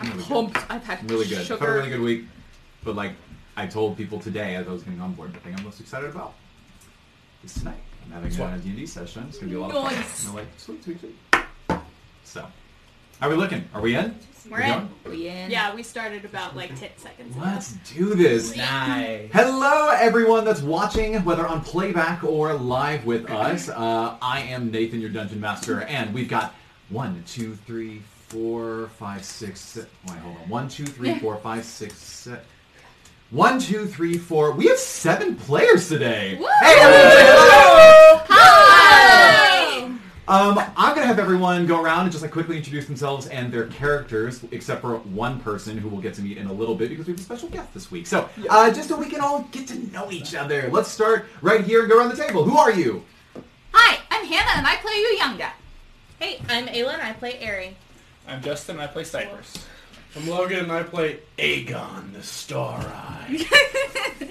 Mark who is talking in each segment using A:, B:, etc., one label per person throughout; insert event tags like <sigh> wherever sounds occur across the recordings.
A: I'm
B: Really good.
A: pumped. I've had
B: Really good. Had a
A: sugar.
B: really good week. But like I told people today as I was getting on board, the thing I'm most excited about is tonight. I'm having
C: That's
B: a
C: what-
B: D&D session. It's gonna be a lot of
A: Nice.
B: fun. And they're like, sweet, sweet, sweet. So, are we looking? Are we in?
D: We're
B: We
D: in.
B: going?
A: We in.
D: Yeah, we started about like 10 seconds ago.
B: Let's do this.
C: Nice.
B: Hello, everyone that's watching, whether on playback or live with us. Uh, I am Nathan, your dungeon master, and we've got one, two, three, four, five, six. se- Wait, hold on. One, two, three, four, five, six, se- One, two, three, four. We have seven players today.
A: Woo!
B: Hey, everyone, say hello!
A: Hi!
B: Um, I'm gonna have everyone go around and just like quickly introduce themselves and their characters, except for one person who we'll get to meet in a little bit because we have a special guest this week. So, uh, just so we can all get to know each other, let's start right here and go around the table. Who are you?
A: Hi, I'm Hannah and I play Yuyanga.
D: Hey, I'm Ayla and I play Airy.
C: I'm Justin. I play Cypress.
E: I'm Logan and I play Aegon the Star Eye.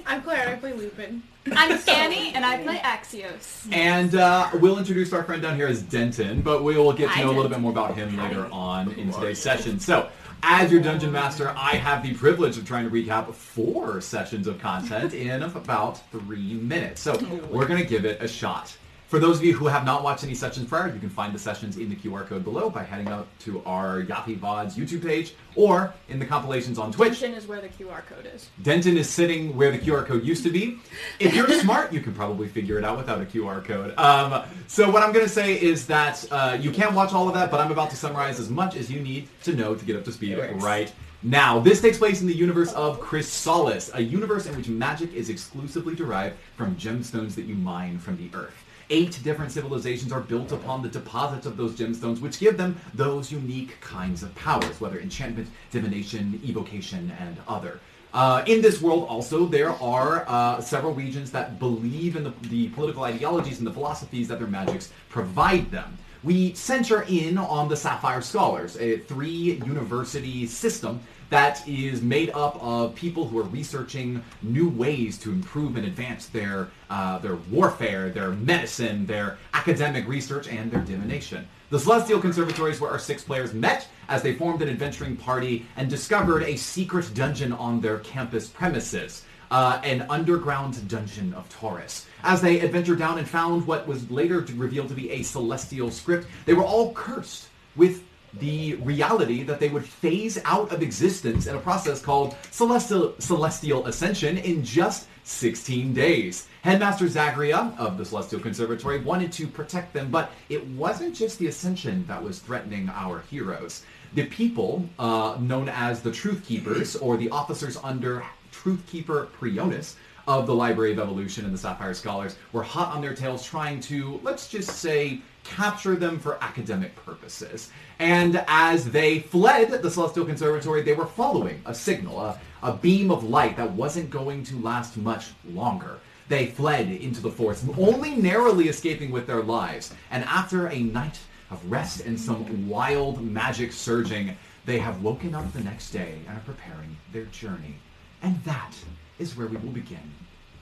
D: I'm Claire and I play Lupin.
F: <laughs>
A: I'm
D: Annie and I play Axios.
B: And uh, we'll introduce our friend down here as Denton, but we will get to
A: Hi,
B: know a little bit
A: Denton.
B: more about him later on in today's session. So, as your dungeon master, I have the privilege of trying to recap four sessions
A: <laughs>
B: of content in about three minutes. So, we're going to give it a shot. For those of you who have not watched any sessions prior, you can find the sessions in the QR code below by heading up to our Yappy VODs YouTube page or in the compilations on Twitch.
D: Mission is where the QR code is.
B: Denton is sitting where the QR code used to be. If you're <laughs> smart, you can probably figure it out without a QR code. Um, so what I'm going to say is that uh, you can't watch all of that, but I'm about to summarize as much as you need to know to get up to speed
C: It works.
B: right now. This takes place in the universe of Chrysalis, a universe in which magic is exclusively derived from gemstones that you mine from the earth. Eight different civilizations are built upon the deposits of those gemstones, which give them those unique kinds of powers, whether enchantment, divination, evocation, and other. Uh, in this world, also, there are uh, several regions that believe in the, the political ideologies and the philosophies that their magics provide them. We center in on the Sapphire Scholars, a three university system that is made up of people who are researching new ways to improve and advance their uh, their warfare, their medicine, their academic research, and their divination. The Celestial Conservatories where our six players met as they formed an adventuring party and discovered a secret dungeon on their campus premises uh, an underground dungeon of Taurus. As they adventured down and found what was later to- revealed to be a celestial script, they were all cursed with the reality that they would phase out of existence in a process called celestial, celestial ascension in just 16 days. Headmaster Zagria of the Celestial Conservatory wanted to protect them, but it wasn't just the ascension that was threatening our heroes. The people, uh, known as the Truth Keepers or the officers under Truth Keeper Prionis of the Library of Evolution and the Sapphire Scholars were hot on their tails trying to, let's just say, capture them for academic purposes. And as they fled the Celestial Conservatory, they were following a signal, a, a beam of light that wasn't going to last much longer. They fled into the forest, only narrowly escaping with their lives. And after a night of rest and some wild magic surging, they have woken up the next day and are preparing their journey. And that is where we will begin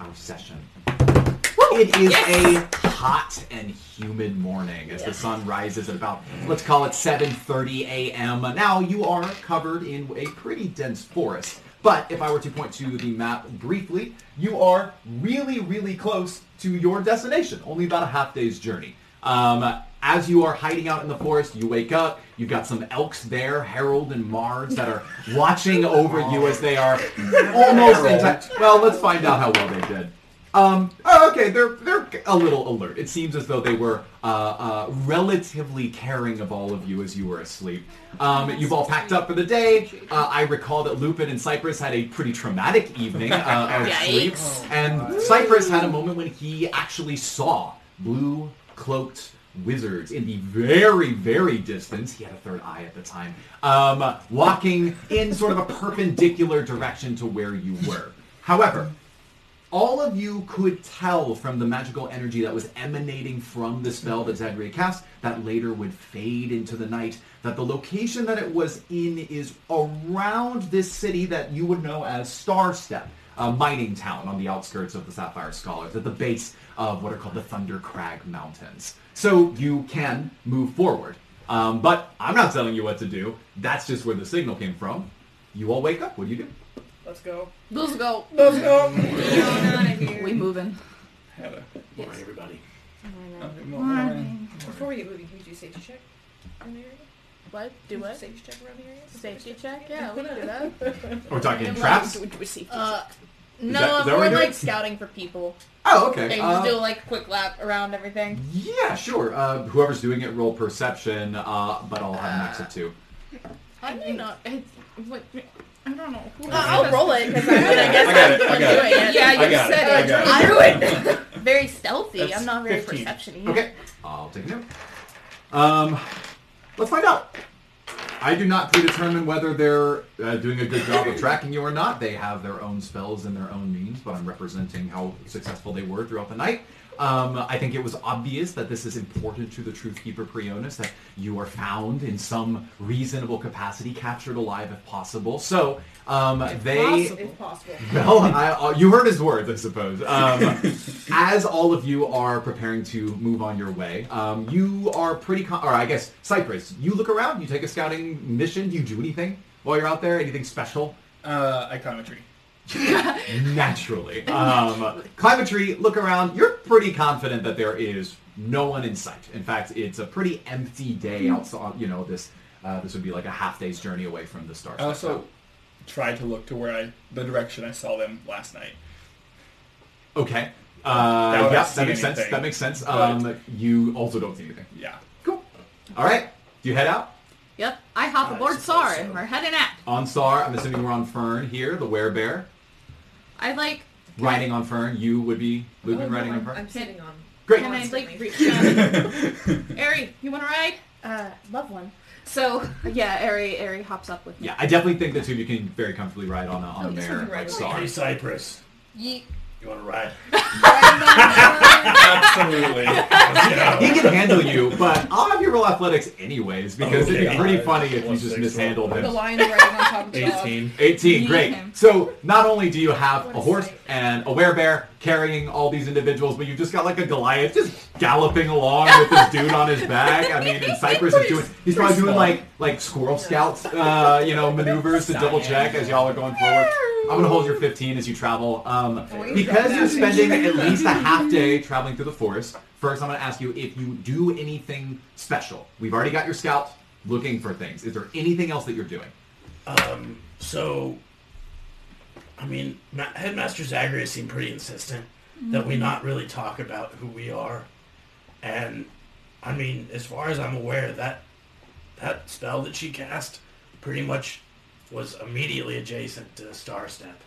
B: our session. <laughs> It is a hot and humid morning as the sun rises at about, let's call it 7.30 a.m. Now, you are covered in a pretty dense forest, but if I were to point to the map briefly, you are really, really close to your destination, only about a half day's journey. Um, as you are hiding out in the forest, you wake up. You've got some elks there, Harold and Mars, that are watching over you as they are almost in time. Well, let's find out how well they did. Um, oh, okay, they're they're a little alert. It seems as though they were uh, uh, relatively caring of all of you as you were asleep. Um, you've all packed up for the day. Uh, I recall that Lupin and Cypress had a pretty traumatic evening uh, of sleep,
A: Yikes.
B: and Cypress had a moment when he actually saw blue cloaked wizards in the very, very distance. He had a third eye at the time, um, walking in sort of a perpendicular direction to where you were. However, all of you could tell from the magical energy that was emanating from the spell that Zagreus cast that later would fade into the night that the location that it was in is around this city that you would know as Starstep, a mining town on the outskirts of the Sapphire Scholars at the base of what are called the Thunder Crag Mountains. So you can move forward. Um, but I'm not telling you what to do. That's just where the signal came from. You all wake up. What do you do?
G: Let's go.
H: Let's go.
G: Let's go.
H: We moving.
C: Heather.
E: Good morning, everybody.
C: Oh, good morning.
G: Before we get moving, can we do safety check around the area?
F: What? Do what?
G: Safety check around the area?
F: Safety check? Yeah, we can do that.
B: We're talking traps.
F: Uh,
B: Is that-
F: no,
B: is
F: if
B: that what
F: we're
B: you're
F: like
B: doing?
F: scouting for people.
B: Oh, okay.
F: They
B: Uh,
F: just do like a quick lap around everything.
B: yeah, sure. Uh, whoever's doing it, roll perception. Uh, but I'll have an exit
G: Uh,
B: too.
F: I may not. It's, what, I don't know. Who
G: I'll roll it because
F: I mean, I guess
C: I got
F: I'm
C: it,
F: the
C: I
F: one
C: got it.
F: doing it.
H: Yeah,
C: I
H: you
C: got it.
H: said
C: I
H: it.
C: got it.
F: I
B: <laughs>
F: do it. Very stealthy.
C: That's
F: I'm not very
C: 15.
F: perception.
B: Okay. I'll take a note. Um, let's find out. I do not predetermine whether they're uh, doing a good
G: <laughs>
B: job of tracking you or not. They have their own spells and their own means, but I'm representing how successful they were throughout the night. Um, I think it was obvious that this is important to the Truth Keeper Prionis, that you are found in some reasonable capacity, captured alive if possible. So um, they...
G: If possible.
B: Well, I, uh, you heard his words, I suppose. Um, as all of you are preparing to move on your way, um, you are pretty, con- or I guess Cyprus. You look around. You take a scouting mission. Do you do anything while you're out there? Anything special?
C: Uh, iconometry.
B: Naturally. Um, climb a tree, look around. You're pretty confident that there is no one in sight. In fact, it's a pretty empty day outside. You know, this uh, this would be like a half day's journey away from the star.
C: I
E: Oh.
C: also tried to look to where I, the direction I saw them last night.
B: Okay. Uh,
C: Now I
B: yeah,
C: see
B: that makes sense.
C: anything.
B: That makes sense.
C: But-
B: Um, you also don't see anything.
C: Yeah.
B: Cool. All right. You head out
H: Yep. I hop
E: I
H: aboard
E: suppose
H: Sar
E: so.
H: and we're heading out.
B: on Sar. I'm assuming we're on Fern here, the werebear.
H: I like.
B: Riding on Fern. You would be Lubin
G: Oh, no,
B: riding on
G: I'm,
B: Fern.
G: I'm sitting on.
B: Great.
H: Can I like
G: Constantly. <laughs>
H: reach out?
E: <laughs>
H: Ari, you want to ride?
F: Uh, love one.
H: So yeah, Ari Ari hops up with me.
B: Yeah, I definitely think the two of you can very comfortably ride on a, on a
H: Oh, this
B: mare
H: one's right
B: like
H: away.
B: Sar.
E: Hey, Cypress.
F: Ye-
E: You want to ride? <laughs>
C: Absolutely. <laughs>
B: He can handle you, but I'll have you roll athletics anyways because it'd be
E: Okay.
B: pretty funny if you
E: Plus
B: just
E: six,
B: mishandled
E: twelve.
B: him.
G: The lion's riding on top of the dog.
B: 18,
H: Need
B: great.
H: him.
B: So not only do you have a
G: a
B: horse
G: sight.
B: and a werebear carrying all these individuals, but you've just got like a Goliath just galloping along with this dude on his back. I mean, and Cypress is doing, he's probably doing
C: small.
B: like like Squirrel Scouts, uh, you know, maneuvers to double check as y'all are going forward. I'm gonna hold your 15 as you travel. Um,
G: Oh, you
B: because
G: dropped
B: you're
G: that.
B: spending at least a half day traveling through the forest, first I'm going to ask you if you do anything special. We've already got your scout looking for things. Is there anything else that you're doing?
E: So, I mean, Ma- Headmaster Zagreus seemed pretty insistent that we not really talk about who we are, and I mean, as far as I'm aware, that that spell that she cast pretty much was immediately adjacent to Star Step.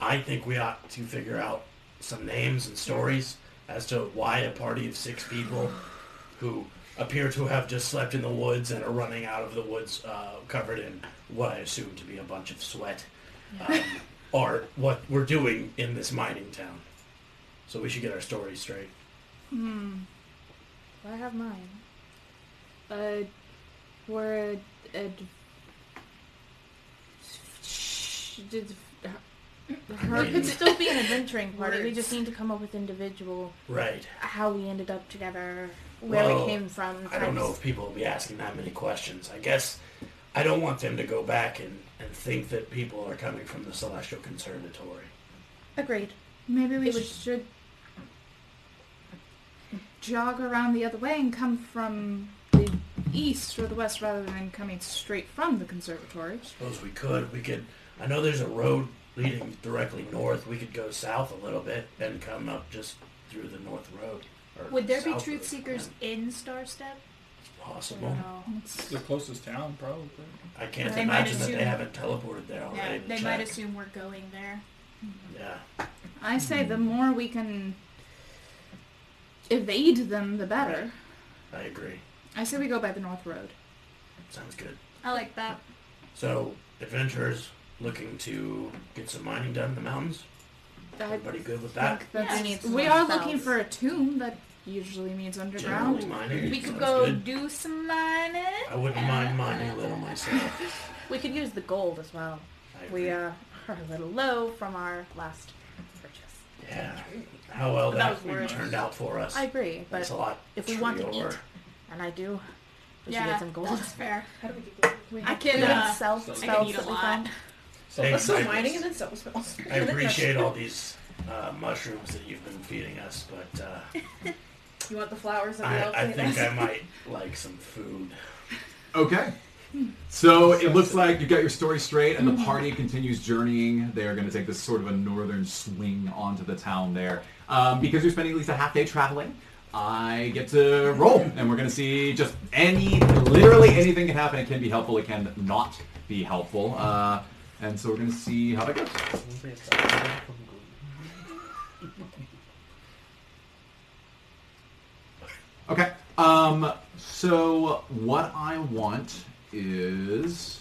E: I think we ought to figure out some names and stories as to why a party of six people who appear to have just slept in the woods and are running out of the woods uh, covered in what I assume to be a bunch of sweat um, are what we're doing in this mining town. So we should get our story straight.
F: I have mine.
H: <laughs> Uh, we're a, a did
F: Her, it could still
I: <laughs>
F: be an adventuring party. We
G: Words.
F: just need to come up with individual
E: Right.
F: how we ended up together, where
E: Well,
F: we came from.
E: I don't know if people will be asking that many questions. I guess I don't want them to go back and, and think that people are coming from the Celestial Conservatory.
F: Agreed.
H: maybe we
F: It would-
H: should jog around the other way and come from the east or the west rather than coming straight from the conservatory.
E: Suppose we could. We could. I know there's a road leading directly north. We could go south a little bit and come up just through the north road. or
I: Would there be
E: south
I: truth
E: road.
I: seekers in Star Step?
E: Yeah, Possible.
H: It's-
C: the closest town, probably.
E: I can't
I: They might
E: imagine that they
I: assume-
E: haven't teleported there already.
I: Yeah,
E: to
I: they might
E: check.
I: assume we're going there.
E: Yeah.
H: I say the more we can evade them, the better.
E: I agree.
H: I say we go by the north road.
E: Sounds good.
I: I like that.
E: So, adventurers looking to get some mining done in the mountains.
H: I
E: Everybody good with that?
H: think that's-
I: Yeah, we need some
H: we
I: more
H: are
I: spells.
H: looking for a tomb that usually means
E: Generally
H: underground.
E: mining.
F: We could
E: sounds
F: go
E: good.
F: do some mining.
E: I wouldn't mind mining a little
I: <laughs>
E: myself.
F: We could use the gold as well.
E: I
F: We
E: agree.
F: uh, are a little low from our last purchase.
E: Yeah. How well
F: That was
E: that,
F: worth-
E: turned out for us.
F: I agree,
E: It's
F: but
E: a lot.
F: if we want to
E: truer.
F: eat, and I do,
I: But
G: yeah,
I: she did some gold.
G: That's fair.
J: How do we get there?
G: I can,
E: Yeah.
G: uh,
I: Self
G: I can eat a lot.
C: So
E: Hey,
J: I'm still
E: Michaels,
J: mining and then someone
G: <laughs>
J: smells.
E: I appreciate all these uh, mushrooms that you've been feeding us, but uh,
J: You want the flowers that we all
E: I, I
J: plate us?
E: think
G: <laughs>
E: I might like some food.
B: Okay. So it looks like you got your story straight, and the party continues journeying. They are going to take this sort of a northern swing onto the town there. Um, because you're spending at least a half day traveling, I get to roll, and we're going to see just any, literally anything can happen. It can be helpful, it can not be helpful. Uh, and so we're going to see how that goes. Okay. Um, so what I want is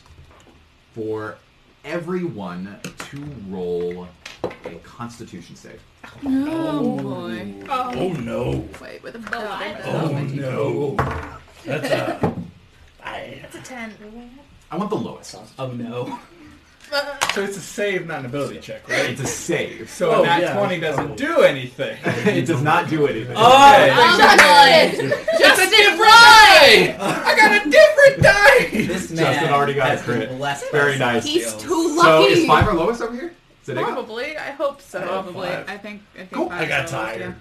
B: for everyone to roll a Constitution save.
A: Oh boy.
E: Oh, no!
A: Wait, with a
G: God.
E: Oh no! That's a. <laughs> I,
G: It's a 10.
B: I want the lowest.
E: oh no!
C: So it's a save, not an ability check, right?
B: It's a save. <laughs>
C: So
E: Oh,
C: that
E: yeah.
C: 20 doesn't do anything.
B: it does not do anything.
K: Oh,
A: Oh,
C: Justin Rye! I got a different die!
K: This man
B: Justin already got
K: has
B: a crit.
K: been blessed by
B: Very nice.
A: He's
K: skills.
A: too
B: So
A: lucky.
B: is five our lowest over here? Is it Ega?
D: Probably. I hope so.
A: Probably.
E: five.
A: I think. I think
B: Cool.
A: five
E: I got
A: is all
E: tired.
A: do.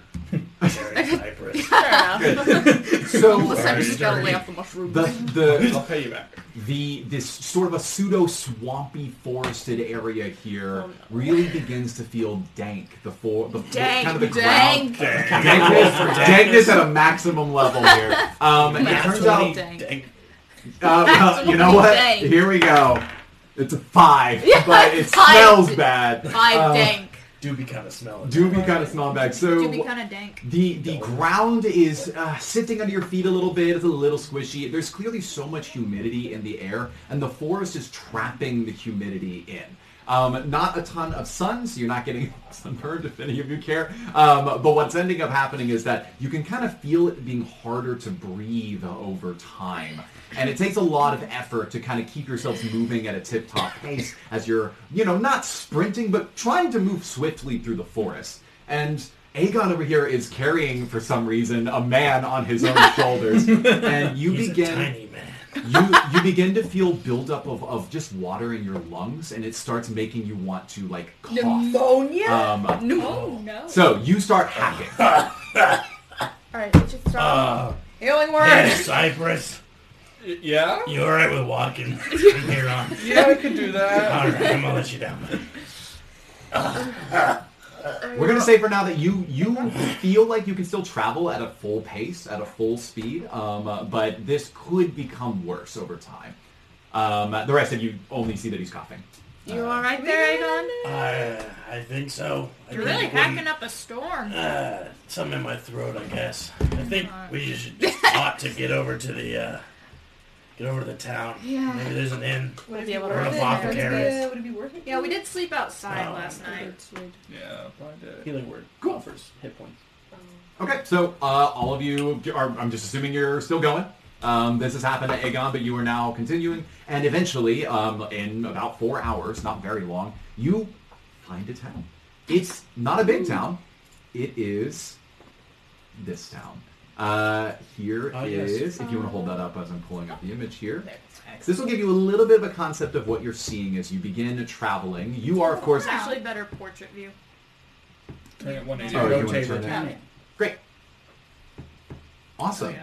E: Very Cypress.
D: Fair enough.
B: So
A: Oh,
D: Unless I'm just gotta
E: Sorry.
D: lay off the mushrooms.
B: the the
C: I'll pay you back.
B: the this sort of a pseudo swampy forested area here
A: Oh,
B: really begins to feel dank. The for the
A: Dank,
B: kind of the ground
A: dank,
B: dankness, dankness at a maximum level here. Um, and it turns out, uh,
A: dank.
E: Dang.
B: well, you know what?
A: dank.
B: Here we go. It's a five,
A: Yeah,
B: but it
A: five.
B: smells bad.
A: Five
B: Uh,
A: dank.
E: Do be kind of smelling.
B: Do be kind of smell bad. So
G: Do be kind of dank.
B: the the ground is uh, sitting under your feet a little bit. It's a little squishy. There's clearly so much humidity in the air, and the forest is trapping the humidity in. Um, not a ton of sun, so you're not getting <laughs> sunburned if any of you care. Um, but what's ending up happening is that you can kind of feel it being harder to breathe over time. And it takes a lot of effort to kind of keep yourselves moving at a tip-top pace as you're, you know, not sprinting, but trying to move swiftly through the forest. And Aegon over here is carrying, for some reason, a man on his
E: <laughs>
B: own shoulders, and you
E: He's a
B: begin
E: tiny man.
B: <laughs> you you begin to feel buildup of, of just water in your lungs, and it starts making you want to like cough.
J: Pneumonia?
B: Um,
G: Oh, no.
B: so you start hacking.
J: Alright, let's just stop.
E: Uh,
J: Healing word!
E: hey, <laughs> Cypress,
C: <laughs> Y- Yeah?
E: you all right with walking from here on?
C: Yeah, I could do that.
E: All right, I'm gonna let you down. <laughs>
B: We're gonna say for now that you you feel like you can still travel at a full pace, at a full speed, um, uh, but this could become worse over time. Um, the rest of you only see that he's coughing.
G: You alright there, Aegon?
E: I I think so. I
G: You're
E: think
G: really
E: we-
G: hacking up a storm.
E: Uh, something in my throat, I guess. I think we should just ought to get over to the uh, get over to the town.
A: Yeah.
E: Maybe there's an inn.
J: Would it
G: be
J: be
G: able
E: to
J: worth it?
E: walk
J: Would
E: there.
J: it would it be worth it?
G: Yeah, we did sleep outside
E: Oh.
G: last night.
C: <laughs> Yeah, probably did.
K: Healing word. Cool. First hit points.
E: Uh,
B: Okay, so uh, all of you are, I'm just assuming you're still going. Um, this has happened to Aegon, but you are now continuing. And eventually, um, in about four hours, not very long, you find a town. It's not a big town. It is this town. Uh, here is,
C: Ah, yes.
B: if you want to hold that up as I'm pulling up the image here. This will give you a little bit of a concept of what you're seeing as you begin traveling. You are, of course,
G: It's actually better portrait view.
C: Turn it 180.
B: Oh, you wanna
C: rotate,
B: turn it?
C: rotate.
B: Great. Awesome.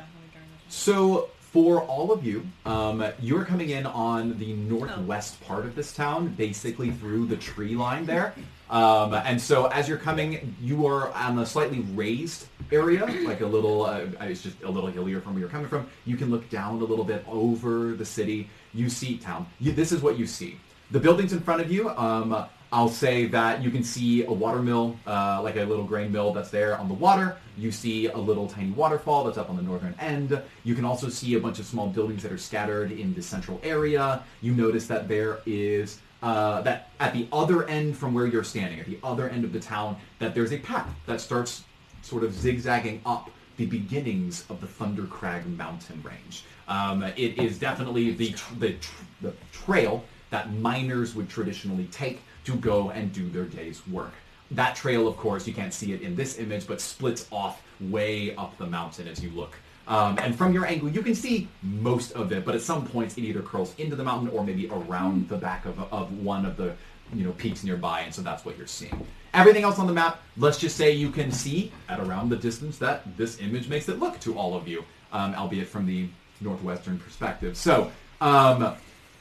B: So for all of you, um, you're coming in on the northwest part of this town, basically through the tree line there. Um, and so as you're coming, you are on a slightly raised area, like a little, uh, it's just a little hillier from where you're coming from. You can look down a little bit over the city. You see town. You, this is what you see. The buildings in front of you, um, I'll say that you can see a water mill, uh, like a little grain mill that's there on the water. You see a little tiny waterfall that's up on the northern end. You can also see a bunch of small buildings that are scattered in the central area. You notice that there is uh, that at the other end from where you're standing, at the other end of the town, that there's a path that starts sort of zigzagging up the beginnings of the Thundercrag mountain range. Um, it is definitely the, tr- the, tr- the trail that miners would traditionally take to go and do their day's work. That trail, of course, you can't see it in this image, but splits off way up the mountain as you look. Um, and from your angle, you can see most of it, but at some points, it either curls into the mountain or maybe around the back of, of one of the you know peaks nearby, and so that's what you're seeing. Everything else on the map, let's just say you can see at around the distance that this image makes it look to all of you, um, albeit from the northwestern perspective. So, um,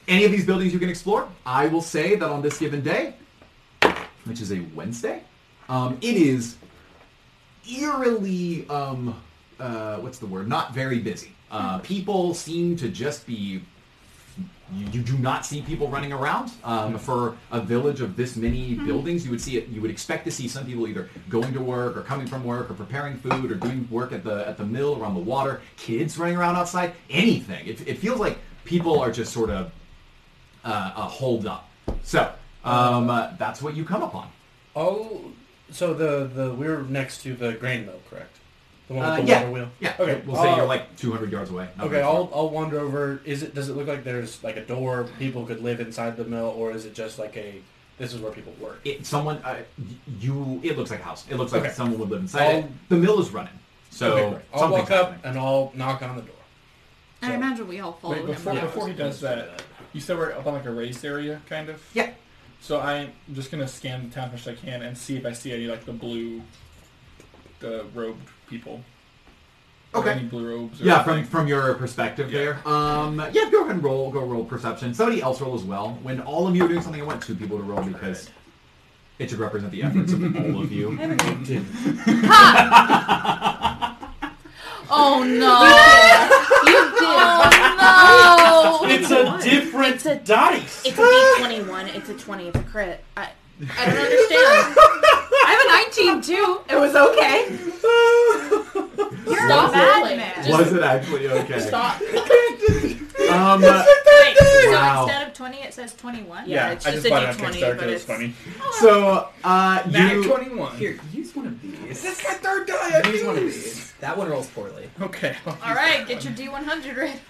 B: any of these buildings you can explore, I will say that on this given day, which is a Wednesday, um, it is eerily um uh what's the word not very busy
E: Hmm.
B: uh people seem to just be you, you do not see people running around
E: Hmm.
B: um, for a village of this many buildings you would see it you would expect to see some people either going to work or coming from work or preparing food or doing work at the at the mill or on the water kids running around outside anything it, it feels like people are just sort of uh, uh holed up so um, uh, that's what you come upon
E: Oh, so the the we're next to the grain mill, correct? The one with
B: Uh,
E: the
B: yeah.
E: water wheel.
B: yeah
E: Okay,
B: we'll say
E: uh,
B: you're like 200 yards away not
E: Okay,
B: very far.
E: I'll I'll wander over. Is it does it look like there's like a door people could live inside the mill, or is it just like a this is where people work?
B: it, someone uh, y- you it looks like a house. It looks like
E: Okay.
B: someone would live inside it.
E: I'll-
B: The mill is running, so
E: okay, great. I'll
B: something's
E: walk up
B: happening.
E: and I'll knock on the door.
A: I imagine we all follow
C: Wait,
A: him.
C: before,
A: now.
C: before he does that, you said we're up on like a raised area, kind of?
B: Yeah.
C: So I'm just going to scan the town as much as I can and see if I see any like the blue, the robed people. Or
B: Okay.
C: Any blue robes or
B: Yeah, from
C: anything.
B: from your perspective
C: Yeah.
B: there. Um, yeah, go ahead and roll. Go roll perception. Somebody else roll as well. When all of you are doing something, I want two people to roll because it should represent the efforts of all of you.
A: <laughs>
D: Oh no! you did. Oh
A: <laughs>
D: no!
E: It's a different
J: It's a-
E: dice.
J: It's a D21. It's a 20. It's a crit. I, I don't understand. I have a 19 too. It was okay.
G: You're
D: Stop
G: a bad
D: rolling.
G: man.
B: <laughs> Was it actually okay?
D: Stop.
B: <laughs> Um,
G: Wait,
B: Wow.
G: so instead of 20, it says 21?
K: Yeah,
J: it's
C: I
J: just
C: just
J: a
C: bought it on
J: D20,
C: Kickstarter.
J: but
C: It was
J: it's-
C: funny.
B: so uh,
C: Nat
B: you
C: 21.
K: Here, use one of these.
C: This is my third die. I
K: Use one of
C: used.
K: these. That one rolls poorly.
C: Okay.
G: All right, get your D100 ready.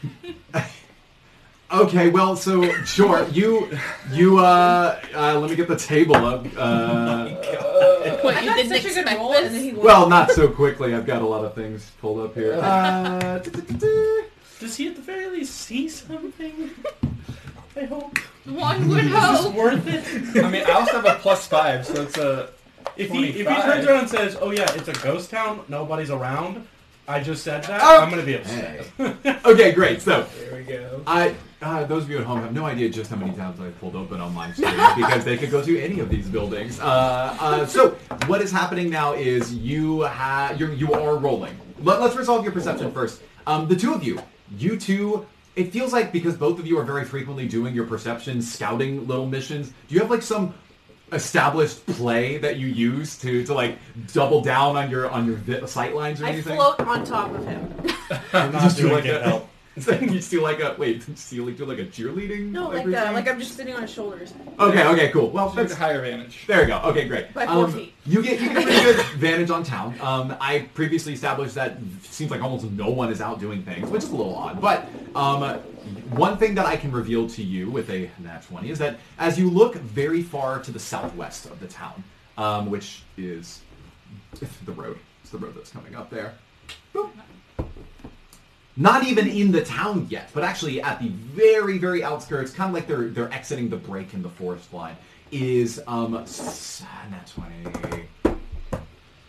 B: Okay, well, so sure. You, you. Uh, uh, let me get the table up. Uh,
D: What,
G: I
D: you
G: got
D: didn't
G: such a
D: expect
G: good roll,
D: this?
G: and then he won.
B: Well, not so quickly. I've got a lot of things pulled up here. Uh,
E: Does he at the very least see <laughs> something? I hope.
D: One would
E: Is
D: hope.
E: this worth it?
C: I mean, I also have a plus five, so it's a.
E: If he if he
C: 25.
E: turns around and says, "Oh yeah, it's a ghost town. Nobody's around," I just said that.
B: Oh.
E: I'm gonna be upset.
B: okay, great. So
K: There we go.
B: I, uh, those of you at home have no idea just how many tabs I pulled open on my
J: <laughs>
B: screen because they could go to any of these buildings. Uh, uh, so what is happening now is you have you you are rolling. Let, let's resolve your perception first. Um, the two of you, you two. It feels like because both of you are very frequently doing your perception scouting little missions. Do you have like some established play that you use to to like double down on your on your vi- sight lines or
J: I
B: anything?
J: float on top of him.
B: <laughs> Just
E: I'm not
B: do
E: doing
B: like
E: it.
B: a-
E: Help.
B: you see like a wait, you see like do like a cheerleading?
J: No, like
B: routine?
J: uh, like I'm just sitting on his shoulders.
B: Okay, okay, cool. Well,
C: It's
B: that's,
C: a higher advantage.
B: there you go. Okay, great.
J: By four
B: Um,
J: feet.
B: You get you get pretty good advantage on town. Um, I previously established that seems like almost no one is out doing things, which is a little odd. But um, one thing that I can reveal to you with a nat twenty is that as you look very far to the southwest of the town, um, which is the road. It's the road that's coming up there. Boop. Not even in the town yet, but actually at the very, very outskirts, kind of like they're they're exiting the break in the forest line. Is um, s- not twenty.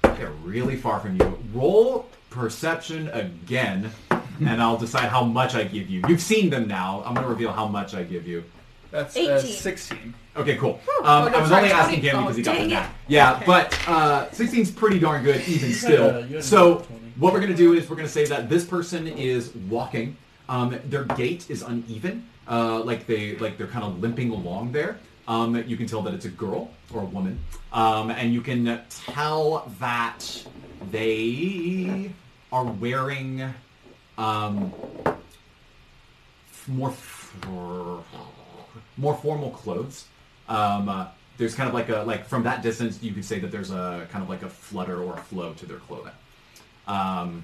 B: They're really far from you. Roll perception again, and I'll decide how much I give you. You've seen them now. I'm gonna reveal how much I give you.
C: That's uh,
J: 18.
C: 16.
B: Okay, cool. Um, I was only asking Gammy because he got the nat. Yeah, but uh, 16's pretty darn good even
E: uh, you
B: still.
E: had
B: So
E: a twenty.
B: what we're going to do is we're going to say that this person is walking. Um, their gait is uneven, uh, like they like they're kind of limping along there. Um, you can tell that it's a girl or a woman, um, and you can tell that they are wearing um, more for, more formal clothes. Um, uh, there's kind of like a like from that distance, you could say that there's a kind of like a flutter or a flow to their clothing. Um,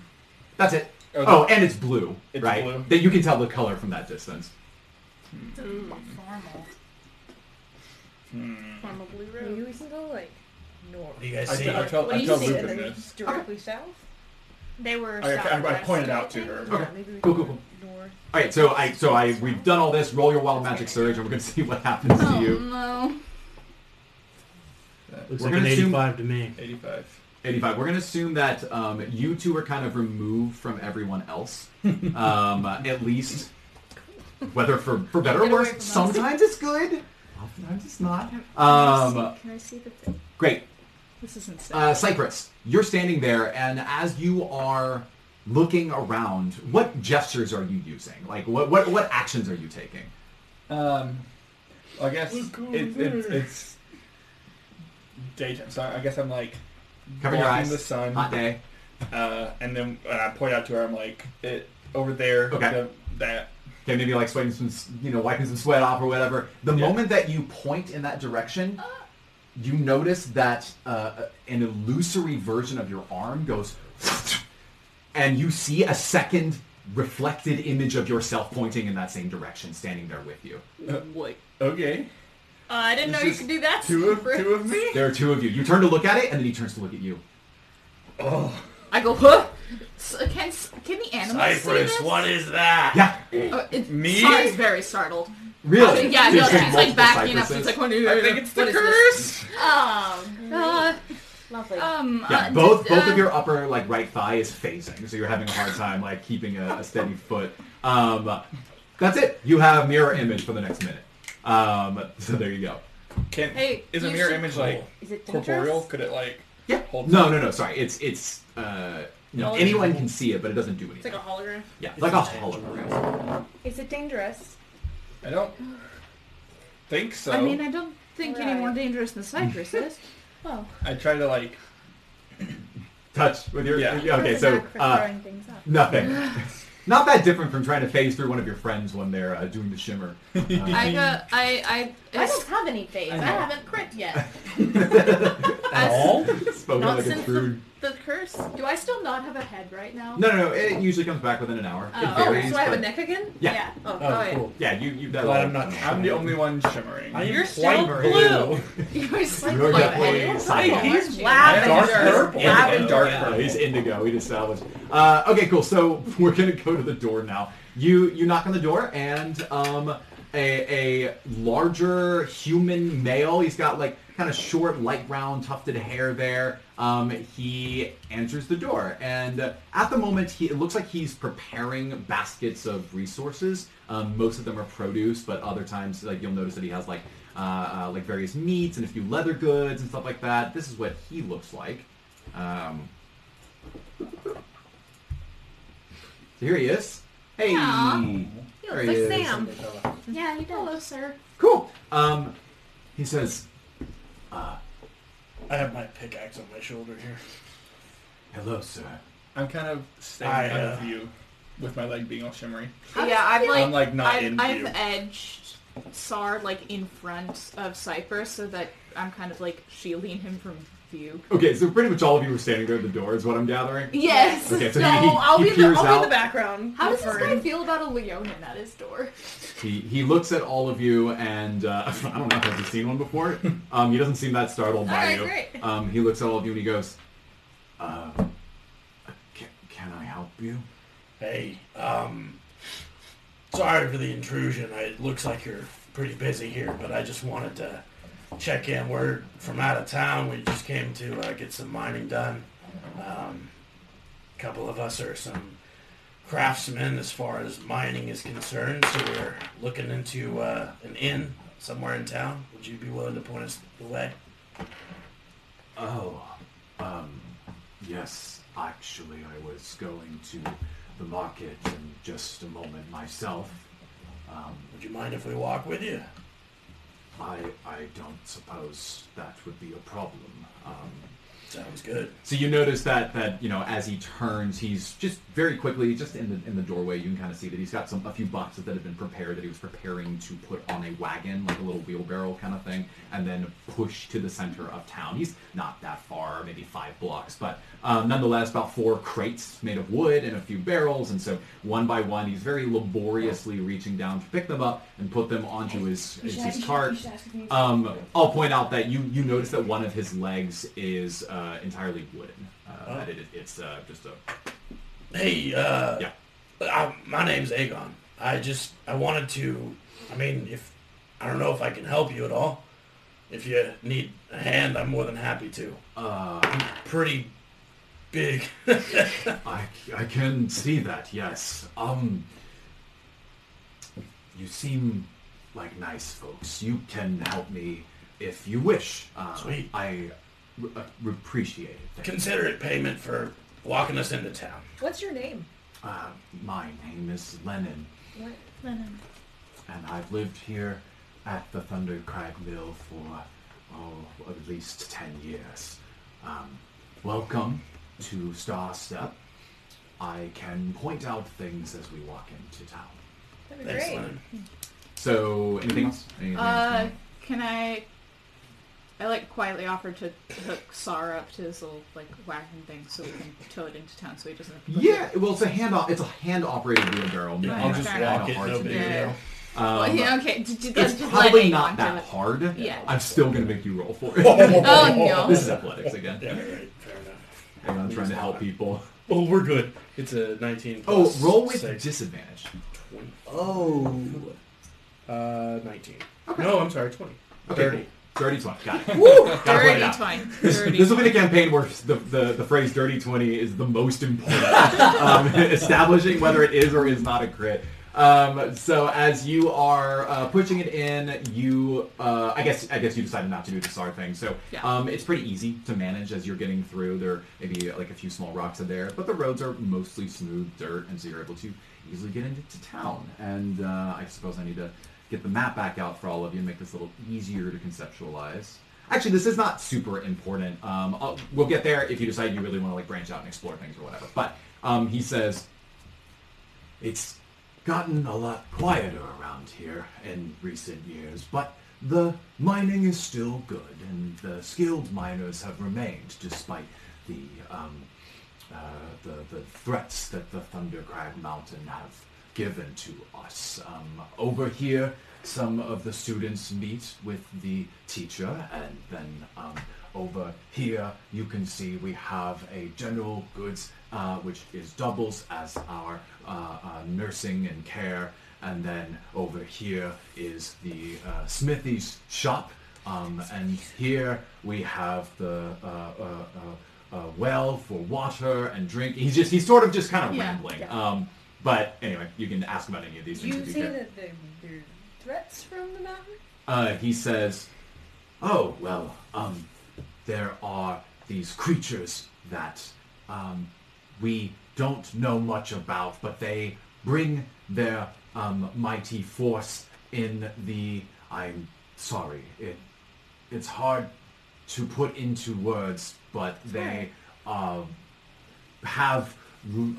B: that's it.
C: Oh,
B: Oh, and it's blue,
C: It's
B: right?
C: blue.
B: That you can tell the color from that distance.
G: Formal.
J: Formal blue room. Maybe we can go like north.
E: What do you guys
C: I,
E: see?
C: tell I tell
J: What do you see?
C: Luke
J: Then
C: in
J: we
C: this.
J: just directly south.
G: They were.
C: I- I- I
G: southwest,
C: pointed
G: I
C: out to
G: think.
C: her.
A: Okay.
G: Yeah, maybe we
B: Cool,
G: can
B: cool,
G: go north.
B: All right, so I so I we've done all this. Roll your wild magic surge, and we're gonna <laughs> see what happens to
H: Oh,
B: you.
D: no.
E: Looks
B: We're
E: like an
B: gonna assume-
E: 85 to me.
C: 85.
B: Eighty-five. We're gonna assume that um, you two are kind of removed from everyone
C: <laughs>
B: else, um, at least, whether for for better or
G: Get away
B: worse.
G: from us.
B: Sometimes it's good, oftentimes it's not.
A: Can I
B: Um,
A: see- can I see the thing?
B: great.
A: This isn't safe.
B: Uh, Cyprus, you're standing there, and as you are looking around, what gestures are you using? Like, what what, what actions are you taking?
C: Um, I guess
E: Let's
C: it,
E: go
C: it's
E: there.
C: it's daytime, so I guess I'm like
B: Cover your
C: blocking
B: eyes.
C: the sun,
B: Hot day.
C: uh, and then and I point out to her, I'm like, it over there,
B: Okay.
C: the, that
B: Okay, maybe like sweating some, you know, wiping some sweat off or whatever. The
C: Yeah.
B: moment that you point in that direction,
D: Uh.
B: you notice that uh, an illusory version of your arm goes, <sniffs> and you see a second reflected image of yourself pointing in that same direction, standing there with you.
C: like okay,
G: Uh, I didn't know
C: It's
G: you
C: just
G: could do that.
C: two of two of me.
B: There are two of you. You turn to look at it, and then he turns to look at you.
C: Oh,
D: I go, huh?
A: S- can s- can the animals see
E: Cypress,
A: this?
E: what is that?
B: Yeah,
H: Oh,
D: Uh, it,
C: Me?
D: Sari's very startled.
B: really?
D: yeah,
B: There's
D: no, she's
B: been multiple
D: like backing up. She's
B: Cypresses.
D: like, what is
C: I think it's the
D: what is this?
C: curse.
G: Oh,
H: Um,
D: Uh,
J: Lovely.
A: Um,
B: Yeah,
A: uh,
B: both
A: did,
B: both
A: uh,
B: of your upper like right thigh is phasing, so you're having a hard time like keeping a, a steady foot. Um, that's it. You have mirror image for the next minute. Um, so there you go.
C: Can
A: Hey,
C: is a
A: you
C: mirror
A: should-
C: image like
J: Is it dangerous?
C: corporeal? Could it like
B: Yeah.
C: hold?
B: No, no, no. Sorry, it's it's uh, no.
G: Hologram.
B: Anyone can see it, but it doesn't do
G: it's like
B: anything.
G: a hologram.
B: Yeah, like a
E: It's
B: hologram.
G: Is it dangerous?
C: I don't think so.
A: I mean, I don't think any more
G: Right.
A: dangerous than Cypress is.
G: Oh,
C: I try to like
B: Touch with your
C: Yeah.
B: yeah. Okay,
G: that's
B: so
G: not for
B: uh,
G: throwing things up.
B: nothing. <laughs> Not that different from trying to phase through one of your friends when they're uh, doing the shimmer. <laughs> Uh,
A: <laughs> I
C: <laughs>
A: got I I
J: I don't have any phase. I,
C: know.
J: haven't crit yet.
E: At all?
C: Oh,
B: spoken
J: Not
B: like a
J: since
B: true.
J: the curse.
G: Do I still not have a head right now?
B: No, no, no. It usually comes back within an hour. it
J: Oh,
B: varies.
J: so I have
B: but-
J: a neck again?
B: Yeah.
J: Oh, go
E: Oh,
J: ahead.
E: cool.
B: Yeah, you you that
E: Glad I'm not.
C: I'm the only one shimmering.
E: I am
J: You're
E: quite
J: still
E: blue.
J: You're slightly
B: You're definitely
J: lightheaded.
B: psychic.
J: He's
G: Dark
J: lavender.
C: purple.
J: Lavender.
C: And dark
B: Yeah,
C: purple.
B: he's indigo. We just salvaged. Uh, okay, cool. So <laughs> we're gonna go to the door now. You you knock on the door and um a a larger human male. He's got like kind of short, light brown, tufted hair there. Um, he answers the door, and uh, at the moment, he it looks like he's preparing baskets of resources. Um, most of them are produce, but other times, like you'll notice that he has like uh, uh, like various meats and a few leather goods and stuff like that. This is what he looks like. Um, so here he is. Hey.
A: Aw.
J: He looks
B: There he
J: like
B: is.
J: Sam.
A: yeah, you hello, sir.
B: Cool. Um, he says,
E: I have my pickaxe on my shoulder here.
B: "Hello, sir."
C: I'm kind of staying
E: I,
C: out of
E: uh,
C: view with my leg being all shimmery.
D: Yeah, I'm like,
C: I'm like not in
D: I've,
C: view.
D: I've edged Sar like in front of Cypress so that I'm kind of like shielding him from view.
B: Okay, so pretty much all of you were standing there at the door, is what I'm gathering.
D: <laughs> Yes.
B: Okay, so
D: no,
B: he, he,
D: I'll
B: he
D: be
B: peers
D: the, I'll
B: out.
D: be the back.
G: Background.
D: <laughs> How does this
G: Different.
D: guy feel about a Leonin at his door?
B: He he looks at all of you, and uh, <laughs> I don't know if he's seen
D: <laughs>
B: one before. Um, he doesn't seem that startled by
G: Alright,
B: you.
G: great.
B: Um, he looks at all of you and he goes, uh, can, "Can I help you?"
E: Hey, um, sorry for the intrusion. I, it looks like you're pretty busy here, but I just wanted to check in. We're from out of town. We just came to uh, get some mining done. Um, a couple of us are some craftsmen as far as mining is concerned, so we're looking into uh, an inn somewhere in town. Would you be willing to point us the way?
B: Oh, um, yes. Actually, I was going to the market in just a moment myself. Um,
E: Would you mind if we walk with you?
B: I I don't suppose that would be a problem. Um,
E: Sounds good.
B: So you notice that that you know as he turns, he's just very quickly just in the in the doorway. You can kind of see that he's got some a few boxes that have been prepared that he was preparing to put on a wagon, like a little wheelbarrow kind of thing, and then push to the center of town. He's not that far, maybe five blocks, but um, nonetheless, about four crates made of wood and a few barrels. And so one by one, he's very laboriously reaching down to pick them up and put them onto his his, his cart. Um, I'll point out that you you notice that one of his legs is uh, entirely wooden. Uh,
E: Oh.
B: That it, it's uh, just a
E: Hey, uh,
B: Yeah.
E: I, my name's Aegon. I just, I wanted to, I mean, if, I don't know if I can help you at all. If you need a hand, I'm more than happy to.
B: Uh,
E: Pretty big. <laughs>
B: I, I can see that, yes. Um, you seem like nice folks. You can help me if you wish. Uh,
E: Sweet.
B: I re- uh, appreciate it.
E: Consider it payment for walking us into town.
G: What's your name?
B: Uh, my name is Lennon,
G: What?
B: and I've lived here at the Thundercrag Mill for, oh, at least 10 years. Um, welcome to Star Step. I can point out things as we walk into town.
G: That'd be
E: Thanks,
G: great.
E: Lennon.
B: So, anything else? Anything
D: Uh,
B: else?
D: can I? I like quietly offered to hook Sar up to his little like wagon thing so we can tow it into town so he doesn't. Have to push
B: Yeah,
D: It.
B: well, it's a hand. It's a hand operated wheelbarrow.
C: Yeah,
B: Not
C: I'll
B: that
C: just
B: kind of
E: walk it,
B: hard
E: no
B: to
E: big
B: do.
D: deal.
B: Um,
D: Well, Oh, yeah. Okay. d- d-
B: It's
D: just let
B: probably
D: Aegon
B: not
D: do
B: that
D: it.
B: hard.
D: Yeah.
B: I'm still gonna make you roll for
D: <laughs>
B: it.
D: Oh no.
B: this is athletics again.
E: Yeah, right, fair enough.
B: And I'm trying to help people.
E: Oh, we're good. It's a 19
B: Oh,
E: plus
B: roll with
E: six,
B: disadvantage.
E: 20.
K: Oh.
E: Uh, 19. No, I'm sorry, 20. 30.
B: 30 20. Got it. Gotta play it
D: Dirty
B: out.
D: twine.
B: <laughs> This,
D: Dirty
B: this will be the campaign where the, the, the phrase dirty 20 is the most important. um, <laughs> establishing whether it is or is not a crit. Um, so as you are uh, pushing it in, you uh, I guess I guess you decided not to do the SAR thing. So
D: Yeah.
B: um, it's pretty easy to manage as you're getting through. There are maybe uh, like a few small rocks in there, but the roads are mostly smooth dirt, and so you're able to easily get into town. And uh, I suppose I need to get the map back out for all of you and make this a little easier to conceptualize. Actually, this is not super important. Um, I'll, we'll get there if you decide you really want to like branch out and explore things or whatever. But um, he says, it's gotten a lot quieter around here in recent years, but the mining is still good, and the skilled miners have remained despite the um, uh, the, the threats that the Thundercrag Mountain have given to us. Um, over here, some of the students meet with the teacher, and then um, over here, you can see we have a general goods, uh, which is doubles as our uh, uh, nursing and care. And then over here is the uh, smithy's shop, um, and here we have the uh, uh, uh, uh, well for water and drink. He's just he's sort of just kind of
D: Yeah,
B: rambling. Um, but anyway, you can ask about any of these things
G: You
B: if you
G: say
B: care.
G: that there there are threats from the mountain?
B: Uh, he says, "Oh well, um, there are these creatures that um, we don't know much about, but they bring their um, mighty force in the. I'm sorry, it it's hard to put into words, but they um, have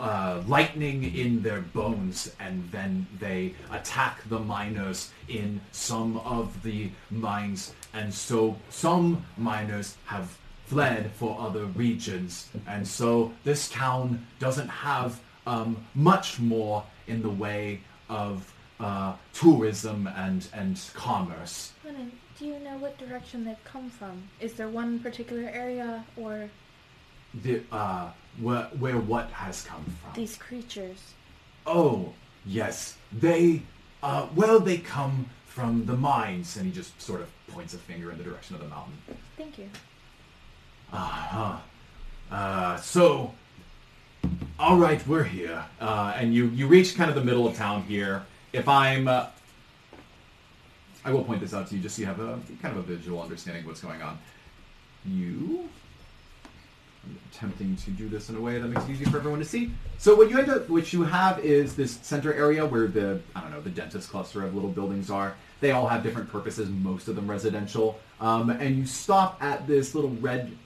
B: uh, lightning in their bones, and then they attack the miners in some of the mines, and so some miners have fled for other regions, and so this town doesn't have um, much more in the way of uh, tourism and, and commerce.
I: Lennon, do you know what direction they've come from? Is there one particular area or
B: the uh where, where what has come from
I: these creatures?
B: oh yes they uh well they come from the mines and he just sort of points a finger in the direction of the mountain
I: Thank you.
B: uh-huh uh so all right we're here uh and you you reach kind of the middle of town here if i'm uh, i will point this out to you just so you have a kind of a visual understanding of what's going on you I'm attempting to do this in a way that makes it easy for everyone to see. So what you end up, what you have is this center area where the I don't know the dentist cluster of little buildings are. They all have different purposes. Most of them residential. Um, and you stop at this little red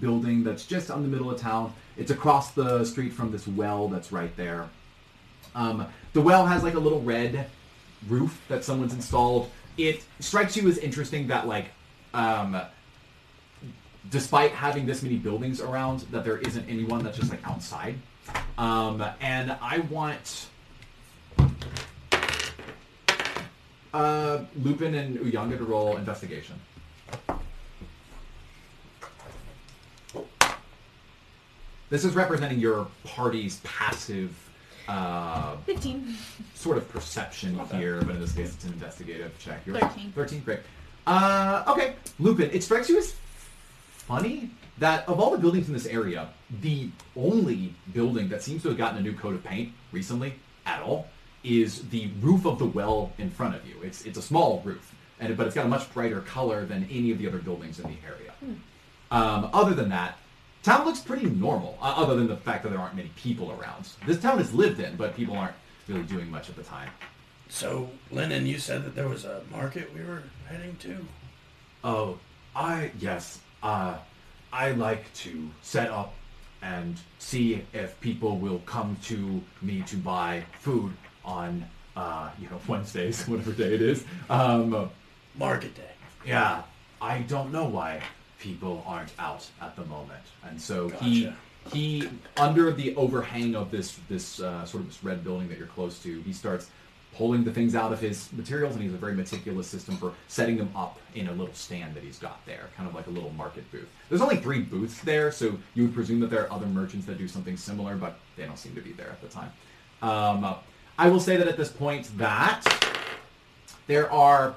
B: building that's just on the middle of town. It's across the street from this well that's right there. Um, the well has like a little red roof that someone's installed. It strikes you as interesting that like um, despite having this many buildings around, that there isn't anyone that's just like outside. Um, and I want uh, Lupin and Uyanga to roll investigation. This is representing your party's passive uh,
J: 15.
B: sort of perception here, but in this case it's an investigative check. Yours?
J: Thirteen.
B: 13, great. Uh, okay, Lupin, it strikes you as funny that of all the buildings in this area, the only building that seems to have gotten a new coat of paint recently at all is the roof of the well in front of you. It's, it's a small roof, and, but it's got a much brighter color than any of the other buildings in the area. Um, other than that, town looks pretty normal, uh, other than the fact that there aren't many people around. This town is lived in, but people aren't really doing much at the time.
E: So, Lennon, you said that there was a market we were heading to.
B: Oh, I yes. Uh, I like to set up and see if people will come to me to buy food on uh, you know <laughs> Wednesdays, whatever day it is. Um,
E: Market day.
B: yeah, I don't know why people aren't out at the moment, and so he
E: Gotcha.
B: he under the overhang of this this uh, sort of this red building that you're close to, he starts pulling the things out of his materials, and he's a very meticulous system for setting them up in a little stand that he's got there, kind of like a little market booth. There's only three booths there, so you would presume that there are other merchants that do something similar, but they don't seem to be there at the time. Um, I will say that at this point that there are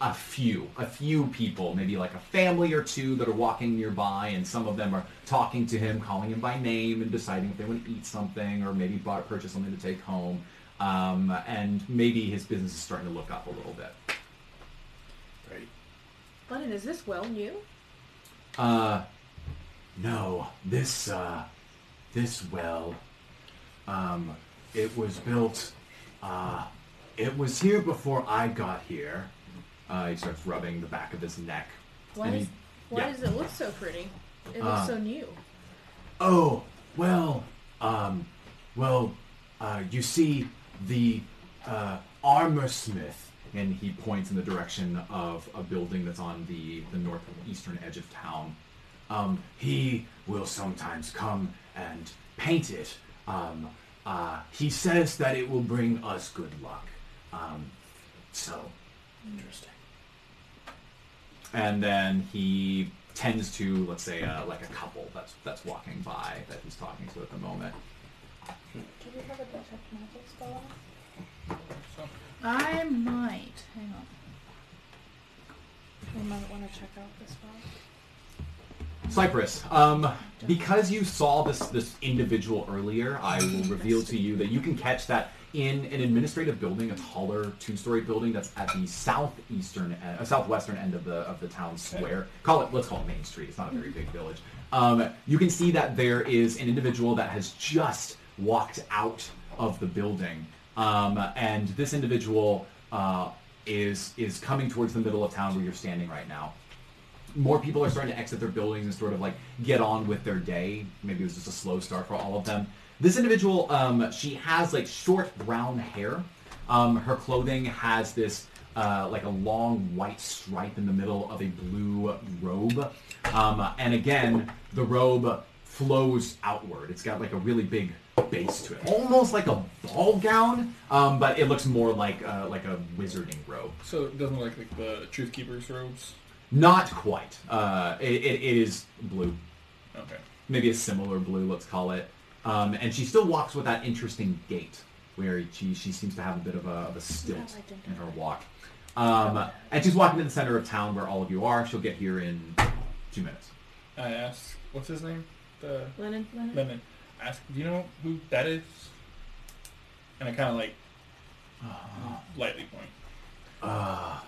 B: a few, a few people, maybe like a family or two that are walking nearby, and some of them are talking to him, calling him by name, and deciding if they want to eat something or maybe buy, purchase something to take home. Um, and maybe his business is starting to look up a little bit.
E: Great.
J: Lennon, is this well new?
B: Uh, no, this, uh, this well, um, it was built, uh, it was here before I got here. Uh, he starts rubbing the back of his neck.
J: Why,
B: And
J: is,
B: he-
J: why
B: yeah.
J: does it look so pretty? It looks
B: Uh,
J: so new.
B: Oh, well, um, well, uh, you see the uh, armor smith. And he points in the direction of a building that's on the, the northeastern edge of town. Um, he will sometimes come and paint it. Um, uh, he says that it will bring us good luck. Um, so
E: Interesting.
B: and then he tends to let's say uh, like a couple that's that's walking by that he's talking to at the moment
I: Do you have a detect magic spell?
A: I might. Hang on.
I: We might want to check out this one.
B: cypress um, because you saw this this individual earlier i will reveal to you that you can catch that in an administrative building a taller two-story building that's at the southeastern uh, southwestern end of the of the town square call it let's call it main street it's not a very big village um, you can see that there is an individual that has just walked out of the building. Um, and this individual uh, is is coming towards the middle of town where you're standing right now. More people are starting to exit their buildings and sort of like get on with their day. Maybe it was just a slow start for all of them. This individual, um, she has like short brown hair. Um, her clothing has this uh, like a long white stripe in the middle of a blue robe. Um, and again, the robe flows outward. It's got like a really big base to it, almost like a ball gown, um, but it looks more like uh, like a wizarding robe.
C: So it doesn't look like the Truth Keeper's robes.
B: Not quite. Uh, it, it, it is blue,
C: Okay.
B: maybe a similar blue, let's call it. Um, and she still walks with that interesting gait, where she she seems to have a bit of a, of a stilt in her walk. Um, and she's walking to the center of town where all of you are. She'll get here in two minutes.
C: I ask, what's his name? The
J: Lennon?
C: Lennon. Ask, do you know who that is? And I kind of like lightly point.
B: Uh,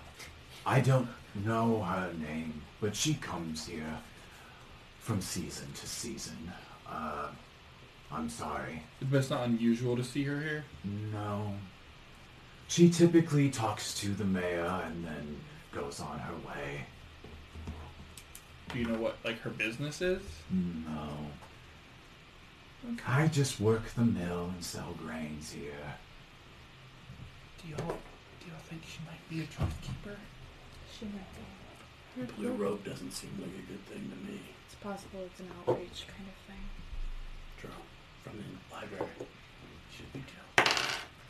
B: I don't know her name, but she comes here from season to season. Uh, I'm sorry.
C: But it's not unusual to see her here.
B: No. She typically talks to the mayor and then goes on her way.
C: Do you know what like her business is?
B: No. I just work the mill and sell grains here.
E: Do y'all, do y'all think she might be a truth keeper?
I: She might be.
E: Blue robe doesn't seem like a good thing to me.
I: It's possible it's an outreach kind of thing.
E: True. From the library. Should be too.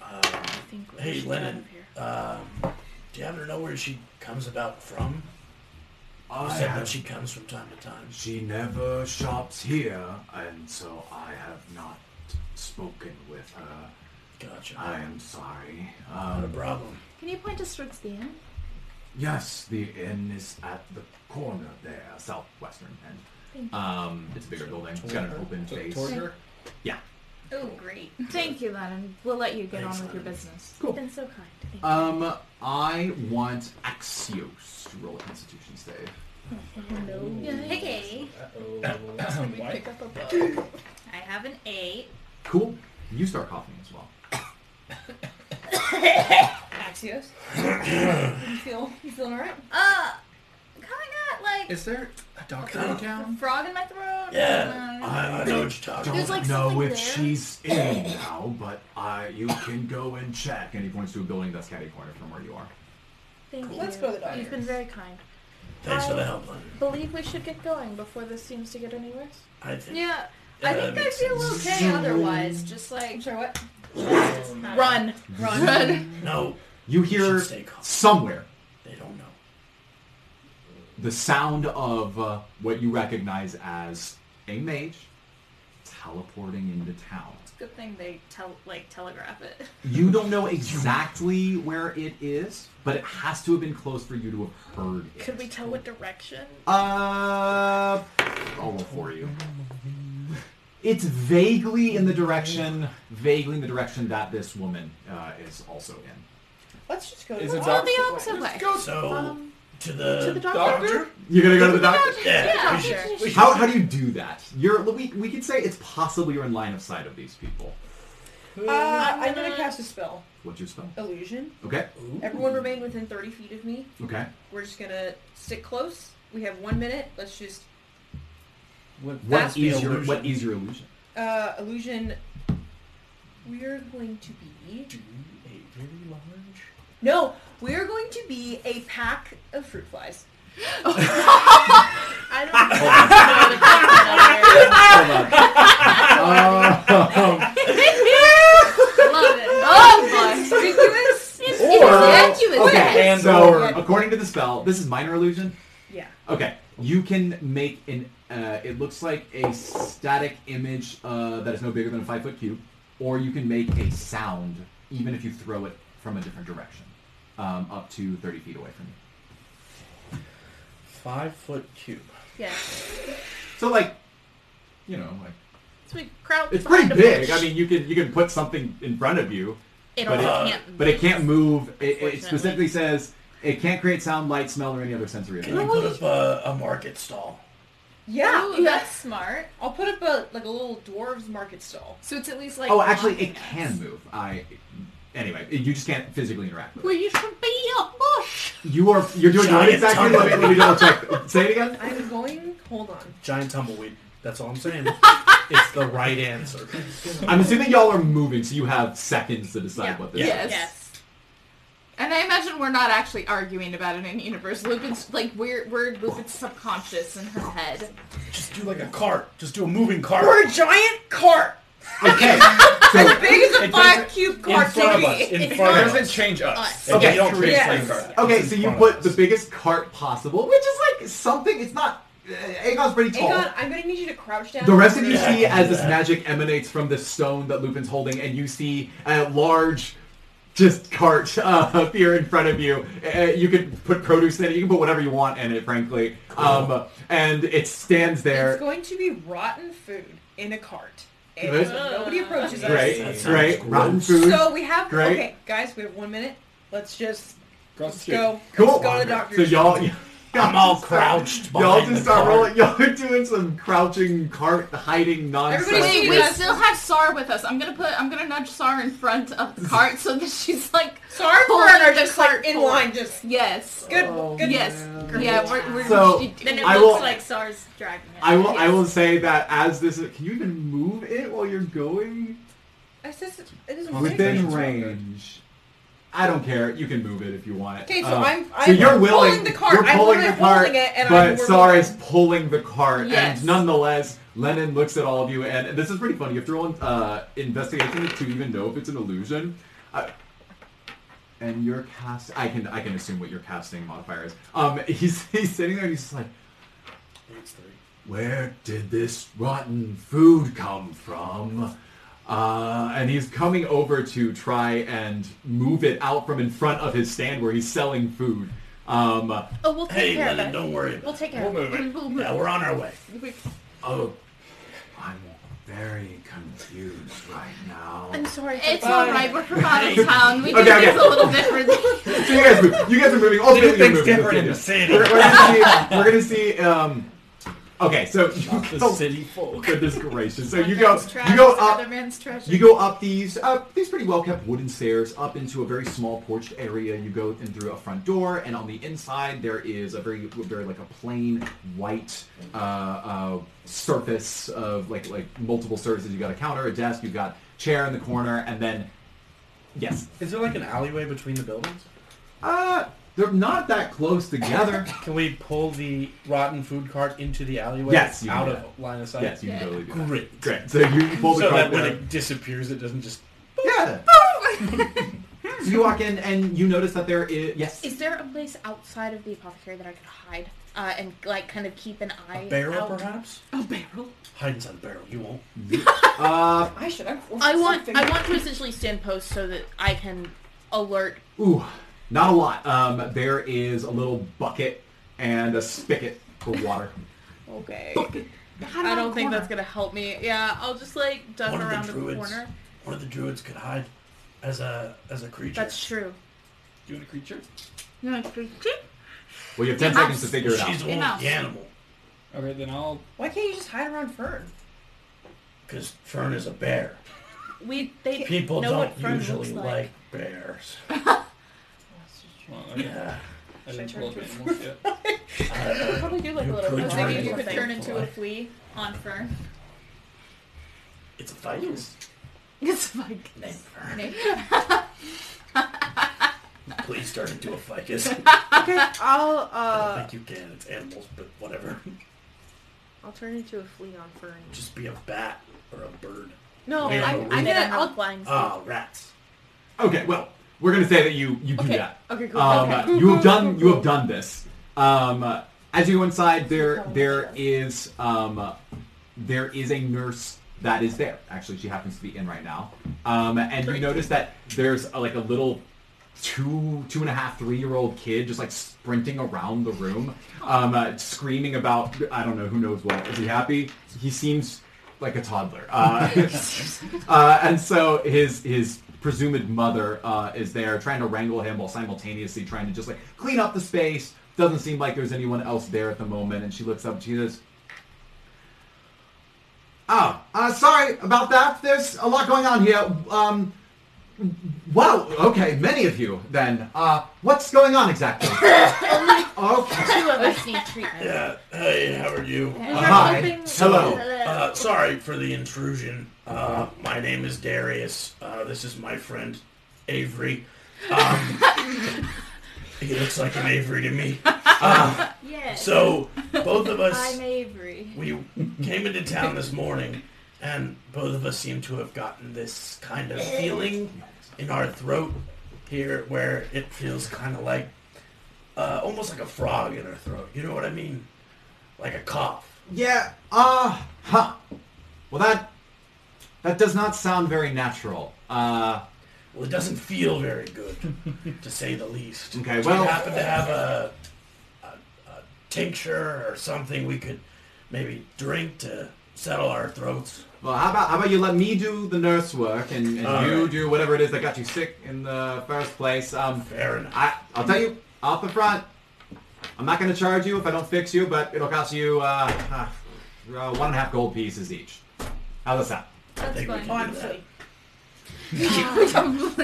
E: Um,
I: I think we
E: Hey,
I: should get out
E: Lennon.
I: of here.
E: um, do you happen to know where she comes about from? You
L: I
E: said
L: have-
E: that she comes from time to time.
L: She never shops here, and so I have not spoken with her.
E: Gotcha.
L: I am sorry.
E: Not a
L: Um,
E: problem.
I: Can you point us towards the end?
D: <laughs>
L: yes, the inn is at the corner there, southwestern
I: Thank
L: end. Um, it's a bigger building. It's got an open
C: To-
L: face.
C: toward her?
G: Oh, great.
A: Thank you, Lennon. We'll let you get
E: Thanks,
A: on with your
E: Lennon.
A: business.
I: You've been so kind. Thank you.
B: Um, I want Axios to roll a Constitution save.
G: Okay.
I: Uh-oh.
C: Ahem, Why?
G: Pick up a book. I have an eight.
B: Cool. You start coughing as well.
G: Axios.
D: <coughs> You feel you feeling alright?
G: Uh, kind of like
C: Is there a doctor in
G: a
C: town?
G: frog in my throat.
E: Yeah,
G: Uh,
E: I, I know what you're talking
L: Don't
E: about.
I: There's, like,
L: know
I: something
L: if
I: there.
L: she's in now, but I you can go and check.
B: And he points to a building that's catty corner from where you are.
I: Thank you.
G: Let's go to the doctor.
I: You've been very kind.
E: Thanks for
I: I-
E: the help, Lennon.
I: Believe we should get going before this seems to get any worse.
E: I think.
J: Yeah, I
E: Yeah,
J: think
E: that
J: I
E: makes
J: feel
E: sense.
J: okay otherwise. Just
G: I'm
J: like
G: sorry, what?
J: run, run,
B: <laughs>
J: run.
E: No,
B: You
E: you should
B: hear
E: stay calm.
B: somewhere
E: They don't know.
B: the sound of uh, what you recognize as a mage teleporting into town.
D: Good thing they tell like telegraph it.
B: You don't know exactly where it is, but it has to have been close for you to have heard it.
J: Could we tell what direction?
B: Uh, I'll roll for you. It's vaguely in the direction, vaguely in the direction that this woman uh, is also in.
G: Let's just go to
C: Is
G: the
C: it
G: doctor.
C: doc-
A: opposite way.
E: So,
J: Um,
E: to the,
J: to the doctor.
C: Doctor?
B: You're gonna go to the doctor.
E: Yeah,
J: Yeah,
E: we should-
J: sure.
E: we should-
B: How, how do you do that? You're we, we could say it's possible you're in line of sight of these people.
G: Uh, I'm gonna cast a spell,
B: What's your spell?
G: illusion.
B: Okay.
G: Everyone remain within 30 feet of me.
B: Okay.
G: We're just gonna sit close. We have one minute. Let's just
C: What?
B: What
G: That's
B: is
G: the
B: your what is your illusion?
G: uh, illusion. We're going to be
E: Do a really large.
G: no. We're going to be a pack of fruit flies.
J: I don't know.
B: Uh,
J: Love it. Oh boy.
G: Ridiculous.
J: Inconspicuous,
B: okay.
J: yes.
B: so
G: And-
B: according to the spell, this is minor illusion.
G: yeah.
B: Okay, you can make an. Uh, it looks like a static image uh, that is no bigger than a five foot cube, or you can make a sound even if you throw it from a different direction, um, up to thirty feet away from you.
E: Five foot cube.
J: Yes.
B: So like, you know, like
J: So we crouch.
B: it's pretty
J: behind a
B: big.
J: bush.
B: I mean, you can you can put something in front of you,
J: it,
B: but it-
J: also can't.
B: but it can't move. It, it
J: Unfortunately.
B: specifically says it can't create sound, light, smell, or any other sensory
E: Can you
B: effect.
E: put up a, a market stall?
G: Yeah.
D: Ooh,
G: yeah.
D: that's smart.
G: I'll put up a like a little dwarves market stall.
D: So it's at least like.
B: Oh, actually,
D: blocking
B: it
D: us.
B: can move. I anyway, you just can't physically interact with it.
J: We should be a bush.
B: You are you're doing
E: Giant
B: what exactly? Let me, let me double
E: <laughs>
B: check. Say it again.
G: I'm going. Hold on.
E: Giant tumbleweed. That's all I'm saying. it's the right answer.
B: I'm assuming y'all are moving, so you have seconds to decide
D: Yeah.
B: what this
E: Yeah.
B: is.
D: Yes.
A: And I imagine we're not actually arguing about it in universe. Lupin's like we're we're Lupin's subconscious in her head.
E: Just do like a cart. Just do a moving cart.
G: We're a giant cart. <laughs>
B: Okay. So
G: Big as a
E: It
G: five
E: doesn't-
G: cube
E: in
G: cart.
E: front of us.
G: baby.
E: In
C: It
E: front of
C: doesn't
E: us.
C: change
J: Us.
C: us.
E: Okay,
C: We don't
E: true.
C: create
G: Yes.
C: play cards.
B: okay,
E: It's
B: so
E: in
B: you
E: front of
B: put
E: us.
B: the biggest cart possible, which is like something. It's not. Uh, Aegon's pretty tall.
G: Aegon, I'm gonna need you to crouch down.
B: The rest of you
E: Yeah, I
B: see
E: can
B: as
E: do
B: this
E: that.
B: magic emanates from this stone that Lupin's holding, and you see a large, just cart <laughs> uh, appear in front of you. Uh, you can put produce in it. You can put whatever you want in it, frankly. Um, and it stands there.
G: It's going to be rotten food in a cart. And
B: Good.
G: nobody approaches us.
B: Great,
E: That sounds
B: great,
E: gross.
B: rotten food.
G: So we have
B: Great.
G: okay, guys. We have one minute. Let's just
C: Across the
G: let's
C: street.
G: go.
B: Cool.
G: Let's go to the doctor.
B: So y'all,
E: I'm all crouched
B: Y'all
E: behind
B: just
E: the
B: start
E: cart.
B: rolling. <laughs> Y'all are doing some crouching, cart hiding nonsense.
G: Everybody
A: Wait,
G: Wait,
A: we
G: wait.
A: still have Sar with us. I'm gonna put I'm gonna nudge Sar in front of the cart so that she's like
G: So our
A: Pull
G: burn are
A: the
G: just like
A: cart
G: in
A: forward.
G: line. Just
A: yes,
G: good.
B: Oh,
G: good.
A: yes,
B: man.
A: yeah. We're, we're
B: So,
A: she-
J: Then it
B: I
J: looks
B: will-
J: like SARS dragging it.
B: I will. I will say that as this. Is, can you even move it while you're going
G: I says it it doesn't matter.
C: With it.
B: within
C: Concentration's
B: range? I don't care. You can move it if you want.
G: Okay, so
B: Um,
G: I'm I'm
B: So you're willing.
G: pulling the cart.
B: You're
G: I'm
B: pulling
G: literally
B: the cart,
G: holding it, and I'm
B: but
G: we're
B: Sar
G: moving.
B: is pulling the cart,
A: Yes.
B: and nonetheless, Lennon looks at all of you, and this is pretty funny. You have to roll uh, investigation to even know if it's an illusion. Uh, and your cast I can I can assume what your casting modifier is. Um, <laughs> he's he's sitting there and he's just like,
E: It's three.
B: where did this rotten food come from? Uh, and he's coming over to try and move it out from in front of his stand where he's selling food. Um,
I: Oh, we'll take
E: Hey,
I: care of
E: Lennon,
I: it.
E: don't worry.
I: We'll
E: About
I: take care
C: We'll
I: of it.
C: move it.
E: it. Yeah, we're on our way.
L: Oh, I'm very confused right now.
I: I'm sorry. for
D: It's
I: the-
D: all right. We're from out of town. We do
B: Okay, okay.
D: things a little different.
B: so you guys move. You guys are moving. All
E: They
B: three
E: do
B: of you are
E: things
B: moving.
E: different in the
B: Okay,
E: city.
B: yeah. We're, we're gonna see. We're gonna see. Um, okay, so
C: The city folk.
B: goodness gracious. So
D: One
B: you go.
D: man's trash
B: You go
D: is
B: up.
D: Another man's treasure.
B: You go up these uh, these pretty well kept wooden stairs up into a very small porched area. You go in through a front door, and on the inside there is a very very like a plain white uh, uh, surface of like like multiple surfaces. You got a counter, a desk, you've got chair in the corner, and then yes,
E: Is there like an alleyway between the buildings?
B: uh, they're not that close
E: <laughs>
B: together.
E: Can we pull the rotten food cart into the alleyway?
B: Yes, you
E: out
B: can.
E: of line of sight.
B: yes, you can totally do that.
E: Great.
B: Great. So you pull the
E: so
B: cart
E: that when
B: down.
E: it disappears, it doesn't just.
B: Yeah. so you walk in and you notice that there is yes.
I: Is there a place outside of the apothecary that I could hide uh, and like kind of keep an eye
E: A barrel,
I: out?
E: perhaps?
D: a barrel.
E: Hide inside a barrel. You won't.
B: Uh,
G: I should have. ordered
J: I want
G: something.
J: I want to essentially stand post so that I can alert.
B: Ooh, not a lot. Um, there is a little bucket and a spigot for water.
J: Okay.
D: Hide
J: I
D: around
J: don't
D: the
J: think
D: corner.
J: that's gonna help me. Yeah, I'll just like duck
E: One of the
J: around the,
E: druids.
J: corner.
E: One of the druids could hide as a as a creature.
J: That's true.
C: Doing a creature?
D: No, it's pretty cheap.
B: Well, you have ten seconds to figure it
E: She's
B: out.
E: the one with
D: Mouse.
E: the animal.
C: Okay, then I'll.
G: Why can't you just hide around Fern?
E: Because Fern is a bear.
J: We they
E: People
J: know
E: don't
J: what Fern looks
E: usually like.
J: like.
E: bears.
C: Well, okay.
E: Yeah.
C: I
G: Should I
C: didn't
G: turn
C: pull up
G: to a
C: animals yet.
J: You probably do look a
E: You
J: little.
E: could
J: I was
E: turn
J: thinking you
E: into
J: could
E: a
J: turn
E: thing.
J: into a flea on Fern.
E: It's a fungus.
D: It's like
E: Name Fern. Please turn into
J: <laughs>
E: a ficus.
D: okay. I'll
E: I
D: uh.
E: don't think you can. It's animals, but whatever. <laughs>
J: I'll turn into a flea on Fern.
E: Just be a bat or a bird.
J: No, I'm,
E: Yeah, but
J: I'm
E: we-
J: gonna.
E: Then
J: I'll blind.
E: Ah, rats.
B: Okay, well, we're gonna say that you you do
J: Okay.
B: that.
J: Okay, cool.
B: Um,
J: okay.
B: You have
J: <laughs>
B: done you have done this. Um, as you go inside, there there is um, there is a nurse that is there. Actually, she happens to be in right now. Um, and you notice that there's a, like a little two two and a half three year old kid just like sprinting around the room, um, uh, screaming about I don't know who knows what. Is he happy? He seems like
J: <laughs>
B: a toddler. Uh, uh, and so his his presumed mother uh, is there trying to wrangle him while simultaneously trying to just like clean up the space. Doesn't seem like there's anyone else there at the moment. And she looks up. and She says, "Oh, uh, sorry about that. There's a lot going on here. Um, wow. Okay, many of you. Then, uh, what's going on exactly? okay.
J: Two of us need treatment.
E: Yeah. Hey, how are you?
B: Hi. Hello.
E: Uh, sorry for the intrusion. Uh, my name is Darius. Uh, this is my friend Avery. Um, he looks like an Avery to me. Uh,
J: Yes.
E: so both of us,
J: I'm Avery.
E: we came into town this morning, and both of us seem to have gotten this kind of feeling in our throat here, where it feels kind of like uh, almost like a frog in our throat. You know what I mean? Like a cough.
B: Yeah. Uh, huh. Well, that that does not sound very natural. Uh."
E: Well, it doesn't feel very good, to say the
B: <laughs>
E: least.
B: Okay,
E: Do
B: well-
E: you happen to have a, a, a tincture or something we could maybe drink to settle our throats?
B: Well, how about how about you let me do the nurse work and, and
E: All
B: you
E: right.
B: do whatever it is that got you sick in the first place. Um,
E: Fair enough.
B: I I'll tell you off the front, I'm not going to charge you if I don't fix you, but it'll cost you uh, uh, uh, one and a half gold pieces each. How's that sound?
E: I think we
G: Oh,
E: can
G: I'm
E: do that.
G: free.
D: probably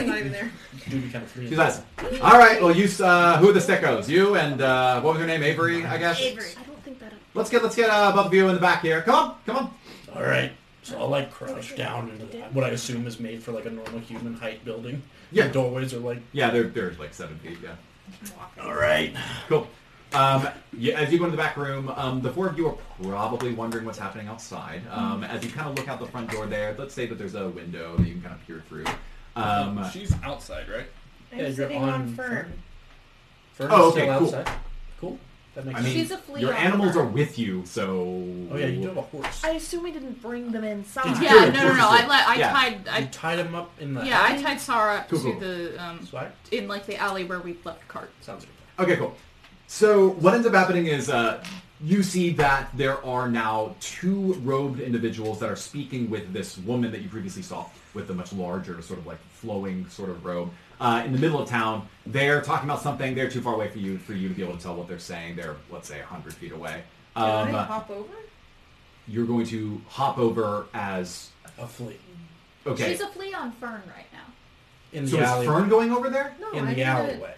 D: not even there.
E: Do we kind of free?
B: She says, "All right, well, you uh, who are the sickos? You and uh, what was your name? Avery, I guess.
D: Avery.
I: I don't think that.
B: Let's get let's get uh, both of you in the back here. Come on, come on.
E: All right. So I'll like crouch down into the, what I assume is made for like a normal human height building.
B: Yeah.
E: The doorways are like.
B: Yeah, they're they're like seven feet. Yeah."
E: All right.
B: Cool. Um, yeah, as you go into the back room, um, the four of you are probably wondering what's happening outside. Um, as you kind of look out the front door there, let's say that there's a window that you can kind of peer through. Um,
C: She's outside, right?
G: I'm
K: Yeah, you're
G: sitting
K: on
G: on,
K: firm.
G: firm.
K: Fern
B: Oh,
K: is
B: okay,
K: still
B: cool.
K: outside. Cool. That makes
B: I mean,
I: She's a flea
B: your
I: on
B: animals
I: her.
B: are with you, so.
K: Oh yeah, you do have a horse.
I: I assume we didn't bring them
B: Did
I: inside.
B: you-
A: Yeah,
B: Good,
A: no, no, no. I
B: perfect.
A: let I
B: Yeah.
A: tied
E: you
A: I
E: tied him up in the
A: yeah I tied Sarah up
B: Cool, cool.
A: to the um
E: Swag?
A: in like the alley where we left cart.
K: Sounds good.
B: Okay, cool. So what ends up happening is uh, you see that there are now two robed individuals that are speaking with this woman that you previously saw with the much larger sort of like flowing sort of robe uh, in the middle of town. They're talking about something. They're too far away for you for you to be able to tell what they're saying. They're let's say hundred feet away.
G: Can I
B: Um,
G: hop over?
B: you're going to hop over as
E: a fleet
B: okay.
I: She's a flea on Fern right now.
E: in
B: So
E: the
B: is
E: alley
B: Fern going over there?
I: No,
E: in
I: Oh, I
E: the
I: did it.
E: alleyway.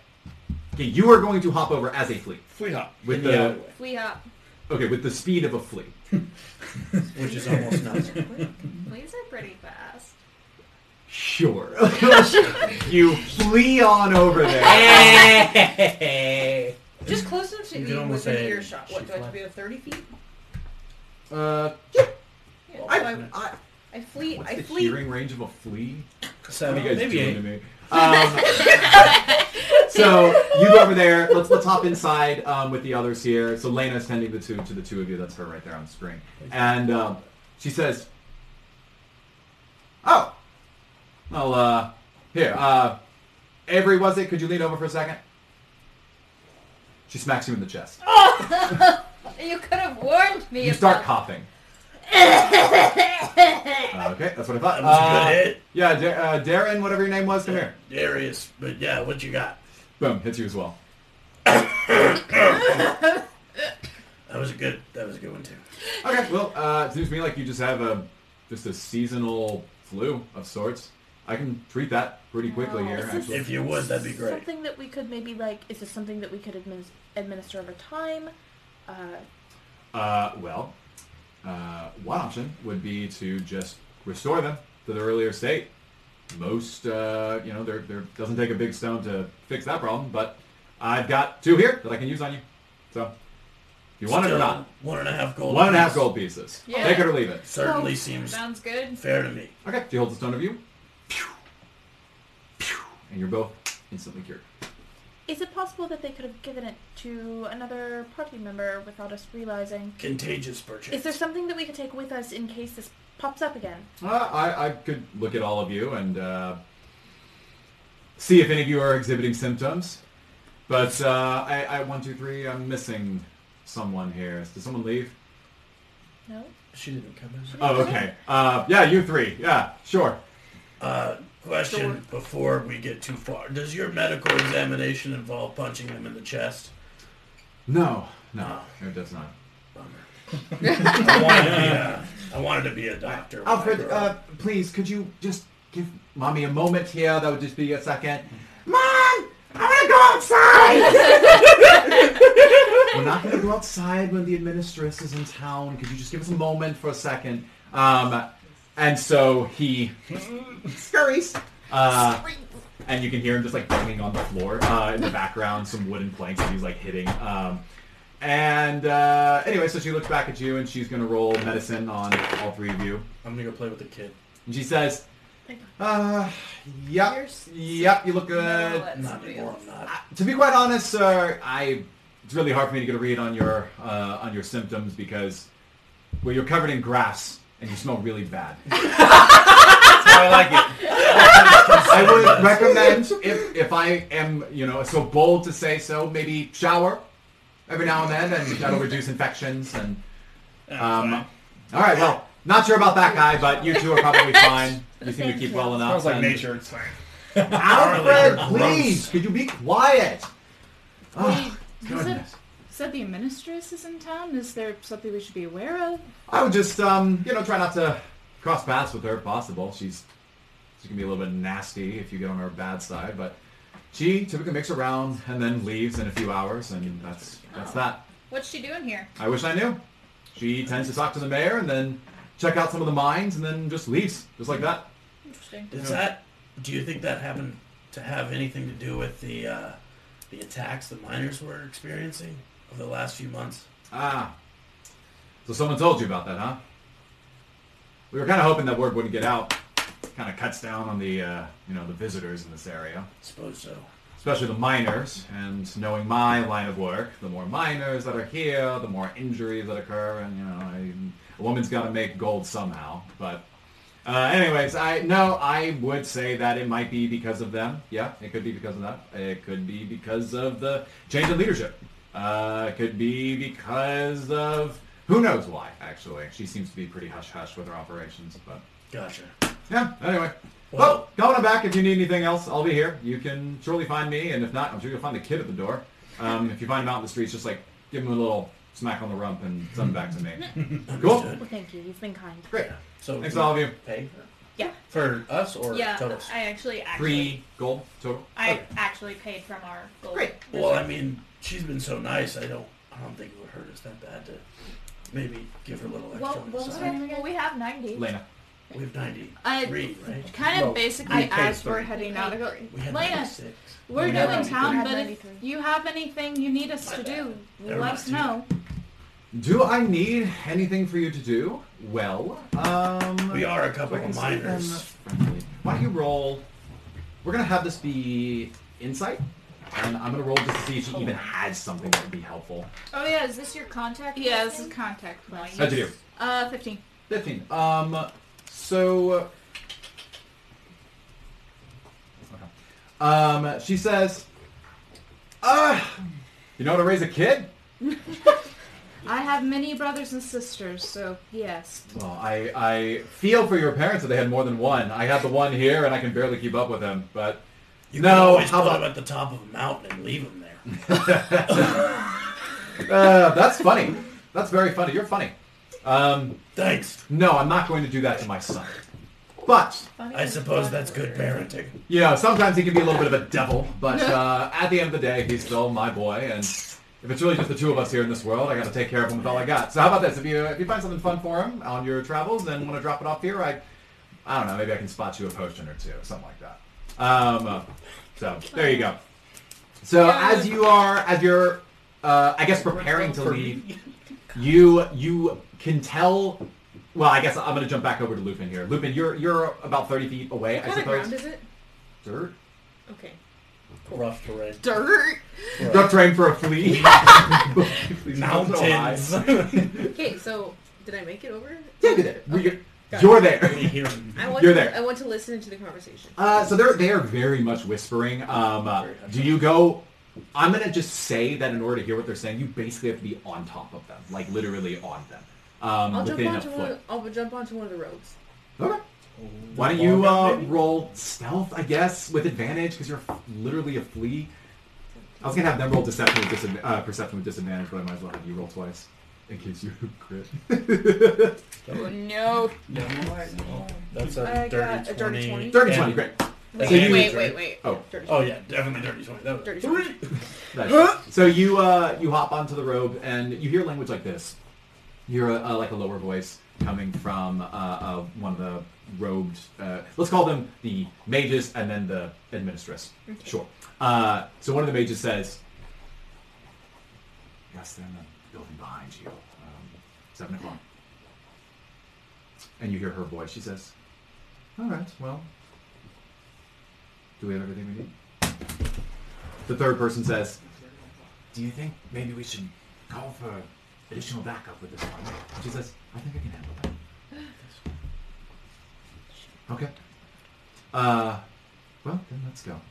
B: Okay, you are going to hop over as a flea
C: Flea hop.
B: with
E: in
B: the,
E: the, alleyway,
I: Flea up.
B: okay with the speed of a flea.
E: which is
B: <laughs>
E: almost nothing.
I: Fleas are pretty fast.
B: Sure. <laughs> you flee on over there.
E: Hey!
G: Just close enough to
E: You
G: be
E: can almost
G: within
E: say
G: earshot. What
E: she
G: do I have to
E: fled.
G: be within thirty feet?
B: Uh,
G: Yeah,
B: I,
G: so
B: I,
G: I flee.
B: what's
G: I
B: the
G: flee.
B: hearing range of a flea?
E: So
B: What are you guys
E: maybe
B: doing
E: eight.
B: to me? Um, so you go over there. Let's let's hop inside um, with the others here. So Lena's tending the two to the two of you. That's her right there on the screen. And um, she says, "Oh, well, uh, here, uh, Avery, was it? Could you lean over for a second? She smacks you in the chest.
I: <laughs> You could have warned me.
B: You start
I: <laughs>
B: coughing. okay, that's what I thought.
E: That was
B: Uh,
E: a good hit.
B: Yeah, Dar- uh, Darren, whatever your name was, come here.
E: Darius, but yeah, what you got?
B: Boom, hits you as well.
E: That was a good. That was a good one too.
B: Okay, well, uh, it seems to me like you just have a just a seasonal flu of sorts. I can treat that pretty quickly
I: Wow.
B: here,
I: This is-
B: actually.
E: If you would, that'd be great.
I: Something that we could maybe like. Is this something that we could adminis- administer over time? Uh,
B: Uh, well, uh, one option would be to just restore them to their earlier state. Most, uh, you know, there there doesn't take a big stone to fix that problem, but I've got two here that I can use on you. So, if you want it or
E: Still,
B: not,
E: One and a half gold.
B: one and a half
E: pieces
B: gold pieces.
D: Yeah.
B: Take it or leave it.
E: Certainly seems
D: Sounds good.
E: fair to me.
B: Okay, she holds the stone of you. Pew, pew, and you're both instantly cured.
I: is it possible that they could have given it to another party member without us realizing?
E: Contagious purchase.
I: Is there something that we could take with us in case this pops up again?
B: Uh, I, I could look at all of you and uh, see if any of you are exhibiting symptoms. But uh, I, I, one, two, three, I'm missing someone here. Did someone leave?
I: No.
E: She didn't come in.
B: Oh, okay. Uh, yeah, you three. Yeah, sure.
E: Uh, question before we get too far: Does your medical examination involve punching them in the chest?
B: No, no, it does not.
E: Bummer. I wanted to be a, I wanted to be a doctor. when I
B: Alfred,
E: grew up.
B: uh, please, could you just give mommy a moment here? That would just be a second. Mom! I want to go outside! We're not going to go outside when the administratress is in town. Could you just give us a moment for a second? Um, and so he scurries. Uh, and you can hear him just like banging on the floor uh, in the background, some wooden planks that he's like hitting. Um, and uh, anyway, so she looks back at you and she's going to roll medicine on all three of you.
E: I'm gonna go play with the kid.
B: And she says, uh, yep, yep, you look
G: No,
B: good.
G: that's
E: Not
G: real.
E: anymore. I'm not.
B: Uh, to be quite honest, sir, I, it's really hard for me to get a read on your, uh, on your symptoms because, well, you're covered in grass and you smell really bad. <laughs>
K: I like it.
B: I would recommend, if, if I am, you know, so bold to say so, maybe shower every now and then and that'll reduce infections and, um, all right, well, not sure about that guy, but you two are probably fine. You seem to keep well enough.
C: Sounds like
B: and-
C: nature. It's fine.
B: Alfred,
E: Darling, you're
B: please,
E: gross.
B: could you be quiet?
A: Wait,
B: Oh,
A: you said,
B: goodness.
A: said the administratress is in town. Is there something we should be aware of?
B: I would just, um, you know, try not to cross paths with her if possible. She's she can be a little bit nasty if you get on her bad side, but she typically makes a round and then leaves in a few hours, and that's that's that.
D: What's she doing here?
B: I wish I knew. She tends to talk to the mayor and then check out some of the mines and then just leaves, just like that.
D: Interesting.
E: Does that? Do you think that happened to have anything to do with the uh, the attacks the miners were experiencing over the last few months?
B: Ah. So someone told you about that, huh? We were kind of hoping that word wouldn't get out. Kind of cuts down on the uh, you know the visitors in this area,
E: Suppose so.
B: especially the miners. And knowing my line of work, the more miners that are here, the more injuries that occur. And you know, I, a woman's got to make gold somehow. But uh, anyways, I no, I would say that it might be because of them. Yeah, it could be because of that. It could be because of the change in leadership. Uh, it could be because of who knows why. Actually, she seems to be pretty hush hush with her operations. But
E: Gotcha.
B: yeah, anyway. Well, going on back. If you need anything else, I'll be here. You can surely find me, and if not, I'm sure you'll find the kid at the door. Um, if you find him out in the streets, just like give him a little smack on the rump and send him back to me. cool.
J: Well, thank you. You've been kind.
B: Great.
K: So
B: Thanks to all of you.
K: Pay
J: Yeah.
K: for us or
G: Yeah,
K: total?
G: I actually actually
B: Three gold total.
G: I actually paid from our gold.
B: Great.
E: Well, I mean, she's been so nice. I don't. I don't think it would hurt us that bad to maybe give her a little extra.
G: Well,
E: on the
G: well,
E: side.
G: well, we have ninety.
B: Oh, Lena.
E: we have ninety.
A: I-
E: Three, right?
A: Kind
K: Well,
A: of basically
K: we paid
A: as we're
K: thirty.
A: heading out. I go,
E: We had
A: Lena.
E: ninety-six.
A: we're
B: We
A: new
B: had
A: in
B: 93.
A: town,
J: We had
A: but if
J: 93.
A: you have anything you need us to do,
E: Never
A: let us
E: mind,
A: know.
B: Do I need anything for you to do? Well, um,
E: We are a couple
B: we can
E: of
B: see
E: minors.
B: them friendly. Why don't you roll? We're gonna have this be insight, and I'm gonna roll just to see if she even has something that would be helpful.
G: Oh yeah, is this your contact?
A: Yeah, this
G: person?
A: is contact question.
B: How'd you do?
A: Uh, 15.
B: 15. Um, so. Okay. Um, she says, uh, you know how to raise a kid?
A: I have many brothers and sisters, so yes.
B: Well, I, I feel for your parents that they had more than one. I had the one here, and I can barely keep up with him, but
E: You
B: No,
E: can always
B: how
E: put
B: about-
E: them at the top of a mountain and leave them there.
B: uh, that's funny. That's very funny. You're funny. Um,
E: Thanks.
B: no, I'm not going to do that to my son. But
E: I suppose that's good parenting.
B: you know, sometimes he can be a little bit of a devil, but uh, at the end of the day, he's still my boy, and if it's really just the two of us here in this world, I got to take care of him with all I got. So how about this? If you if you find something fun for him on your travels and want to drop it off here, I I don't know, maybe I can spot you a potion or two, something like that. Um, so there you go. So as you are as you're, uh, I guess preparing to leave, you you can tell. Well, I guess I'm gonna jump back over to Lupin here. Lupin, you're you're about 30 feet away, I
D: What kind of ground
B: suppose.
D: is it?
B: Dirt.
D: Okay.
K: rough terrain.
A: Dirt!
B: Duck train for a flea. Please don't go high.
E: <laughs> Mountains.
D: Okay, so did I make it over?
B: Yeah, you did. We-
D: Okay. Got
B: You're there.
E: We hear 'em.
D: I want
B: You're
D: to,
B: there.
D: I want to listen to the conversation.
B: Uh, so they're they are very much whispering. Um, uh, do you go? I'm gonna just say that in order to hear what they're saying, you basically have to be on top of them, like literally on them, um,
D: I'll jump
B: within a
D: onto one.
B: foot.
D: Of, I'll jump onto one of the ropes.
B: Okay. Why don't you uh, roll stealth, I guess, with advantage because you're f- literally a flea. I was gonna have them roll deception with disadva- uh, perception with disadvantage, but I might as well have you roll twice in case you <laughs> crit.
A: Oh, no.
K: That's a
D: I
K: dirty
D: got a dirty 20.
B: Dirty twenty, great.
D: Wait,
B: So you-
D: wait, wait, wait.
B: Oh.
D: Dirty.
E: Oh yeah, definitely dirty twenty. That was
D: Dirty
E: three.
B: Nice. so you uh, you hop onto the robe and you hear language like this. You hear a, a, like a lower voice coming from uh, uh, one of the robed. Uh, let's call them the mages and then the administress. Sure. Uh, so one of the mages says, "Yes, they're in the building behind you. Um, Seven o'clock." And you hear her voice. She says, "All right, well, do we have everything we need?" The third person says,
L: Do you think maybe we should call for additional backup with this one?
B: She says, I think I can handle that. Okay. Uh, well, then let's go.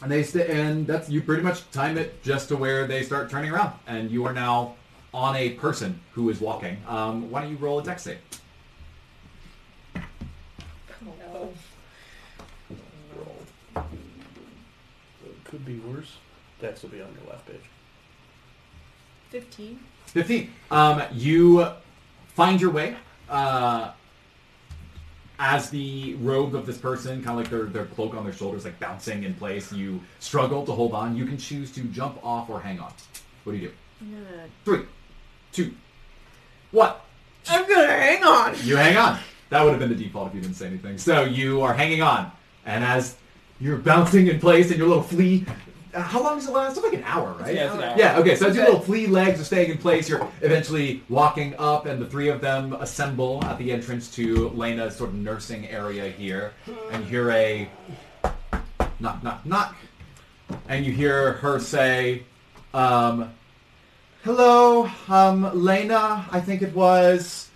B: And they st- and that's you pretty much time it just to where they start turning around, and you are now on a person who is walking. Um, why don't you roll a dex save?
G: Oh,
D: No.
K: Could be worse. Dex will be on your left page.
D: Fifteen.
B: 15. Um, you find your way uh, as the robe of this person, kind of like their, their cloak on their shoulders, like bouncing in place. You struggle to hold on. You can choose to jump off or hang on. What do you do? Three, two, one.
D: I'm gonna hang on.
B: You hang on. That would have been the default if you didn't say anything. So you are hanging on, and as you're bouncing in place and your little flea uh, how long does it last? It's like an hour, right?
C: Yeah, it's an hour.
B: Yeah, okay, so as your
C: Good.
B: little flea legs are staying in place, you're eventually walking up, and the three of them assemble at the entrance to Lena's sort of nursing area here. And you hear a knock, knock, knock. And you hear her say, um, hello, um, Lena, I think it was.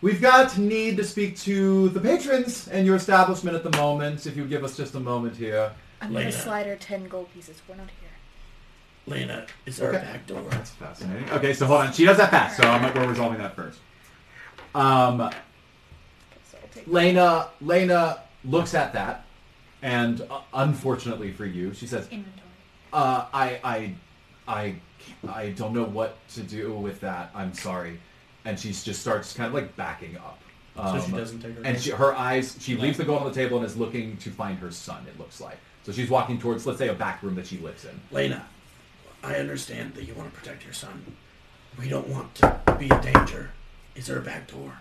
B: We've got need to speak to the patrons in your establishment at the moment, if you would give us just a moment here.
I: I'm gonna
E: Later.
I: slide her ten gold pieces. We're not here.
E: Lena, is there
B: Okay.
E: a back door?
B: That's fascinating. Okay, so hold on. She does that fast, so I'm, we're resolving that first. Um,
I: So I'll take
B: Lena, Lena looks at that, and uh, unfortunately for you, she says,
I: inventory.
B: uh, I, I, I, I don't know what to do with that. I'm sorry. And she just starts kind of like backing up.
K: So she
B: Um,
K: doesn't take her.
B: And she, her eyes, she leaves the gold on the table and is looking to find her son, it looks like. So she's walking towards, let's say, a back room that she lives in.
E: Lena, I understand that you want to protect your son. We don't want to be in danger. Is there a back door?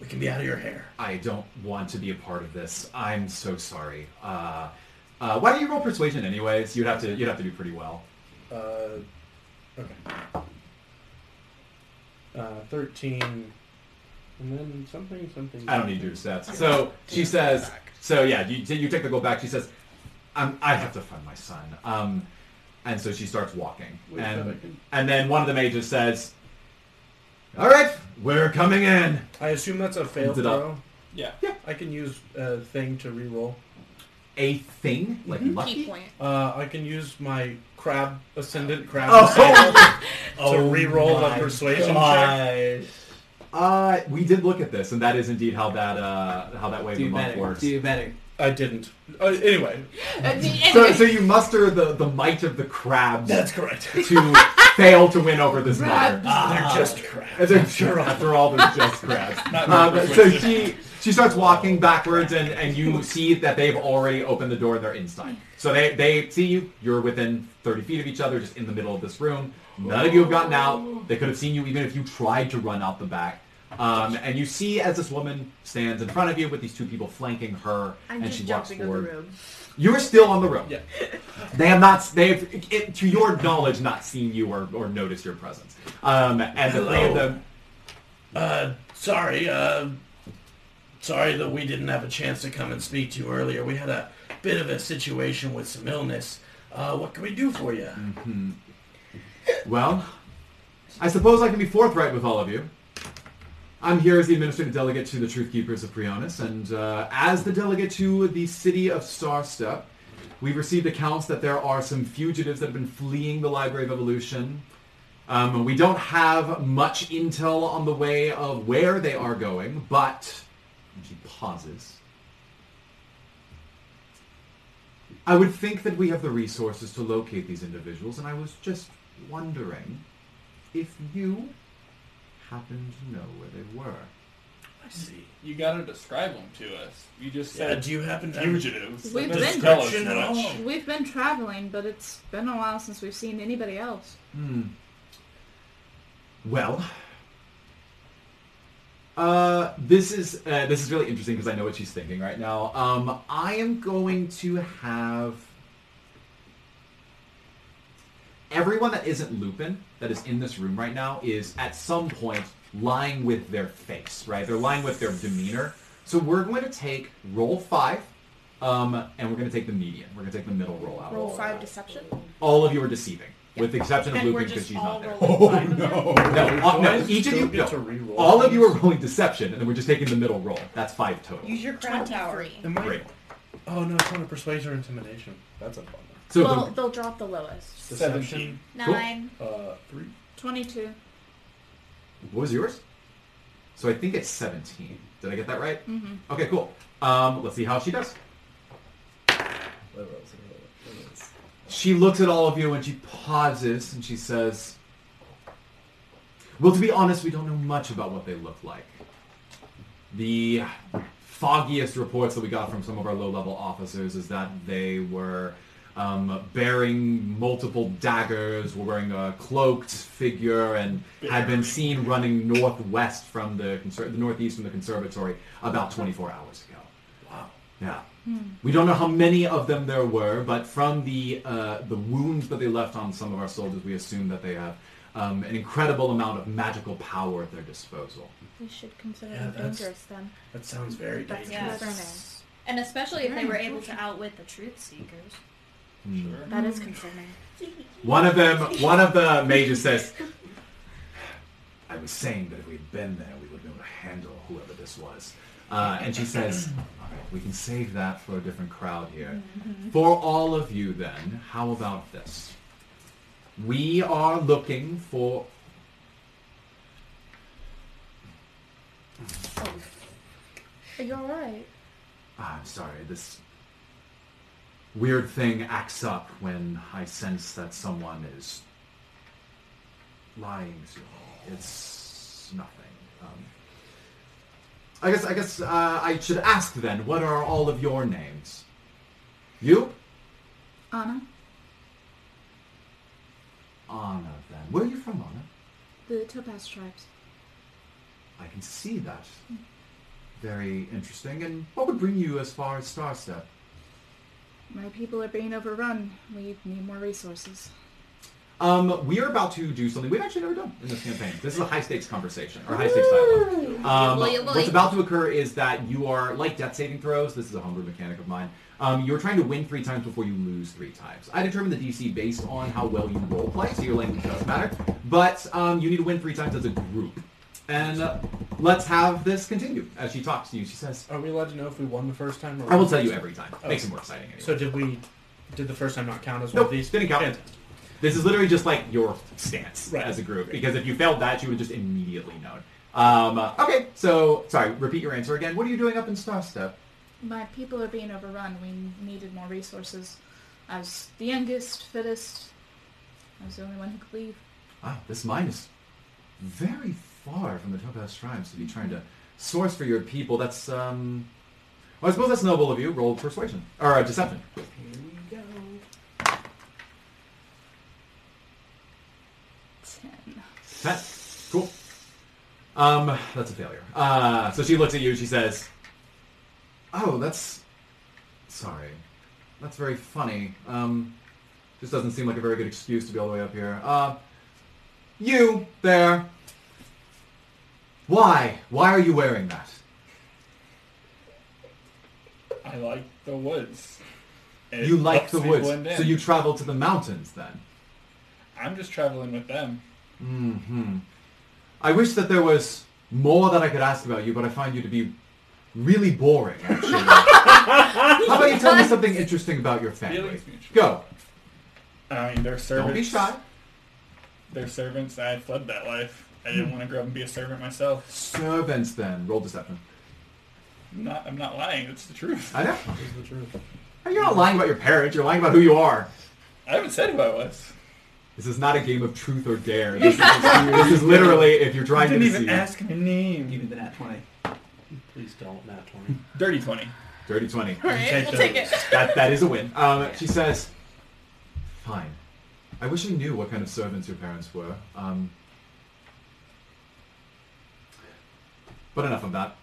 E: We can be out of your hair.
B: I don't want to be a part of this. I'm so sorry. Uh, uh, why don't you roll persuasion anyways? You'd have to, you'd have to do pretty well.
K: Uh, okay. Uh, thirteen, and then something, something.
B: I don't need to do stats. So she says, so yeah, you, you take the gold back. She says, I'm, I have to find my son. Um, and so she starts walking.
K: Wait a
B: And,
K: second.
B: and then one of the mages says, all right, we're coming in.
K: I assume that's a fail
B: Ends it up.
K: throw.
C: Yeah.
K: I can use a thing to reroll.
B: A thing? Like
J: Key
B: lucky?
J: point.
K: Uh, I can use my crab ascendant crab
B: Oh. <laughs>
K: ascendant
E: Oh
K: to reroll
E: my
K: a persuasion check.
B: Uh, we did look at this, and that is indeed how that uh, how that wave of monk works.
K: better. I didn't. Uh, anyway,
G: Uh,
B: So, so you muster the, the might of the crabs
E: That's correct. Ah,
B: to fail to win over this mother.
E: They're just crap.
B: As if- after all, they're just crabs.
C: Not
B: Um, so she she starts walking backwards, and, and you see that they've already opened the door and they're inside. So they, they see you. You're within 30 feet of each other, just in the middle of this room. None of you have gotten out. They could have seen you even if you tried to run out the back. Um, and you see as this woman stands in front of you with these two people flanking her,
J: I'm
B: and
J: just
B: she walks
J: jumping on the
B: forward.
J: room.
B: You're still on the road.
K: Yeah.
B: They have not. They have, it, to your knowledge, not seen you or, or noticed your presence. Um, and the three of
E: Hello.
B: them.
E: Uh, sorry, uh, sorry that we didn't have a chance to come and speak to you earlier. We had a bit of a situation with some illness. Uh, what can we do for you?
B: Well, I suppose I can be forthright with all of you. I'm here as the administrative delegate to the Truth Keepers of Prionis, and uh, as the delegate to the city of Starstep, we've received accounts that there are some fugitives that have been fleeing the Library of Evolution. Um, we don't have much intel on the way of where they are going, but and she pauses. I would think that we have the resources to locate these individuals, and I was just wondering if you happen to know where they were.
E: I see.
C: You gotta describe them to us. You just
E: Yeah,
C: said
E: do you happen to have a
C: fugitives.
A: We've
C: That doesn't
A: been-
C: tell us
E: description at
C: much.
E: all?
A: We've been traveling, but it's been a while since we've seen anybody else.
B: Hmm. Well, uh, this is uh, this is really interesting because I know what she's thinking right now. Um, I am going to have everyone that isn't Lupin that is in this room right now is at some point lying with their face, right? They're lying with their demeanor. So we're going to take roll five, um, and we're going to take the median. We're going to take the middle roll out.
I: Roll five deception.
B: All of you are deceiving, with the exception of
J: And we're
B: Lupin because
J: just
B: she's
J: all
B: not there.
J: rolling
M: <laughs>
J: five of them.
B: No, uh, no,
K: Guys
B: each of
K: don't
B: you,
K: get to
B: no,
K: reroll
B: all of you are
K: things.
B: rolling deception, and then we're just taking the middle roll. That's five total.
G: Use your crown tower.
I: Twenty-three.
K: Am I-
B: Great.
K: Oh no, it's not a persuasion or intimidation. That's a bummer.
B: So
I: well,
B: the,
I: they'll drop the lowest.
K: Deception.
I: Nine.
K: Uh, three.
A: 22.
B: what was yours? So I think it's 17. Did I get that right? Mm-hmm. Okay, cool. Um, let's see how she does. She looks at all of you and she pauses and she says, Well, to be honest, we don't know much about what they look like. The foggiest reports that we got from some of our low-level officers is that they were um, bearing multiple daggers, were wearing a cloaked figure, and had been seen running northwest from the, conser- the northeast from the conservatory about 24 hours ago.
E: Wow.
B: Yeah. We don't know how many of them there were, but from the uh, the wounds that they left on some of our soldiers, we assume that they have um, an incredible amount of magical power at their disposal.
I: We should consider
E: Yeah,
I: them
E: that's-
I: dangerous then.
E: That sounds very
I: That's
E: dangerous.
G: Yeah.
I: concerning.
G: And especially if they
A: Very
G: were able to outwit the truth seekers.
B: Hmm.
I: That is concerning.
B: One of them, one of the mages says,
L: I was saying that if we had been there, we would have been able to handle whoever this was.
B: uh, and she says, "All right, we can save that for a different crowd here. For all of you, then, how about this? We are looking for
I: Are you alright?
B: Ah, I'm sorry, this weird thing acts up when I sense that someone is lying to me. It's nothing. Um, I guess I guess uh, I should ask then. What are all of your names? You,
A: Anna,
B: Anna. Then where are you from, Anna?
A: the Topaz tribes.
B: I can see that. Very interesting. And what would bring you as far as Starstep?
A: My people are being overrun. We need more resources.
B: Um, we are about to do something we've actually never done in this campaign. This is a high stakes conversation or high stakes dialogue. Um,
J: Yeah, boy, yeah, boy.
B: what's about to occur is that you are like death saving throws. This is a homebrew mechanic of mine. Um, you're trying to win three times before you lose three times. I determine the DC based on how well you role play, so your language does matter. But um, you need to win three times as a group. And uh, let's have this continue as she talks to you. She says,
K: Are we allowed to know if we won the first time? Or
B: "I will tell you every time. Makes it more exciting." Anyway.
K: So did we? Did the first time not count as one
B: Nope,
K: of these?
B: didn't count.
K: Fantastic.
B: This is literally just like your stance
K: Right.
B: as a group, because if you failed that, you would have just immediately known. Um, uh, okay, so sorry, repeat your answer again. What are you doing up in Starstep?
A: My people are being overrun. We needed more resources. I was the youngest, fittest. I was the only one who could leave.
B: Wow, Ah, this mine is very far from the Topaz tribes to be trying to source for your people. That's um, well, I suppose that's noble of you. Roll persuasion or uh, deception.
A: Ten.
B: Ten. Cool. Um, that's a failure. Uh, so she looks at you. She says, "Oh, that's sorry. That's very funny. Um, just doesn't seem like a very good excuse to be all the way up here. Uh, you there? Why? Why are you wearing that?
C: I like the woods. It
B: you like
C: helps
B: the
C: me
B: woods,
C: blend in.
B: so you travel to the mountains then."
C: I'm just traveling with them.
B: hmm I wish that there was more that I could ask about you, but I find you to be really boring, actually. How about you tell me something interesting about your family?
C: Feelings mutual.
B: Go.
C: I mean, their servants.
B: Don't be shy.
C: Their servants. I had fled that life. I
B: Hmm.
C: didn't want to grow up and be a servant myself.
B: Servants, then. Roll deception.
C: I'm not. I'm not lying. It's the truth.
B: I know.
K: Is the truth.
B: You're not lying about your parents. You're lying about who you are.
C: I haven't said who I was.
B: This is not a game of truth or dare. This is, this
C: <laughs>
B: is literally if you're
C: I
B: trying to
C: didn't even
B: deceive.
C: ask my name.
K: the nat twenty. Please don't nat twenty.
C: Dirty twenty.
B: Dirty 20.
J: Alright, we'll take it.
B: That, that is
J: <laughs>
B: a win. Um, She says, fine. I wish I knew what kind of servants your parents were. Um, but enough of that.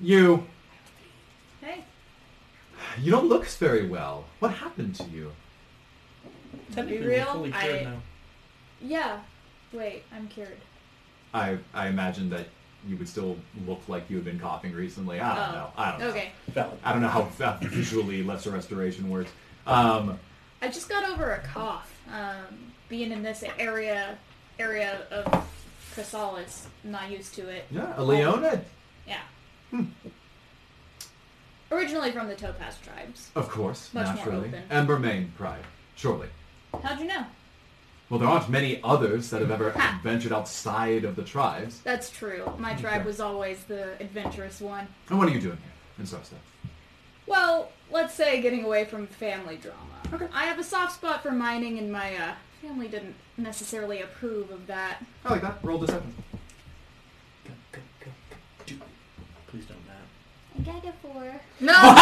B: You,
G: Hey,
B: you don't look very well. What happened to you?
J: To be
K: We're
J: real,
K: fully cured
J: I
K: now.
I: Yeah. Wait, I'm cured.
B: I, I imagine that you would still look like you have been coughing recently. I don't
J: Oh,
B: know. I don't know.
J: okay.
K: Valid.
B: I don't know how fa- visually lesser restoration works. Um,
J: I just got over a cough. Um, being in this area area of Chrysalis, not used to it.
B: yeah, Hmm. Leona,
J: Yeah. Originally from the Topaz tribes.
B: of course,
J: Much more
B: naturally.
J: open.
B: Amber Main Pride, surely.
J: How'd you know?
B: Well, there aren't many others that have ever
J: Ha.
B: ventured outside of the tribes.
J: That's true. My
B: Okay.
J: tribe was always the adventurous one.
B: And what are you doing here in Starstep?
J: Well, let's say getting away from family drama. I have a soft spot for mining, and my uh, family didn't necessarily approve of that.
B: I like that. Roll deception.
K: Go, go, go, go. Do it. Please don't nat.
I: I got a four.
J: No! no, no,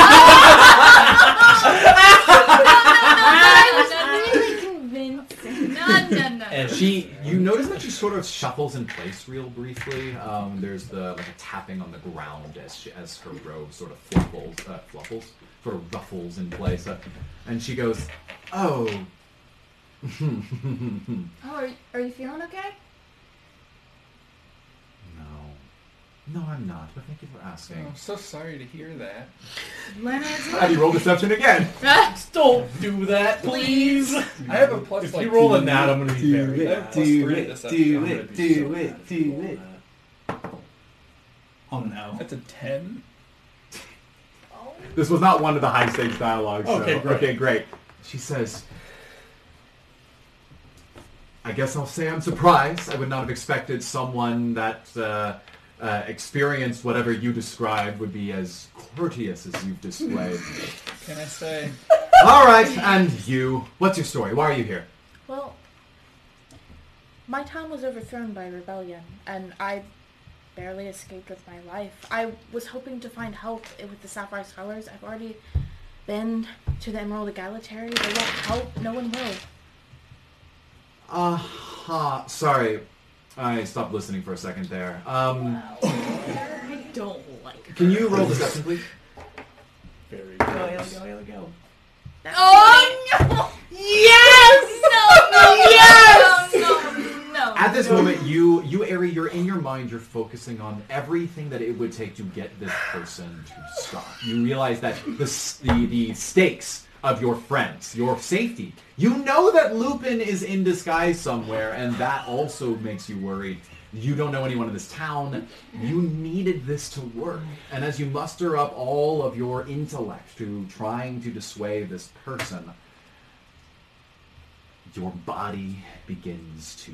J: no, I was really convinced. No, no, no.
E: And
B: She, you notice that she sort of shuffles in place real briefly. Um, there's the like a tapping on the ground as she, as her robe sort of fluffles, uh, fluffles, sort of ruffles in place, uh, and she goes, "Oh,
J: Oh, are, are you feeling okay?
B: no, no, I'm not. But thank you for asking."
C: I'm so sorry to hear that. Oh,
A: Leonard's
B: Have you roll deception again?
E: Just don't do that, please.
C: I have a plus.
E: If
C: like,
E: you roll
C: two.
E: a nat, I'm gonna be very mad.
C: do it, do it,
E: do
K: it, do it.
L: Oh no.
C: That's a ten.
B: This was not one of the high stakes dialogues. so-
E: Okay, great.
B: okay, great. She says, I guess I'll say I'm surprised. I would not have expected someone that uh, uh, experienced whatever you described would be as courteous as you've
E: <laughs>
B: displayed.
C: Can I <laughs> say?
B: All right, and you. What's your story? Why are you here?
I: Well, my town was overthrown by rebellion, and I barely escaped with my life. I was hoping to find help with the Sapphire Scholars. I've already been to the Emerald Egalitary. They won't help. No one will.
E: Uh-huh.
B: Aha. Sorry. I stopped listening for a second there. Um,
D: I don't like it.
B: can you roll
E: <laughs>
B: deception, please?
E: Very good. go, go, go.
J: Oh no! Yes! No! No! Yes! No! No!
B: At this moment, you, you, Ari, you're in your mind. You're focusing on everything that it would take to get this person to stop. You realize that the s- the, the stakes of your friends, your safety. You know that Lupin is in disguise somewhere, and that also makes you worried. You don't know anyone in this town. You needed this to work. And as you muster up all of your intellect to trying to dissuade this person, your body begins to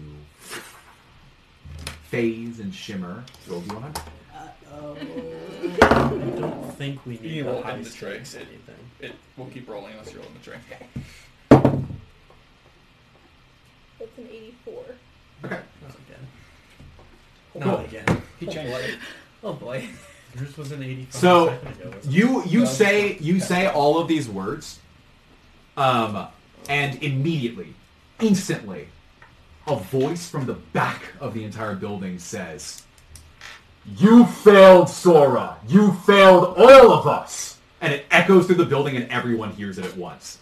B: phase and shimmer. Roll d100.
E: I don't think we
C: You
E: need
C: roll
E: the
C: in
E: high
C: the tray.
E: stakes anything.
C: It will keep rolling unless you roll in the tray.
J: That's an 84.
E: Not again. Not again.
C: He changed.
E: Oh boy. <laughs> Yours was an 85.
B: So,
E: a second ago, wasn't it?
B: You you
C: No.
B: say you say all of these words, um, and immediately, instantly, a voice from the back of the entire building says, "You failed, Sora. You failed all of us." And it echoes through the building, and everyone hears it at once.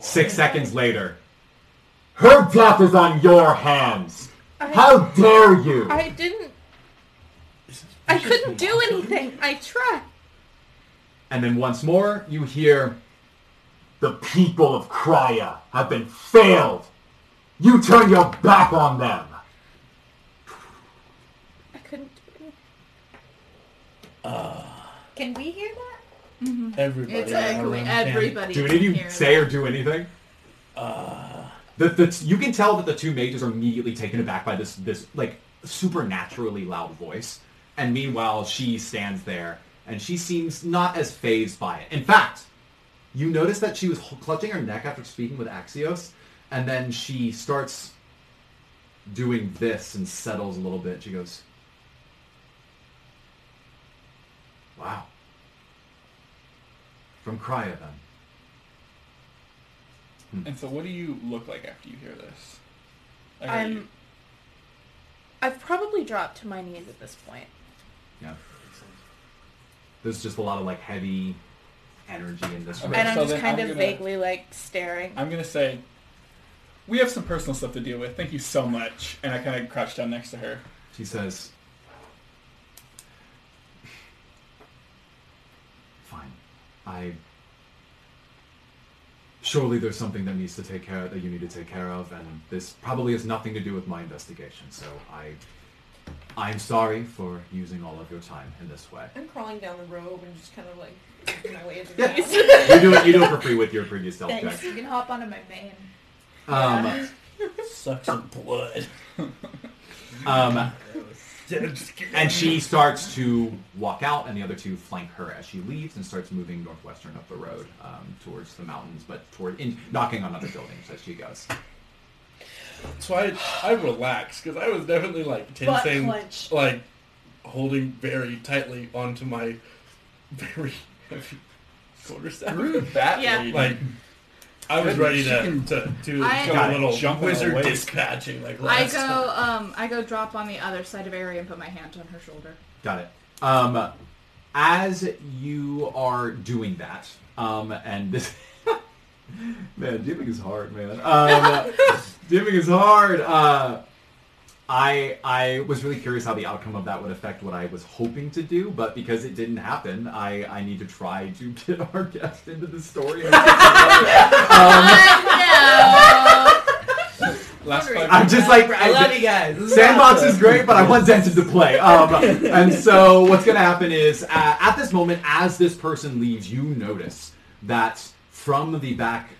B: Six seconds later, her death is on your hands. How dare you!
I: I didn't.
E: This is-
I: I couldn't
E: <laughs>
I: do anything. I tried.
B: And then once more, you hear, the people of Krya have been failed. You turn your back on them.
I: I couldn't do anything.
G: Can we hear that?
E: Everybody.
D: It's
E: around
D: echoing.
E: him.
D: Everybody
B: Do
D: can
B: any of
D: hear
B: you
D: it.
B: say or do anything? The, the, you can tell that the two mages are immediately taken aback by this, this like supernaturally loud voice. And meanwhile, she stands there, and she seems not as phased by it. In fact, you notice that she was h- clutching her neck after speaking with Axios, and then she starts doing this and settles a little bit. She goes, "Wow." From Cryo, then.
C: And so, what do you look like after you hear this? Like, are you-
I: I'm. I've probably dropped to my knees at this point.
B: Yeah. There's just a lot of like heavy energy in this
C: Okay.
B: room.
I: And I'm
C: So
I: just
C: then
I: kind
C: I'm
I: of
C: gonna-
I: vaguely like staring.
C: I'm gonna say, we have some personal stuff to deal with. Thank you so much. And I kind of crouch down next to her.
B: She says, "Fine, I. Surely there's something that needs to take care that you need to take care of, and this probably has nothing to do with my investigation. So I, I'm sorry for using all of your time in this way.
G: I'm crawling down the robe and just kind
D: <laughs>
G: of like making my way into the
B: Yeah.
G: house.
B: You do it. You do it for free with your previous stealth
D: Thanks.
B: check.
D: You can hop onto my van.
B: Um,
E: Suck some <laughs> blood.
B: um, And
E: and
B: she starts to walk out, and the other two flank her as she leaves and starts moving northwestern up the road um, towards the mountains, but toward in, knocking on other buildings as she goes.
E: So I, I relaxed because I was definitely like tensing,
G: clenched.
E: like holding very tightly onto my very heavy quarterstaff.
C: Rude, that
D: Yeah.
C: lady.
E: Like I was
C: Good.
E: ready
C: She
E: to,
C: can
E: to do
A: I-
E: a
A: Got
E: little
C: Jumping
E: wizard
C: away.
E: dispatching like
A: I
E: last time.
A: go, um, I go drop on the other side of Ari and put my hand on her shoulder.
B: Got it. Um, as you are doing that, um, and this, <laughs> man, dimming is hard, man. Um, dimming is hard. Uh, I I was really curious how the outcome of that would affect what I was hoping to do, but because it didn't happen, I, I need to try to <laughs> get our guest into the story.
C: Last five
B: I'm just like
M: I love you guys.
B: Sandbox is great, but I want Zenton to play. Um, and so what's going to happen is, uh, at this moment, as this person leaves, you notice that from the back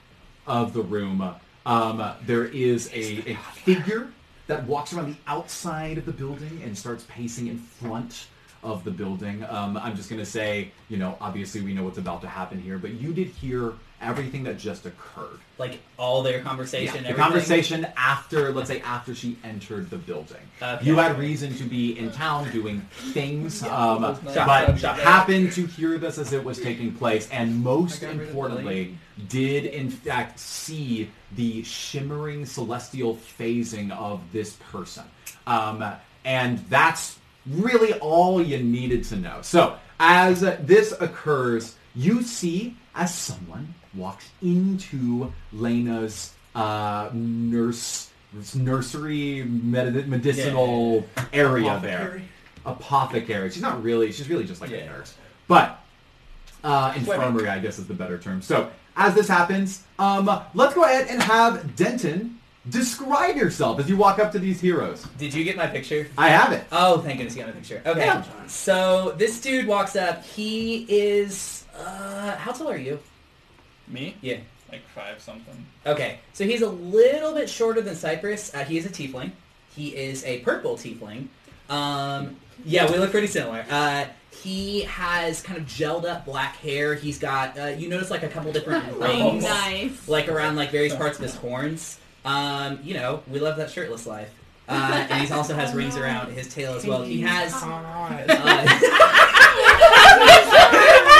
B: of the room, um, there is a, a figure that walks around the outside of the building and starts pacing in front of the building. Um, I'm just going to say, you know, obviously we know what's about to happen here, but you did hear everything that just occurred.
M: Like all their conversation.
B: Yeah, the
M: everything.
B: conversation after, let's say, after she entered the building.
M: Okay.
B: You had reason to be in town doing things, um,
M: Shop,
B: but
M: shop, shop.
B: happened to hear this as it was taking place, and most
M: I got rid of the
B: importantly, did in fact see the shimmering celestial phasing of this person. Um, and that's really all you needed to know. So, as this occurs, you see as someone walks into Lena's uh, nurse nursery med- medicinal area there.
E: Apothecary.
B: Apothecary. She's not really. She's really just like a nurse, but uh, infirmary, I guess, is the better term. So as this happens, um, let's go ahead and have Denton describe yourself as you walk up to these heroes.
M: Did you get my picture?
B: I have it.
M: Oh, thank goodness you got my picture. Okay.
B: Yeah.
M: So this dude walks up. He is. Uh, how tall are you?
C: Me?
M: Yeah.
C: Like five something.
M: Okay, so he's a little bit shorter than Cypress. Uh, he is a tiefling. He is a purple tiefling. Um, yeah, we look pretty similar. Uh, he has kind of gelled up black hair. He's got, uh, you notice like a couple <laughs> different rings,
J: nice.
M: like around like various parts of his horns. Um, you know, we love that shirtless life. Uh, and he also has rings around his tail as well. He <laughs> has.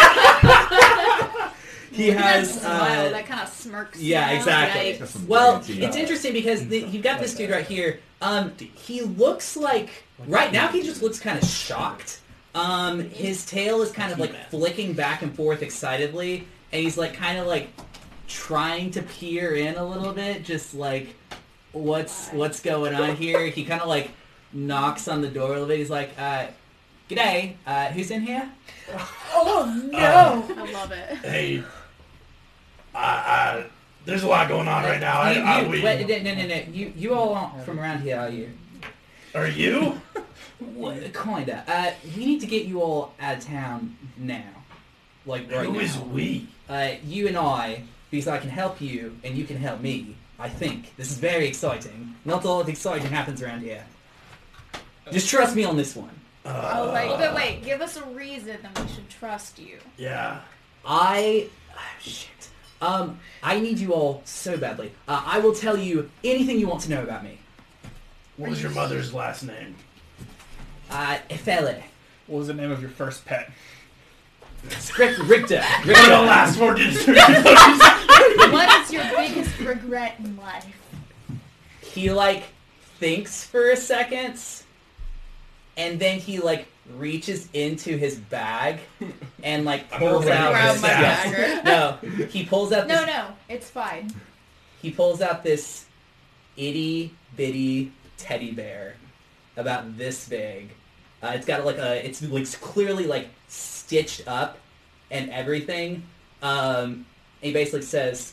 M: <laughs> uh, he has.
J: smile,
M: Uh,
J: that kind of smirk.
M: yeah,
J: smile.
M: exactly.
J: Yikes.
M: Well,
B: brilliant
M: it's
B: stuff.
M: interesting because the, you've got this dude right here. Um, he looks like right now he just looks kind of shocked. Um, his tail is kind of like flicking back and forth excitedly, and he's like kind of like trying to peer in a little bit, just like what's what's going on here. He kind of like knocks on the door a little bit. He's like, uh, "G'day, uh, who's in here?"
I: Oh
E: no.
J: I love it.
E: Hey, I, I, there's a lot going on right now. I,
M: you, you,
E: I, we,
M: wait, no, no, no, no. You you all aren't from around here, are you?
E: are you?
M: What, kinda. Uh, we need to get you all out of town now. Like right
E: Who
M: now.
E: is we?
M: Uh, you and I, because I can help you and you can help me. I think this is very exciting. Not all of exciting happens around here. Just trust me on this one.
J: Oh,
E: Uh,
J: wait, but wait, give us a reason that we should trust you.
E: yeah.
M: I oh, shit. Um, I need you all so badly. Uh, I will tell you anything you want to know about me.
E: What was your mother's last <laughs> name?
M: Uh, Efele.
C: What was the name of your first pet?
M: Richter. Richter.
E: What the last <laughs> four digits of your mother's?
J: what is your biggest regret in life?
M: he like thinks for a second and then he like reaches into his bag and like
E: I'm
M: pulls
E: already
M: out
E: grabbed
M: this,
E: my
M: yes. no he pulls out this
J: No, no, it's fine.
M: he pulls out this itty bitty teddy bear about this big uh, it's got like a it's like clearly like stitched up and everything um he basically says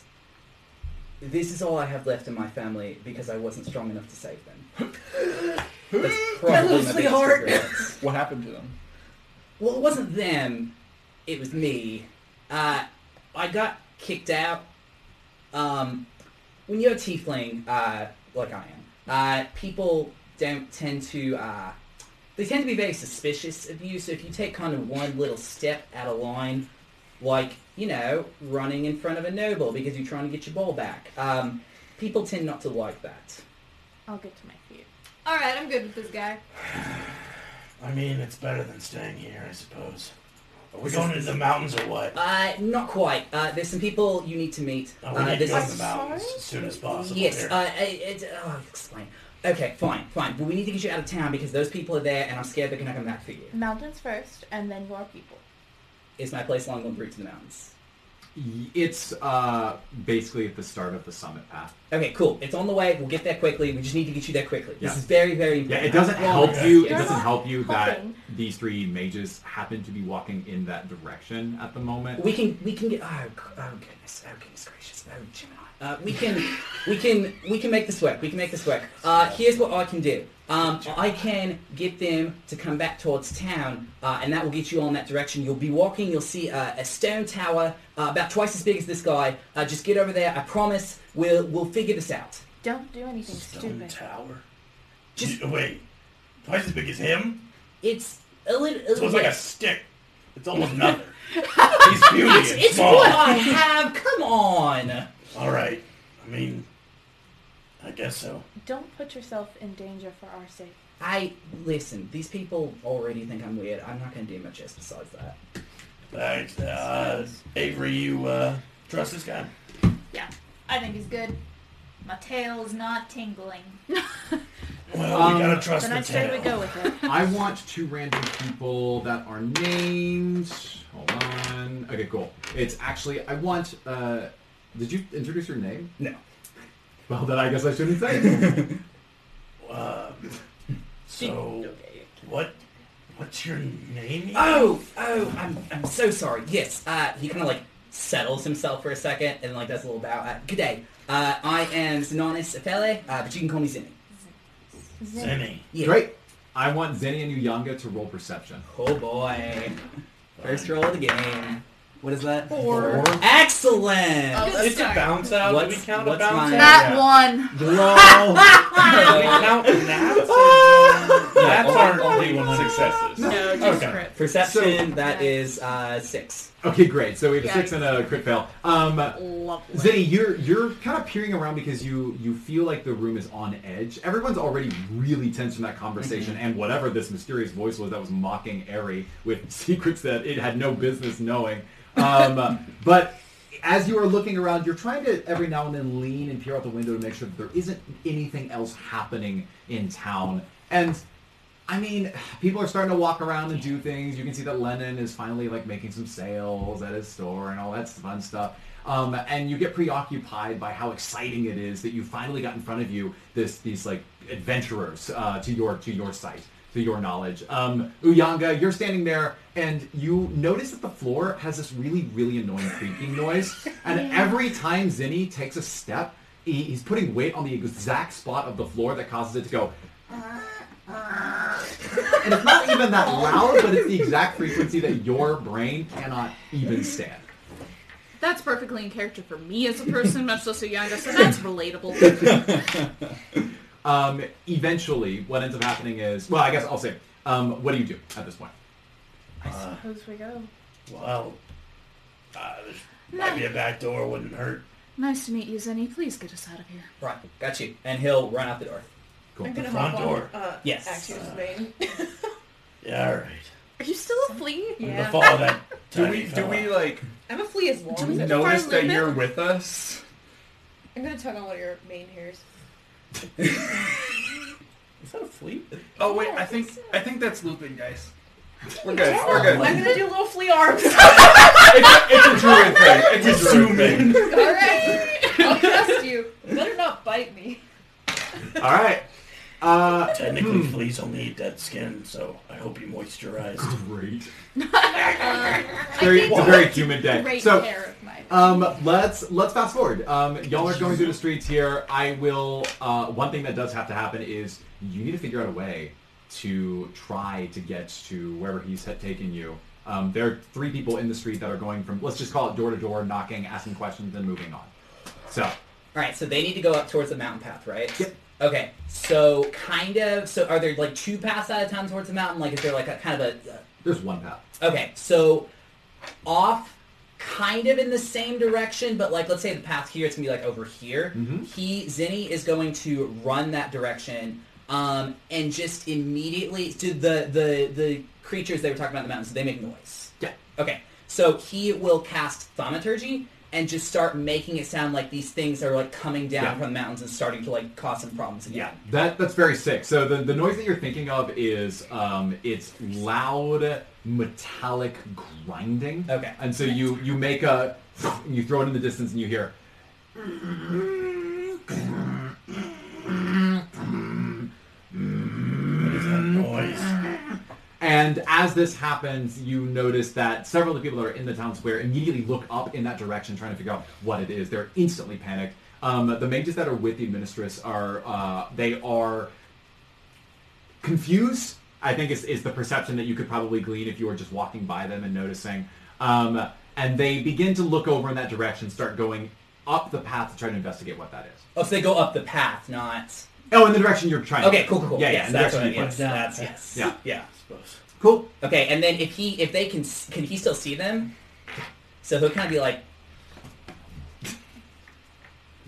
M: this is all i have left in my family because i wasn't strong enough to save them <laughs> that's probably loves my the biggest heart. regret.
C: What happened to them?
M: Well, it wasn't them. It was me. Uh, I got kicked out. Um, when you're a tiefling, uh, like I am, uh, people don't tend to. Uh, they tend to be very suspicious of you. So if you take kind of one little step out of line, like you know, running in front of a noble because you're trying to get your ball back, um, people tend not to like that.
I: I'll get to my feet.
J: All right, I'm good with this guy.
E: I mean, it's better than staying here, I suppose. Are we going into the mountains or what?
M: Uh, not quite. Uh, there's some people you need to meet.
E: Oh, we
M: uh,
E: need to
M: this
E: go to
M: is-
E: the mountains as soon as possible.
M: Yes.
E: here.
M: Uh, it, it, oh, I'll explain. Okay, fine, fine. But we need to get you out of town because those people are there, and I'm scared they're gonna come back for you.
I: Mountains first, and then your people.
M: Is my place along the route to the mountains?
B: Y- It's uh, basically at the start of the summit path.
M: Okay, cool. It's on the way. We'll get there quickly. We just need to get you there quickly. This
B: Yeah.
M: is very, very
B: Yeah,
M: important.
B: it doesn't
M: Well,
B: help you. It
M: you're
B: doesn't
M: not
B: help you
M: helping.
B: that these three mages happen to be walking in that direction at the moment.
M: We can, we can get. Oh, g- oh goodness. Oh goodness gracious. Oh Gemini. Uh, we can, we can, we can make this work. We can make this work. Uh, here's what I can do. Um, I can get them to come back towards town, uh, and that will get you all in that direction. You'll be walking. You'll see uh, a stone tower uh, about twice as big as this guy. Uh, just get over there. I promise. We'll we'll figure this out.
I: Don't do anything
E: Stone
I: stupid.
E: tower. Just wait. Twice as big as him.
M: It's a little.
E: So it's like a stick. It's almost nothing. He's puny
M: it's
E: and
M: it's
E: small.
M: what
E: <laughs>
M: I have. Come on.
E: All right. I mean, I guess so.
I: Don't put yourself in danger for our sake.
M: I listen. These people already think I'm weird. I'm not going to do much else besides that.
E: Thanks. Uh, Avery, you uh, trust this guy?
J: Yeah, I think he's good. My tail is not tingling.
E: Well, we gotta trust the tail.
B: <laughs> I want two random people that are named. Hold on. Okay, cool. It's actually I want. Uh, did you introduce your name?
M: No.
B: Well, then I guess I shouldn't say. it.
E: Uh, so, what? What's your name?
M: Oh, oh, I'm, I'm so sorry. Yes, uh, he kind of like settles himself for a second and like does a little bow. Uh, Good day. Uh, I am Zanonis Apele, uh, but you can call me Zinni.
E: Zenny.
M: Yeah.
B: <laughs> Great. I want Zenny and Uyanga to roll perception.
M: Oh boy. First roll of the game. What is that?
A: Four.
M: Excellent.
A: Oh, that's It's a fine. bounce
K: out. Do
M: What's,
K: we count a
M: what's
K: bounce
M: my-
A: That one.
K: Bro.
B: <laughs>
C: <laughs>
M: That's
C: our only one successes.
A: No, just Okay. crit.
M: Perception, that is uh, six.
B: Okay, great. So we have a
A: Yeah.
B: six and a crit fail. Um,
A: Lovely.
C: e-
B: Zinni, you're you're kind of peering around because you you feel like the room is on edge. Everyone's already really tense from that conversation and whatever this mysterious voice was that was mocking Eri with <laughs> secrets that it had no business knowing. Um, <laughs> but as you are looking around, you're trying to every now and then lean and peer out the window to make sure that there isn't anything else happening in town. And I mean, people are starting to walk around and do things. You can see that Lennon is finally like making some sales at his store and all that fun stuff. Um, and you get preoccupied by how exciting it is that you finally got in front of you this these like adventurers uh, to your to your site to your knowledge. Um, Uyanga, you're standing there and you notice that the floor has this really really annoying creaking noise. And every time Zinni takes a step, he, he's putting weight on the exact spot of the floor that causes it to go and it's not even that loud, but it's the exact frequency that your brain cannot even stand.
D: That's perfectly in character for me as a person, much less a younger, so that's
C: <laughs>
D: relatable.
B: Um, eventually, what ends up happening is, well, I guess I'll say, um, what do you do at this point?
E: Uh,
I: Suppose we go.
E: well, uh, there's- might be a back door. Wouldn't hurt.
A: Nice to meet you, Zenny. Please get us out of here.
M: Right, got you. And he'll run out the door.
B: Cool.
G: I'm gonna
E: The front
G: hop
E: door.
G: on uh,
M: Yes.
G: Axio's
I: <laughs>
G: vein.
E: Yeah. All right.
D: Are you still a flea?
E: The
G: Yeah.
E: fall of that.
C: Do
E: tiny
C: we do
E: fella.
C: we like
G: I'm a flea as long as I can
C: notice
G: find
C: that
G: limit.
C: you're with us?
G: I'm gonna tug on one of your mane hairs.
E: Is that a
I: <laughs>
E: flea?
C: Oh wait, I think I think that's looping, guys. We're good. We're good.
G: I'm gonna do little flea <laughs> arms.
C: It's, it's
J: <laughs>
C: a druid thing. It's a druid thing.
G: Alright. I'll trust you. Better not bite me.
B: All right. Uh,
E: Technically, fleas only eat dead skin, so I hope you moisturized.
B: great.
J: I
B: Very,
J: think
B: it's a very humid day.
J: Great
B: So,
J: care of my.
B: um, let's let's fast forward. Um, y'all are going through the streets here. I will. Uh, one thing that does have to happen is you need to figure out a way to try to get to wherever he's had taken you. Um, there are three people in the street that are going from let's just call it door to door, knocking, asking questions, and moving on. So
M: All right, so they need to go up towards the mountain path, right?
B: Yep.
M: Okay, so kind of. So are there like two paths out of town towards the mountain? Like, is there like a kind of a?
B: there's one path.
M: Okay, so off, kind of in the same direction, but like let's say the path here, it's gonna be like over here.
B: Mhm.
M: He Zinni is going to run that direction, um, and just immediately to the the the creatures they were talking about in the mountains. They make noise.
B: Yeah.
M: Okay. So he will cast Thaumaturgy and just start making it sound like these things are like coming down
B: Yeah.
M: from the mountains and starting to like cause some problems again.
B: Yeah, that that's very sick. So the, the noise that you're thinking of is um, it's loud metallic grinding.
M: Okay.
B: And so you you make a and you throw it in the distance and you hear
C: oh.
B: And as this happens, you notice that several of the people that are in the town square immediately look up in that direction, trying to figure out what it is. They're instantly panicked. Um, the mages that are with the administress are uh, they are confused. I think is is the perception that you could probably glean if you were just walking by them and noticing. Um, and they begin to look over in that direction, start going up the path to try to investigate what that is.
M: Oh, so they go up the path, not.
B: Oh, in the direction you're trying. to-
M: Okay, cool, cool, cool.
B: Yeah, yeah,
M: Yes,
B: in the
M: that's what I
B: direction
M: mean.
B: you
M: Yes,
B: pointed.
M: that's yes.
B: Yeah.
M: yeah.
B: Cool.
M: Okay, and then if he, if they can, s- can he still see them? So he'll kind of be like,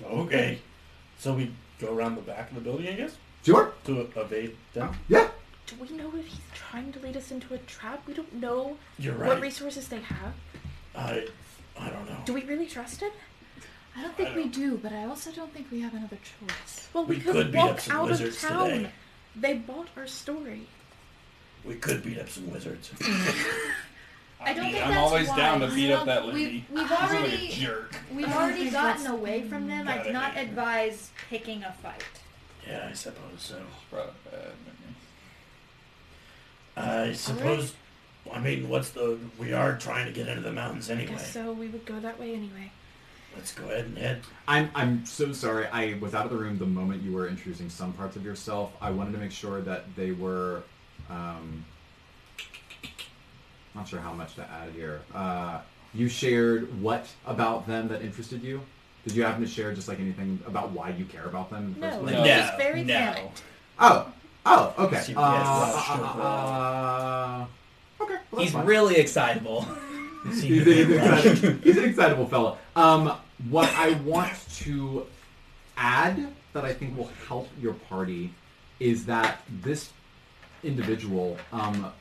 E: Okay. So we go around the back of the building, I guess?
B: Sure.
E: To evade them?
B: Yeah.
I: Do we know if he's trying to lead us into a trap? We don't know
E: You're
I: what
E: right.
I: resources they have.
E: I, I don't know.
I: Do we really trust him?
A: I don't think we do, but I also don't think we have another choice.
I: Well, we,
E: We
I: could,
E: could beat up
I: walk
E: some
I: out of
E: wizards
I: town.
E: today.
I: They bought our story.
E: We could beat up some
I: <clears throat>
E: wizards.
J: I don't
C: mean,
J: think
C: I'm
J: that's
C: always down to
J: wise.
C: beat up that
J: We,
C: lady.
J: we've
C: She's like
J: already
C: a jerk.
J: we've
C: I
J: already
C: think
J: gotten
C: that's-
J: away from them. I
D: Mm,
C: Got
J: do
C: it.
J: not advise picking a fight.
E: Yeah, I suppose so.
C: Bro, uh,
E: I suppose. I mean, what's the? We are trying to get into the mountains
I: I
E: anyway.
I: guess so. We would go that way anyway.
E: Let's go ahead and head.
B: I'm I'm so sorry. I was out of the room the moment you were introducing some parts of yourself. I wanted to make sure that they were. Um, not sure how much to add here. Uh, you shared what about them that interested you? Did you happen to share just like anything about why you care about them? In the first
I: No,
B: place?
I: no. he's very
M: no.
I: panicked.
B: Oh. Oh. Okay.
M: She
B: Uh,
M: has
B: uh,
M: watched
B: uh,
M: her
B: uh, okay. well, that's
M: he's
B: fine.
M: really excitable. <laughs>
B: He's, <laughs> he's excited- he's an excitable fella. Um, what I want to add that I think will help your party is that this individual, um,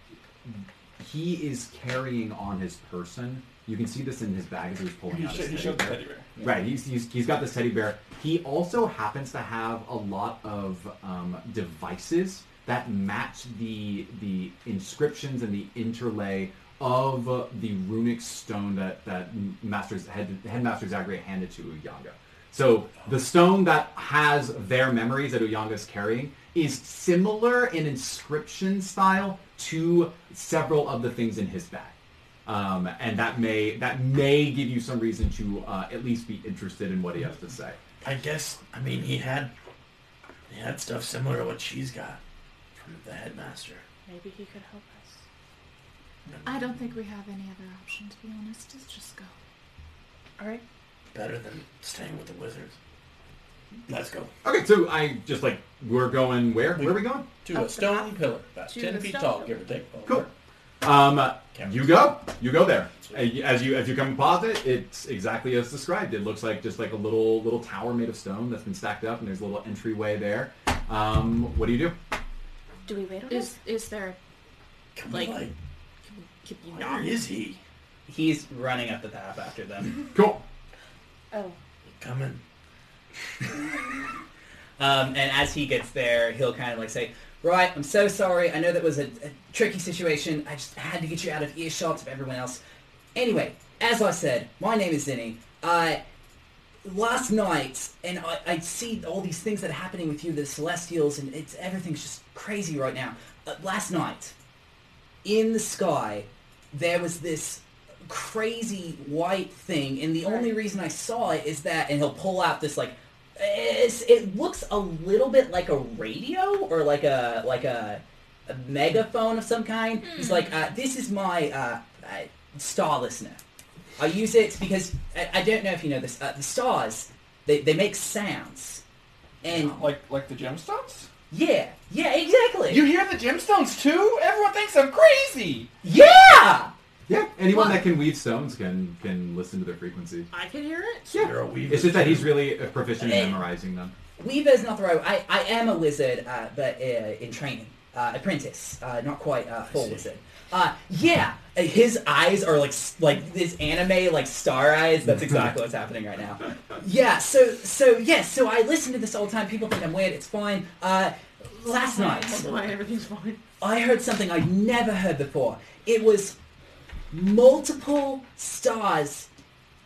B: he is carrying on his person. You can see this in his bag as he was pulling
C: He
B: out.
C: sho-
B: his
C: he showed the teddy bear.
B: Right. He's, he's he's got this teddy bear. He also happens to have a lot of um, devices that match the the inscriptions and the interlay of uh, the runic stone that that Master Head, Headmaster Zachary handed to Uyanga. So the stone that has their memories that Uyanga's carrying is similar in inscription style to several of the things in his bag um, and that may that may give you some reason to uh, at least be interested in what he has to say.
E: I guess. I mean, he had. He had stuff similar to what she's got from the headmaster.
I: Maybe he could help us.
A: I don't think we have any other option, to be honest. Let's just go.
I: All right.
E: Better than staying with the wizards.
A: Mm-hmm.
E: Let's go.
B: Okay, so I just like we're going where? Where are we going?
E: To
A: Oh,
E: a stone pillar, about
I: To
E: ten
I: the
E: feet
I: stone
E: tall,
I: pillar.
E: give or take. Oh,
B: Cool. Um, you go, you go there. And you- As you as you come upon it, it's exactly as described. It looks like just like a little little tower made of stone that's been stacked up, and there's a little entryway there. Um, what do you do?
I: Do we wait on
D: Is is there
E: Come
D: like
E: on, like,
D: can you
E: where
D: not?
E: is he?
M: He's running up the path after them.
B: Cool.
I: Oh,
E: Coming.
M: Um, and as he gets there, he'll kind of like say, "Right, I'm so sorry. I know that was a, a tricky situation. I just had to get you out of earshot of everyone else. Anyway, as I said, my name is Zinni. Uh, last night, and I, I see all these things that are happening with you, the Celestials, and it's everything's just crazy right now. Uh, last night, in the sky, there was this crazy white thing, and the only reason I saw it is that, and he'll pull out this like, it's, it looks a little bit like a radio or like a like a, a megaphone of some kind. He's like, uh, this is my uh, uh, star listener. I use it because I, I don't know if you know this. Uh, the stars, they, they make sounds, and
C: Like like the gemstones?
M: yeah, yeah, exactly.
C: You hear the gemstones too? Everyone thinks I'm crazy.
M: yeah.
B: Yeah, anyone that can weave stones can can listen to their frequency.
D: I can hear it.
E: You're a weaver.
B: It's just that he's really uh, proficient
M: Okay.
B: in memorizing them.
M: Weaver's not the right. I, I am a wizard, uh, but uh, in training. uh, apprentice, uh, not quite uh, full wizard. Uh, yeah, uh, his eyes are like s- like this anime like star eyes. That's exactly what's happening right now. Yeah. So so yes. so I listen to this all the time. People think I'm weird. It's fine. Uh, last night.
G: That's why everything's fine.
M: I heard something I'd never heard before. It was multiple stars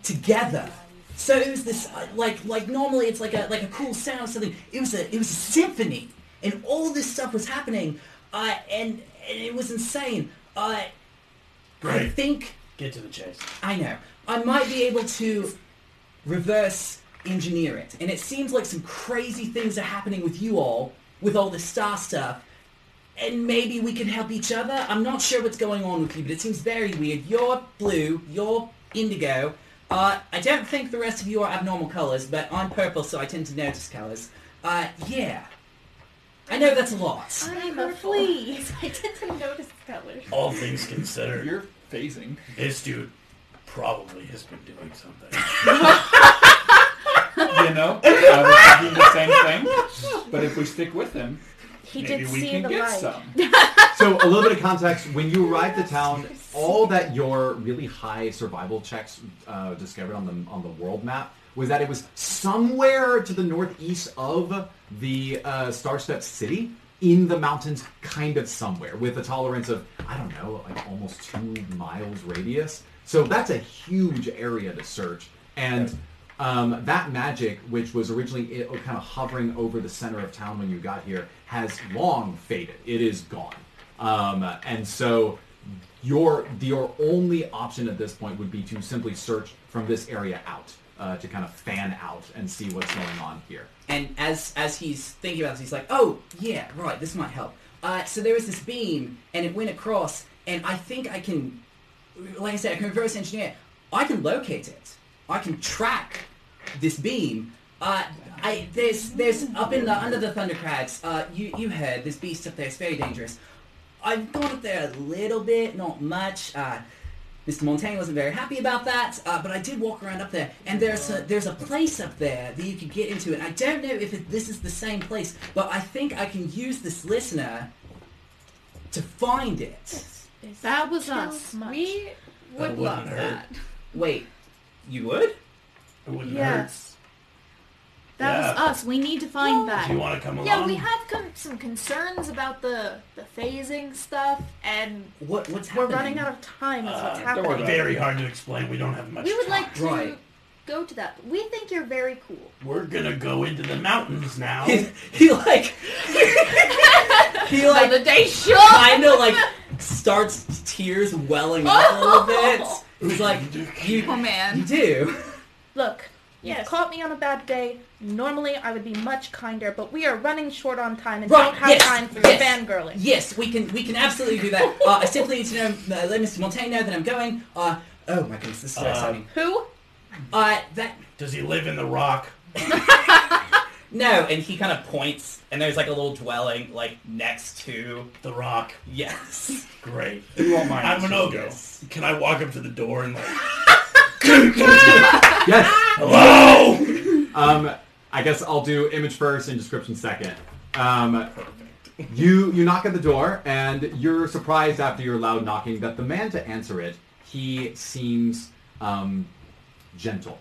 M: together. So it was this uh, like like normally it's like a like a cool sound or something. It was a it was a symphony, and all this stuff was happening, uh, and, and it was insane. Uh, I
E: Great.
M: think
E: Get to the chase.
M: I know. I might be able to reverse engineer it. And it seems like some crazy things are happening with you all, with all this star stuff. And maybe we can help each other. I'm not sure what's going on with you, but it seems very weird. You're blue, you're indigo. Uh, I don't think the rest of you are abnormal colors, but I'm purple, so I tend to notice colors. Uh, yeah. I know that's a lot.
J: I'm a flea.
I: <laughs>
J: I didn't notice the colors.
E: All things considered,
C: You're <laughs> phasing.
E: this dude probably has been doing something.
C: You know, I was thinking the same thing. But if we stick with him,
I: He
C: maybe
I: did
C: we
I: see
C: can
I: the
C: get
I: light.
C: some.
J: <laughs>
B: so a little bit of context when you arrived to town all that your really high survival checks uh, discovered on the on the world map was that it was somewhere to the northeast of the uh, starstep city in the mountains kind of somewhere with a tolerance of i don't know like almost two miles radius so that's a huge area to search and um, that magic, which was originally it, kind of hovering over the center of town when you got here, has long faded. It is gone, um, and so your your only option at this point would be to simply search from this area out uh, to kind of fan out and see what's going on here.
M: And as as he's thinking about this, he's like, "Oh yeah, right. This might help." Uh, so there was this beam, and it went across, and I think I can, like I said, I can reverse engineer. I can locate it. I can track this beam. Uh, I there's there's up in the under the thundercracks. Uh, you you heard this beast up there. It's very dangerous. I've gone up there a little bit, not much. Uh, Mr. Montaigne wasn't very happy about that, uh, but I did walk around up there, and there's a, there's a place up there that you could get into, and I don't know if it, this is the same place, but I think I can use this listener to find it.
A: That was us.
J: We would love
E: That wouldn't
J: that.
E: hurt.
M: Wait, you would?
E: It wouldn't
A: Yes. That
E: Yeah.
A: was us. We need to find
E: hurt.
A: that.
E: Do you want to come along?
J: Yeah, we have com- some concerns about the the phasing stuff, and
M: What what's
I: We're
M: happening?
I: running out of time. Is what's
E: Uh,
I: happening.
C: worry about it.
E: Very hard to explain. We don't have much
J: we would
E: time.
J: like to
M: Right.
J: go to that. We think you're very cool.
E: We're going to go into the mountains
A: <laughs>
E: now.
M: He, <laughs> he like <laughs> he like
D: the day show.
I: <laughs>
M: kind of like starts tears welling up a
I: Oh.
M: little bit. He's like, you,
D: Oh man.
M: you do.
I: Look, you've
J: Yes.
I: caught me on a bad day. Normally, I would be much kinder, but we are running short on time and
M: Right,
I: don't have
M: yes,
I: time for
M: yes.
I: fangirling.
M: Yes, we can. We can absolutely
I: <laughs>
M: do that. Uh, I simply need to know, uh, let Mr. Montaigne know that I'm going. Uh, oh my goodness, this is so
E: Uh,
M: exciting.
I: Who?
M: Uh, that
E: Does he live in the rock?
M: no, and he kind of points, and there's like a little dwelling like next to. <laughs>
E: The rock.
M: Yes.
E: Great.
C: You won't mind.
E: I'm an
C: Just
E: ogre. Can I walk up to the door and like,
B: Yes.
E: hello?
B: Um, I guess I'll do image first and description second. Um, you you knock at the door and you're surprised after your loud knocking that the man to answer it he seems um, gentle,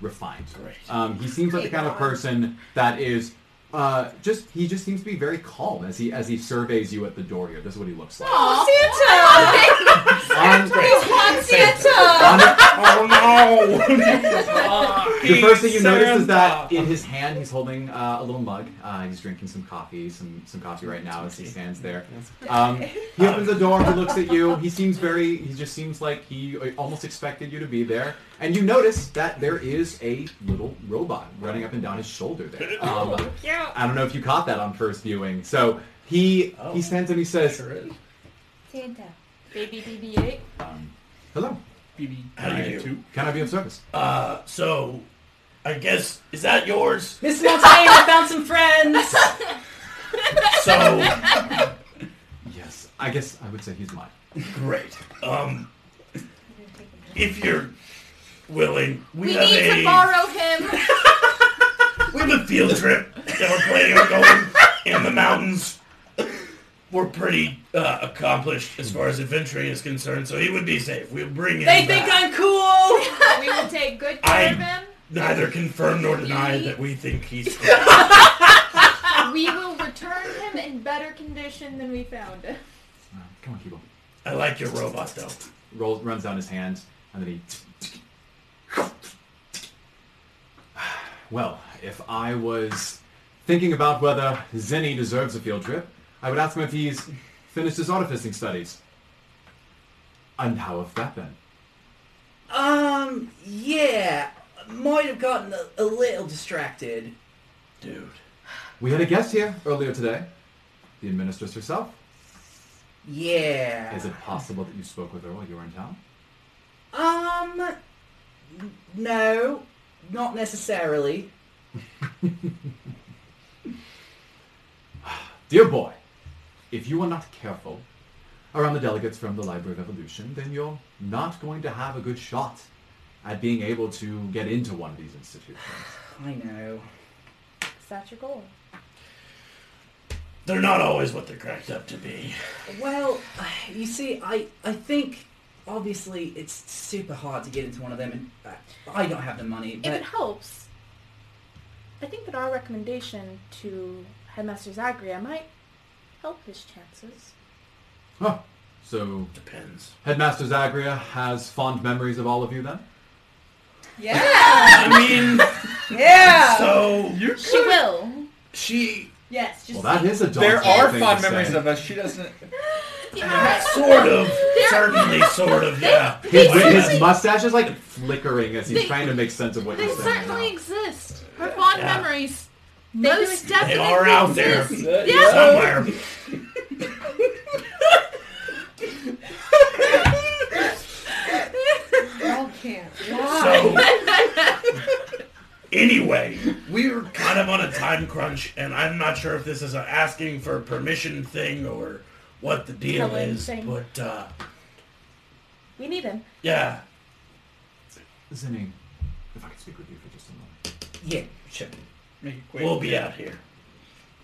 B: refined.
E: Great.
B: Um, he seems like the kind of person that is uh, just he just seems to be very calm as he as he surveys you at the door here. This is what he looks like. Um, on the-
E: oh no!
B: The first thing you notice is that in his hand he's holding uh, a little mug. Uh, he's drinking some coffee, some some coffee right now as he stands there. Um, he opens the door. He looks at you.
E: <laughs>
B: He seems very. He just seems like he uh, almost expected you to be there. And you notice that there is a little robot running up and down his shoulder
E: <laughs>
B: there.
E: Oh,
B: Um, I don't know if you caught that on first viewing. So he he
E: Oh.
B: stands and he says,
E: Sure is.
G: Santa.
J: Baby BB-8.
B: um, "Hello,
C: BB
E: How do you do?
C: two.
B: can I be of service?"
E: Uh, so I guess is that yours?
M: Mr. Montaigne, I found some friends.
E: <laughs> So
B: Yes, I guess I would say he's mine.
E: great. Um, if you're willing, we,
J: We
E: have
J: need
E: a
J: to borrow him.
E: we have a field trip that we're planning on going in the mountains. we're pretty uh, accomplished as far as adventuring is concerned, so he would be safe. We'll bring him
M: They think I'm cool.
J: we will take good care of
E: I
J: him.
E: neither confirm nor deny that we think he's
J: We will return him in better condition than we found him.
B: Uh, Come on, Kibo.
E: I like your robot though.
B: Rolls, runs down his hand, and then he. <sighs> Well, if I was thinking about whether Zenny deserves a field trip, I would ask him if he's finished his artificing studies. And how have that been?
M: Um, yeah, might have gotten a, a little distracted.
E: Dude.
B: We had a guest here earlier today, the administress herself.
M: Yeah.
B: Is it possible that you spoke with her while you were in town?
M: Um, n- no, not necessarily.
B: Dear boy, if you are not careful around the delegates from the Library of Evolution, then you're not going to have a good shot at being able to get into one of these institutions.
M: I know.
I: Is that your goal?
E: They're not always what they're cracked up to be.
M: Well, you see, I I think obviously it's super hard to get into one of them, and uh, I don't have the money.
I: If
M: But
I: it helps, I think that our recommendation to Headmaster Zagria might help his chances.
B: Huh. So
E: depends.
B: Headmaster Zagria has fond memories of all of you then?
G: Yeah.
E: I mean,
G: yeah.
E: so
I: She will.
E: she
G: Yes. Just
B: Well, that is a
C: There
B: daunting
C: are
B: thing
C: fond
B: to
C: memories
B: say.
C: of us. She doesn't.
E: sort of, certainly, sort of, yeah.
B: His,
E: Like
B: his
E: that.
B: mustache is like flickering as he's
J: They-
B: trying to make sense of what
J: They
B: you're saying.
J: certainly exist. Her fond
E: Yeah.
J: memories. Most definitely
E: They are out there
J: exist. Yeah.
E: somewhere.
G: Y'all can't.
E: So
G: Why?
E: <laughs> anyway, we were kind of on a time crunch, and I'm not sure if this is a asking for permission thing or what the deal
I: Helen
E: is,
I: thing.
E: but uh,
I: We need him.
E: yeah,
B: Zinni, if I could speak with you for just a moment.
M: yeah, sure.
C: Make it quick.
E: we'll be out here.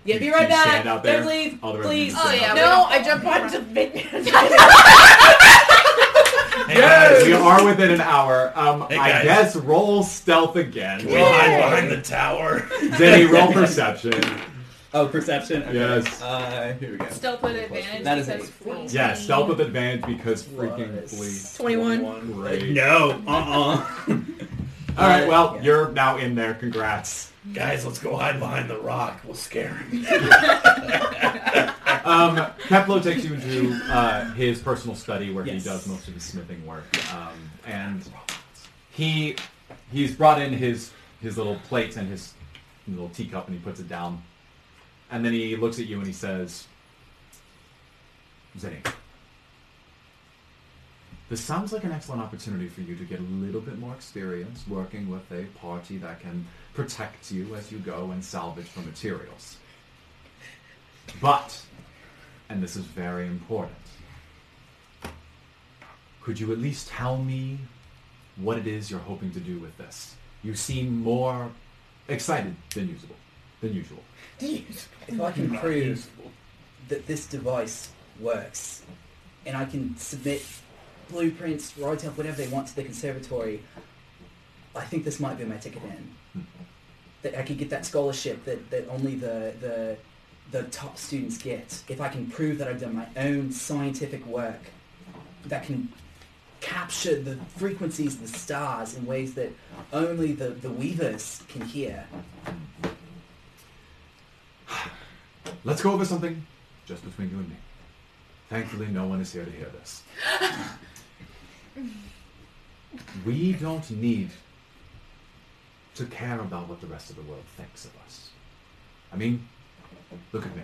M: Yeah, be
B: You-
M: right
B: you stand
M: back.
B: out there,
M: Don't leave,
B: all the rest of you
M: please.
J: Oh,
B: stand out
J: there.
G: No, I jump onto Vineyard.
E: Hey,
B: Yes!
E: guys,
B: We are within an hour. Um,
E: Hey,
B: I
E: guys.
B: guess roll stealth again.
E: Can we hide behind the
K: <laughs>
E: tower?
B: Zinni, roll
E: <laughs>
B: perception.
M: Oh, perception. okay.
B: Yes.
M: Uh, here we go.
J: Still put advantage
M: That is
J: because
M: a-
J: flee.
B: Yeah, stealth with advantage because freaking
M: Plus
B: fleet.
G: 21.
B: Great.
E: No, uh-uh.
B: All right, well,
M: Yeah.
B: you're now in there. Congrats.
E: guys, let's go hide behind the rock. We'll scare him.
B: Um, Kepler takes you into uh, his personal study where
M: Yes.
B: he does most of his smithing work, um, and he he's brought in his his little plates and his little teacup, and he puts it down, and then he looks at you and he says, "Zinni, this sounds like an excellent opportunity for you to get a little bit more experience working with a party that can protect you as you go and salvage for materials." But, and this is very important, could you at least tell me what it is you're hoping to do with this? You seem more excited than usable, than usual.
M: If I can prove that this device works, and I can submit blueprints, write up whatever they want to the conservatory, I think this might be my ticket in. That I could get that scholarship that, that only the, the the top students get. If I can prove that I've done my own scientific work, that can capture the frequencies of the stars in ways that only the, the weavers can hear.
B: Let's go over something just between you and me. Thankfully, no one is here to hear this. we don't need to care about what the rest of the world thinks of us. I mean, look at me.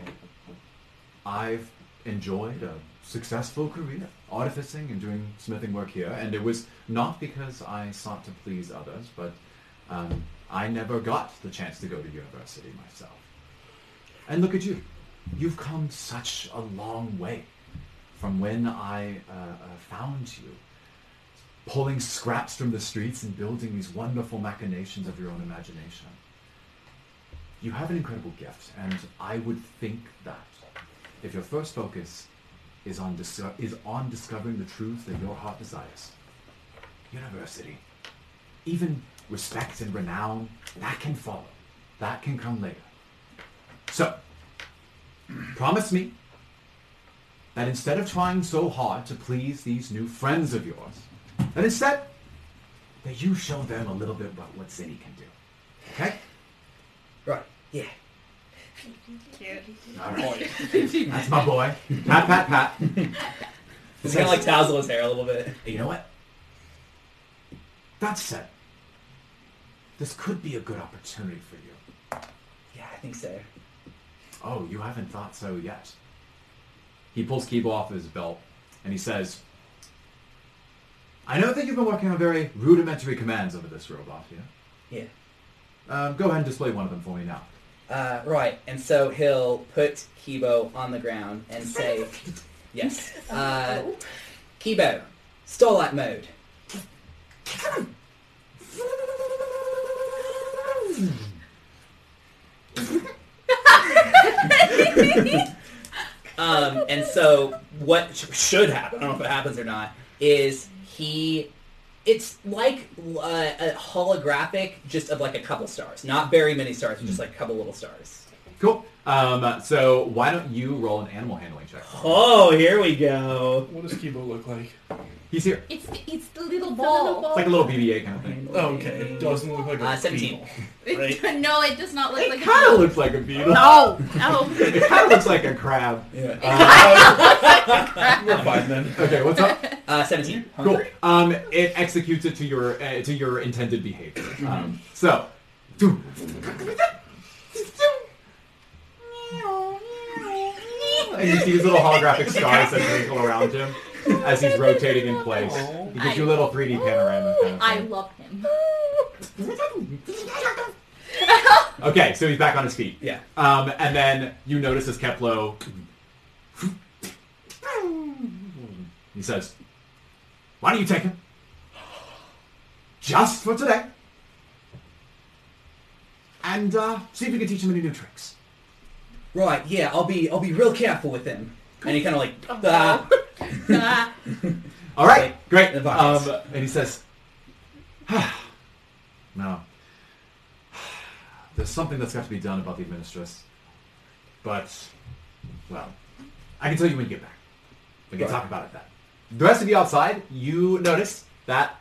B: I've enjoyed a successful career, artificing and doing smithing work here, and it was not because I sought to please others, but um, I never got the chance to go to university myself. And look at you. You've come such a long way from when I uh, uh, found you, pulling scraps from the streets and building these wonderful machinations of your own imagination. You have an incredible gift, and I would think that If your first focus is on disco- is on discovering the truth that your heart desires, university, even respect and renown, that can follow. That can come later. So, promise me that instead of trying so hard to please these new friends of yours, that instead that you show them a little bit about what City can do. Okay?
M: Right. Yeah.
B: All right. That's my boy. Pat, pat, pat.
M: He's gonna like tousle his hair a little bit.
B: You know what? That said, this could be a good opportunity for you.
M: Yeah, I think so.
B: Oh, you haven't thought so yet. He pulls Kibo off his belt and he says, I know that you've been working on very rudimentary commands over this robot here.
M: Yeah.
B: Um, go ahead and display one of them for me now.
M: Uh, right, and so he'll put Kibo on the ground and say, "Yes, uh, Kibo, Starlight mode." um, and so what sh- should happen? I don't know if it happens or not. Is he? It's like uh, a holographic, just of like a couple stars, not very many stars, but just like a couple little stars.
B: Cool. Um, so why don't you roll an animal handling check? for me?
M: Oh, here we go.
K: <laughs> What does Kibo look like?
B: He's here.
J: It's the, it's the little
A: ball.
J: ball.
B: It's like a little BB-8 kind of thing.
E: Okay.
K: It doesn't look like a
M: Uh, 17.
E: Right.
H: <laughs>
J: no, it does not look
B: It
J: like.
B: kind of looks like a beetle.
A: No, no.
B: It kind of looks like a crab. Um,
M: Yeah.
K: <laughs> We're fine then.
B: Okay, what's up?
M: Uh, 17.
B: Cool. Um, it executes it to your uh, to your intended behavior. Um, so, do. And you see these little holographic stars that twinkle around him as he's rotating in place. He gives you a little 3D panorama.
J: I
B: Kind
J: love him.
B: of thing. Okay, so he's back on his feet.
M: Yeah.
B: Um, and then you notice as Keplo, he says, "Why don't you take him just for today, and uh, see if we can teach him any new tricks."
M: Right. Yeah, I'll be I'll be real careful with him. And he kind of like <laughs> ah.
B: All right, great.
M: The
B: Um,
M: buckets.
B: and he says, "No, there's something that's got to be done about the administress, but well, I can tell you when you get back. We can
M: Right.
B: talk about it then." The rest of you outside, you notice that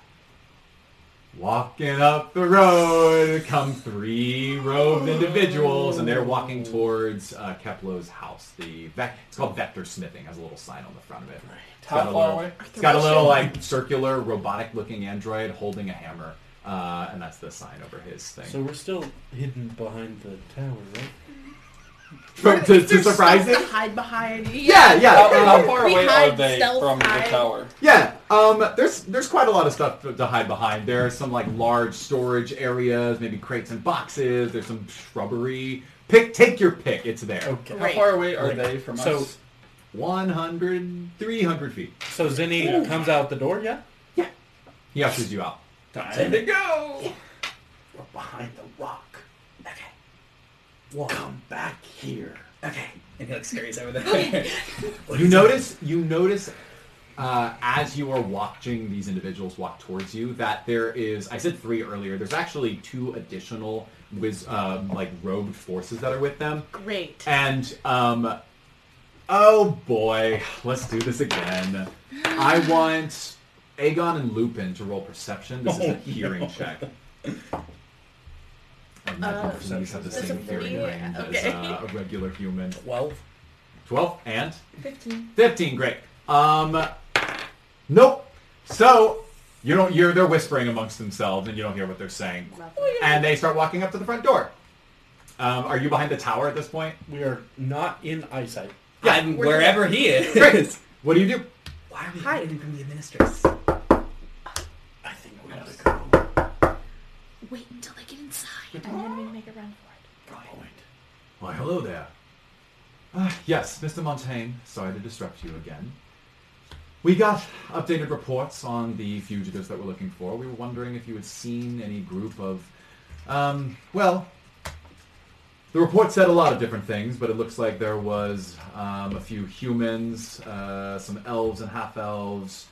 B: walking up the road come three robed
C: Oh.
B: individuals, and they're walking towards uh, Keplo's house. The vec- it's called vector smithing. Has a little sign on the front of it. It's
C: How
B: got a
C: far
B: little-
C: away?
B: It's got a little like circular robotic looking android holding a hammer, uh, and that's the sign over his thing. <laughs>
K: So we're still hidden behind the tower, right?
B: From- to, to
I: There's
B: surprise
I: stuff
B: it?
I: to hide behind.
B: Yeah,
C: How,
B: yeah,
C: how
B: um,
C: far
I: We
C: away are
I: hide
C: they
I: stealth
C: from the
I: hide.
C: tower?
B: yeah. Um, there's there's quite a lot of stuff to, to hide behind. There are some like large storage areas, maybe crates and boxes. There's some shrubbery. Pick, take your pick. It's there.
K: Okay.
C: How far away are they from
K: So-
C: us?
B: 100, 300 feet.
K: So Zinni comes out the door yet?
B: He ushers you out.
E: Time
C: to go.
E: We're behind the rock.
M: Walk.
E: Come back here.
M: Okay. And he like scurries over there. <laughs>
B: You notice, you notice, uh, as you are watching these individuals walk towards you, that there is. I said three earlier. There's actually two additional wiz, uh, like robed forces that are with them,
I: Great.
B: and um, oh boy, let's do this again. I want Aegon and Lupin to roll perception. This is a hearing check. I'm not gonna please have the
I: Uh, That's a
B: same hearing
I: three?
B: range
I: Okay.
B: as uh, a regular human.
M: 12.
B: 12 and
I: Fifteen.
B: 15 great um nope so you don't you're they're whispering amongst themselves and you don't hear what they're saying and they start walking up to the front door um, are you behind the tower at this point
K: We are not in eyesight.
M: Yeah, I'm wherever he is. <laughs>
B: great <laughs> what do you do
M: Why are we
I: Hi.
M: hiding from the administrators?
E: I think we gotta go.
J: Wait until I get inside.
I: And then we make a run for it.
B: why hello there uh, yes mr montaigne sorry to disrupt you again we got updated reports on the fugitives that we're looking for we were wondering if you had seen any group of um, well The report said a lot of different things, but it looks like there was um, a few humans, uh, some elves and half elves.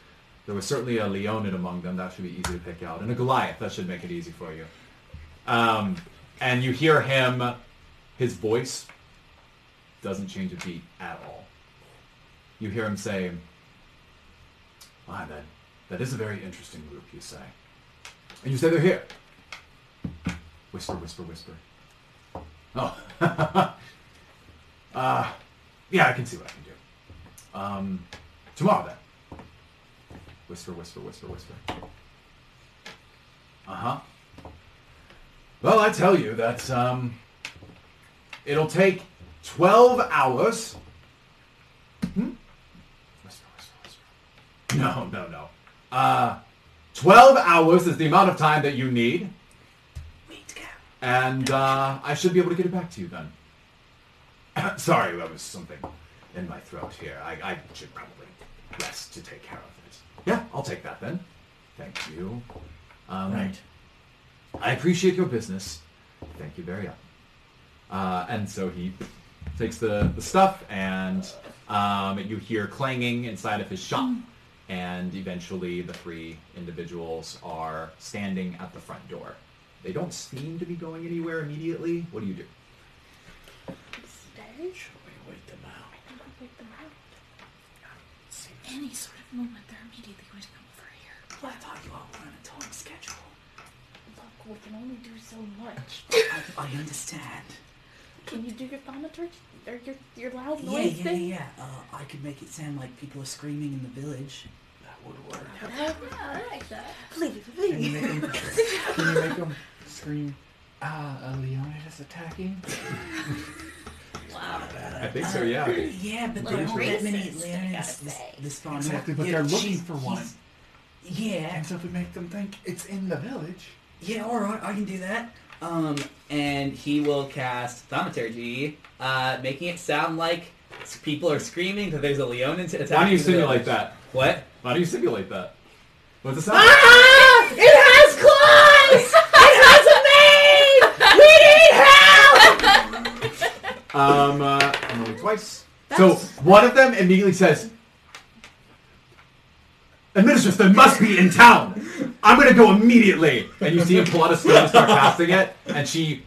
B: There was certainly a Leonid among them. That should be easy to pick out, and a Goliath. That should make it easy for you. Um, and you hear him. His voice doesn't change a beat at all. You hear him say,
L: Ah, that, that is a very interesting group, you say.
B: and you say they're here. Whisper, whisper, whisper.
L: Oh. <laughs> uh, yeah, I can see what I can do. Um, tomorrow then.
B: Whisper, whisper, whisper, whisper.
L: Uh huh. Well, I tell you that um, it'll take twelve hours.
B: Hmm? No, no, no. Uh, 12 hours is the amount of time that you need. And uh, I should be able to get it back to you then. <coughs>
L: Sorry, that was something in my throat here. I, I should probably rest to take care of it.
B: Yeah, I'll take that then.
L: Thank you.
B: Um, right. I appreciate your business. Thank you very much. Uh, and so he takes the, the stuff, and um, you hear clanging inside of his shop. And eventually, the three individuals are standing at the front door. They don't seem to be going anywhere immediately. What do you do?
J: Stage?
E: We wait them out.
J: Wait them out. Any sort of movement, they're immediately going to come over here. Well, I thought you all were on a time schedule.
I: Look, we can only do so much.
J: I-
M: I understand.
I: Can you do your thaumaturgy? Or your, your loud
M: Yeah,
I: noise
M: yeah, yeah.
I: thing?
M: yeah. Uh, I could make it sound like people are screaming in the village. That would work.
J: I like that.
M: Please,
K: Can
E: <laughs>
K: you make them, can you make them scream, ah, a Leonid is attacking?
B: I think so, yeah.
M: Yeah, but there aren't that many Leonids this, this far north.
K: Exactly, but
M: Yeah,
K: they're
M: she's-
K: looking for one.
M: he's- Yeah.
K: And so if we make them think it's in the village,
M: Yeah, all right, I can do that. Um, and he will cast Thaumaturgy, uh, making it sound like s- people are screaming that there's a Leonin attacking.
B: Why do you
M: the
B: simulate
M: village.
B: that?
M: What?
B: Why do you simulate that? What's the sound?
M: Ah! It has claws! it has a mane! We need help!
B: Um, uh, I'm rolling twice. So one of them immediately says,
L: Administrators, they must be in town. I'm gonna go immediately.
B: and you see him pull out a stone and start casting it, and she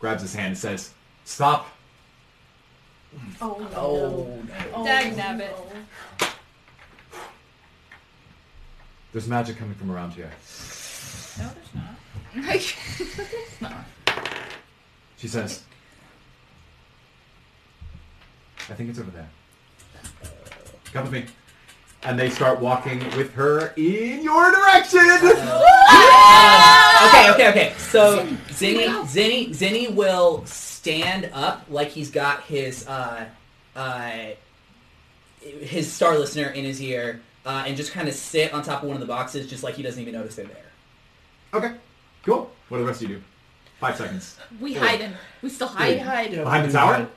B: grabs his hand and says, "Stop."
I: Oh,
M: Oh,
I: Oh,
J: Dag nabbit.
B: There's magic coming from around here.
D: No, there's not. there's not.
B: She says, "I think it's over there." Come with me. And they start walking with her in your direction.
M: okay, okay, okay. So Zinni, Zinni, Zinni will stand up like he's got his uh, uh, his star listener in his ear, uh, and just kind of sit on top of one of the boxes, just like he doesn't even notice they're there.
B: okay, cool. What do the rest of you do? Five seconds.
D: We
B: Four.
D: hide in. We still hide.
I: We hide.
B: Behind the tower.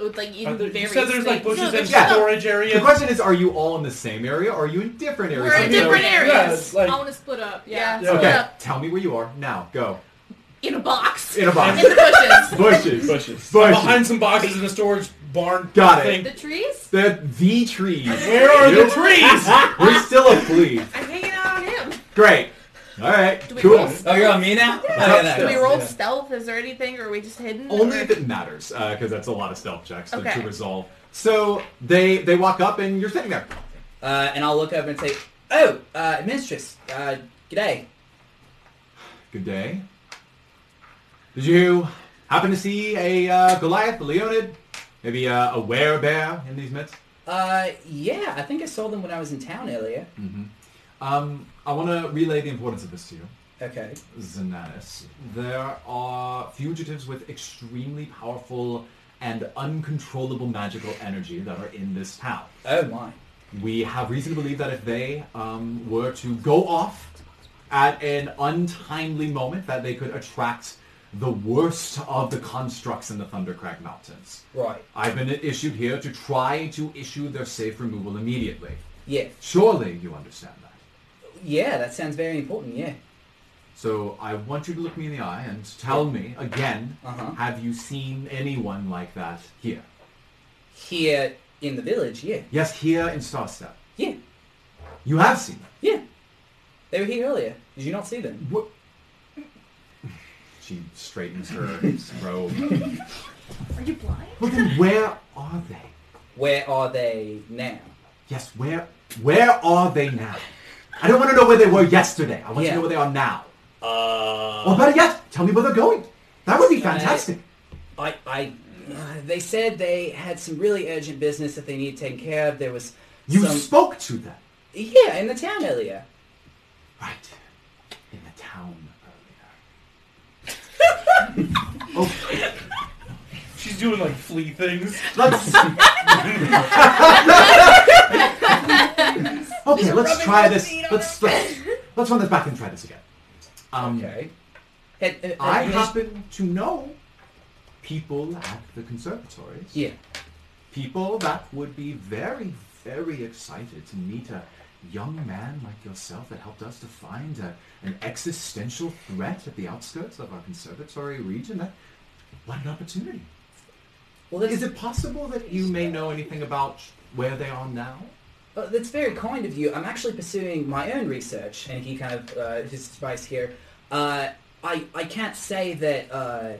D: With like
K: Are
D: in
K: there- you
D: various
K: said there's, like,
D: things.
K: bushes
D: No,
K: and
D: there's
K: stuff.
D: no-
K: Storage area.
B: The question is, are you all in the same area, or are you in different areas?
D: We're in different areas.
K: like-
J: I want to split up. Yeah.
B: Okay,
J: Split up.
B: tell me where you are now. Go.
D: In a box.
B: In a box.
D: In the bushes.
B: Bushes.
C: Bushes.
B: Bushes.
C: Behind some boxes in a storage barn.
B: Got
C: thing.
B: it.
J: The trees?
B: The the trees.
C: Where are the
B: Nope.
C: trees?
B: We're still a flea.
J: I'm hanging out on him.
B: Great. All right.
I: we
B: Cool.
I: roll?
M: Oh, you're on me now. Okay,
I: Do we
M: nice.
I: roll stealth? Is there anything? Or are we just hidden?
B: Only
I: Or-
B: if it matters, because that's a lot of stealth checks to-
I: Okay.
B: to resolve. So they they walk up and you're sitting there.
M: Uh, and I'll look up and say, "Oh, uh, mistress, uh, g'day."
B: Good day. Did you happen to see a uh, Goliath, a Leonid, maybe a, a bear in these midst?
M: Uh, yeah, I think I saw them when I was in town earlier.
B: Mm-hmm. Um, I want to relay the importance of this to you.
M: Okay.
B: Xanatis. There are fugitives with extremely powerful and uncontrollable magical energy that are in this town.
M: Oh my.
B: We have reason to believe that if they um, were to go off at an untimely moment, that they could attract the worst of the constructs in the Thundercrack Mountains.
M: Right.
B: I've been issued here to try to issue their safe removal immediately.
M: Yeah.
B: Surely you understand that.
M: Yeah, that sounds very important. Yeah.
B: So I want you to look me in the eye and tell me again:
M: Uh-huh.
B: Have you seen anyone like that here?
M: Here in the village, yeah.
B: Yes, here in Starstep.
M: Yeah.
B: You have seen. them.
M: Yeah. They were here earlier. Did you not see them?
B: What? She straightens her robe.
J: Are you blind?
B: Well, then where are they?
M: Where are they now?
B: Yes, where where are they now? I don't want to know where they were yesterday. I want to know where they are now.
M: Uh.
B: or better yet, tell me where they're going. That would be fantastic.
M: I, I, uh, they said they had some really urgent business that they needed taken care of. There was
B: you
M: some,
B: spoke to them
M: yeah, in the town earlier.
B: in the town.
C: <laughs> Oh. She's doing like flea things. <laughs>
B: Let's. Okay, let's try this. Let's let's, let's run this back and try this again. Um,
M: okay. Had, uh,
B: I
M: had-
B: happen to know people at the conservatories.
M: Yeah.
B: People that would be very, very excited to meet a young man like yourself that helped us to find a, an existential threat at the outskirts of our conservatory region. That, what an opportunity.
M: Well,
B: Is it possible that you may know anything about where they are now?
M: Uh, that's very kind of you. I'm actually pursuing my own research, and he kind of uh, his advice here. Uh, I I can't say that. Uh,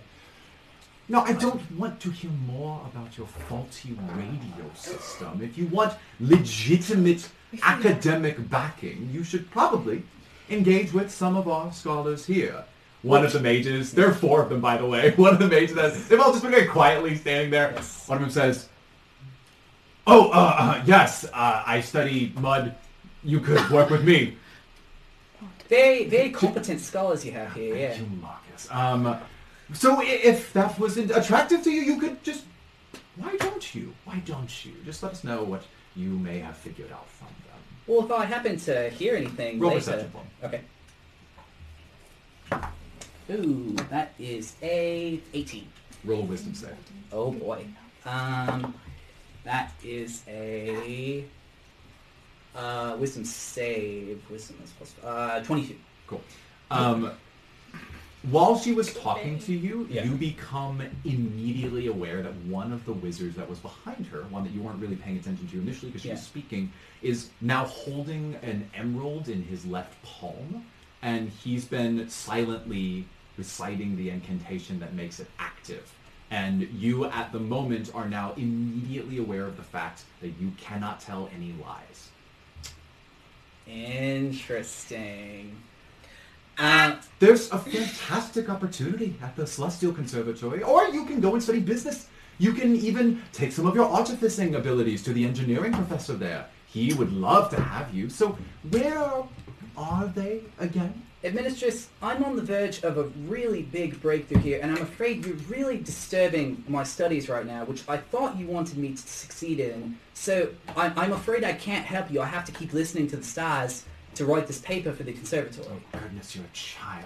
B: No, I don't want to hear more about your faulty radio system. If you want legitimate academic backing, you should probably engage with some of our scholars here. One of the mages, there are four of them, by the way. <laughs> One of the mages has, they've all just been very quietly standing there. One of them says, Oh, uh, uh, yes, uh, I study mud. You could work with me.
M: very very competent scholars you have here. Yeah.
B: Thank you, Marcus. Um, so i- if that wasn't attractive to you, you could just. Why don't you? Why don't you? Just let us know what you may have figured out from them.
M: Well, if I happen to hear anything
B: Roll
M: later.
B: perception for me.
M: Okay. Ooh, that is a 18.
B: Roll wisdom save.
M: Oh boy. Um, that is a uh, wisdom save. Wisdom is plus uh, 22.
B: Cool. Um, while she was talking to you, you become immediately aware that one of the wizards that was behind her, one that you weren't really paying attention to initially because she was
M: Yeah.
B: speaking, is now holding an emerald in his left palm, and he's been silently reciting the incantation that makes it active. And you, at the moment, are now immediately aware of the fact that you cannot tell any lies.
M: Interesting. Uh,
B: There's a fantastic opportunity at the Celestial Conservatory, or you can go and study business. You can even take some of your artificing abilities to the engineering professor there. He would love to have you. So, where are they again?
M: Administress, I'm on the verge of a really big breakthrough here, and I'm afraid you're really disturbing my studies right now, which I thought you wanted me to succeed in. So I'm, I'm afraid I can't help you. I have to keep listening to the stars to write this paper for the conservatory.
B: Oh, Goodness, you're a child.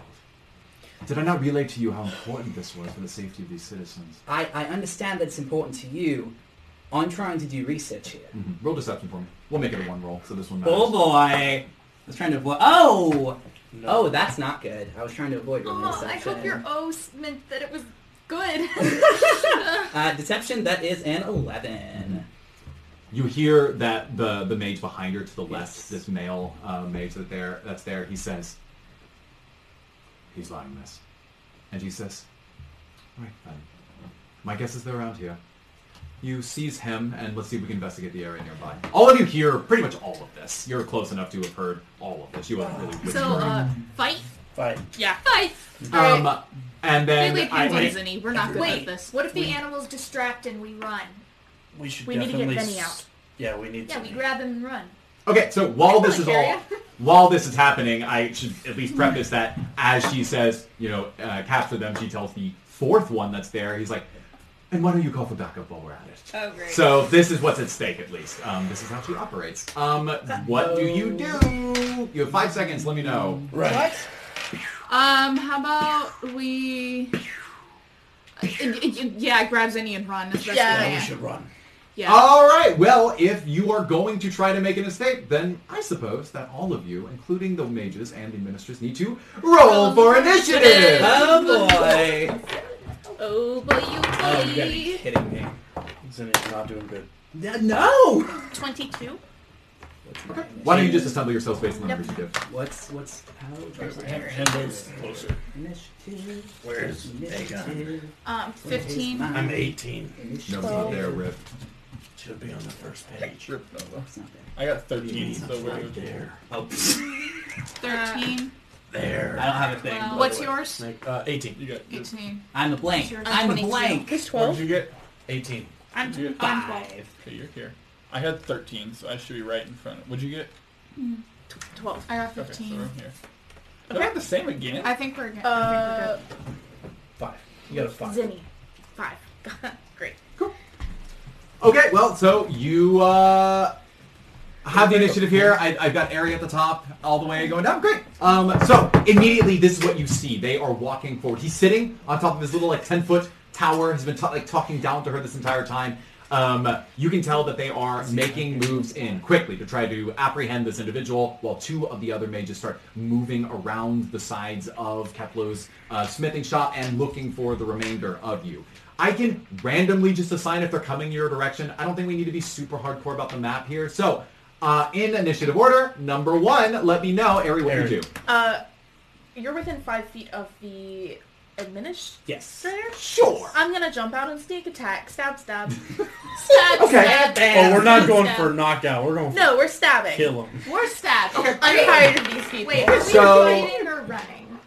B: Did I not relay to you how important this was for the safety of these citizens?
M: I, I understand that it's important to you. I'm trying to do research here.
B: Mhm. Roll deception for me. We'll make it a one roll, so this one matters.
M: Oh boy! I was trying to avoid. Oh, oh, that's not good. I was trying to avoid eh? rolling
J: Oh, I
M: deception.
J: hope your O's meant that it was
I: <laughs> Um,
J: good.
M: uh, deception. That is an eleven.
B: You hear that the the mage behind her to the left, this male uh, mage that there that's there, he says, "He's lying, miss," and she says, "All right, fine. My guess is they're around here." You seize him, and let's see if we can investigate the area nearby. All of you hear pretty much all of this. You're close enough to have heard all of this. You wasn't really
A: So,
B: whispering.
A: uh, fight?
E: Fight.
A: Yeah, fight!
B: um, and then
A: Big
B: I,
A: hands on his knee. We're not good
J: Wait,
A: at this.
J: what if the
A: We-
J: animals distract and we run?
E: We should
J: We need to get
E: definitely
J: Benny
E: s- Yeah, we need
J: Yeah,
E: to.
J: we grab them and run.
B: Okay, so while this is
J: Carry
B: all,
A: <laughs>
B: while this is happening, I should at least preface that as she says, you know, uh, capture them. She tells the fourth one that's there. He's like, and why don't you call for backup while we're at it?
A: Oh, great.
B: So this is what's at stake, at least. Um, this is how she operates. Um, what do you do? You have five seconds. Let me know.
E: Right.
A: Um, how about we... Uh, y- y- yeah, grabs any and run. As best
E: Yeah,
A: we
E: we
A: can.
E: should run.
A: Yeah.
B: All right. Well, if you are going to try to make an escape, then I suppose that all of you, including the mages and the ministers, need to roll for initiative.
M: <laughs>
D: Oh,
M: Oh boy.
D: boy, you
M: Oh, you gotta be
D: boy.
M: kidding me.
E: Zenny's not doing good.
M: No.
D: 22?
B: Why don't you just assemble your spell space and the numbers you give?
M: What's what's how?
C: Hendo's closer.
M: Initiative.
E: Where's Dagon?
D: Um, 15.
E: I'm 18.
B: No, it's not there, Rip.
E: Should be on the first page.
M: It's not there.
C: I got 13, so
E: It's
C: we're
E: right there.
M: Oh,
D: 13.
E: There.
M: I don't have a thing. by the
D: What's
M: way.
D: yours?
E: Snake- Uh, 18.
C: You got
D: 18.
M: I'm a blank.
D: What's yours?
M: I'm a
D: 22.
M: blank.
I: He's
G: Uh,
C: What did
I: 12.
C: you get?
E: 18.
D: I'm,
C: Dude.
D: I'm 12.
M: Five.
C: Okay, you're here. I had 13, so I should be right in front of. What'd you get?
I: 12.
D: I got
C: Okay, so
D: 15.
C: we're here. Did I have the same again?
D: I think we're good.
I: Uh,
E: Five. You got a five.
I: Zinni. Five. Great.
B: Okay. Well, so you uh, have the initiative here. I, I've got Ari at the top, all the way going down. Great. Um, so immediately, this is what you see. They are walking forward. He's sitting on top of his little like ten foot tower. He's been ta- like talking down to her this entire time. Um, you can tell that they are making moves in quickly to try to apprehend this individual, while two of the other mages start moving around the sides of Keplo's uh, smithing shop and looking for the remainder of you. I can randomly just assign if they're coming your direction. I don't think we need to be super hardcore about the map here. So, uh, in initiative order, number one, let me know, Ari, what
E: Ari.
B: you do.
I: Uh, you're within five feet of the administrator.
M: Yes.
B: Sure.
I: I'm gonna jump out and sneak attack. Stab, stab.
D: Stab,
B: Okay.
D: stab.
E: Oh, we're not going
D: Stab.
E: for knockout. We're going for
I: No, we're stabbing.
E: kill him.
D: We're stabbing.
I: I'm tired of these people.
D: Wait, are we
B: So-
D: fighting or running?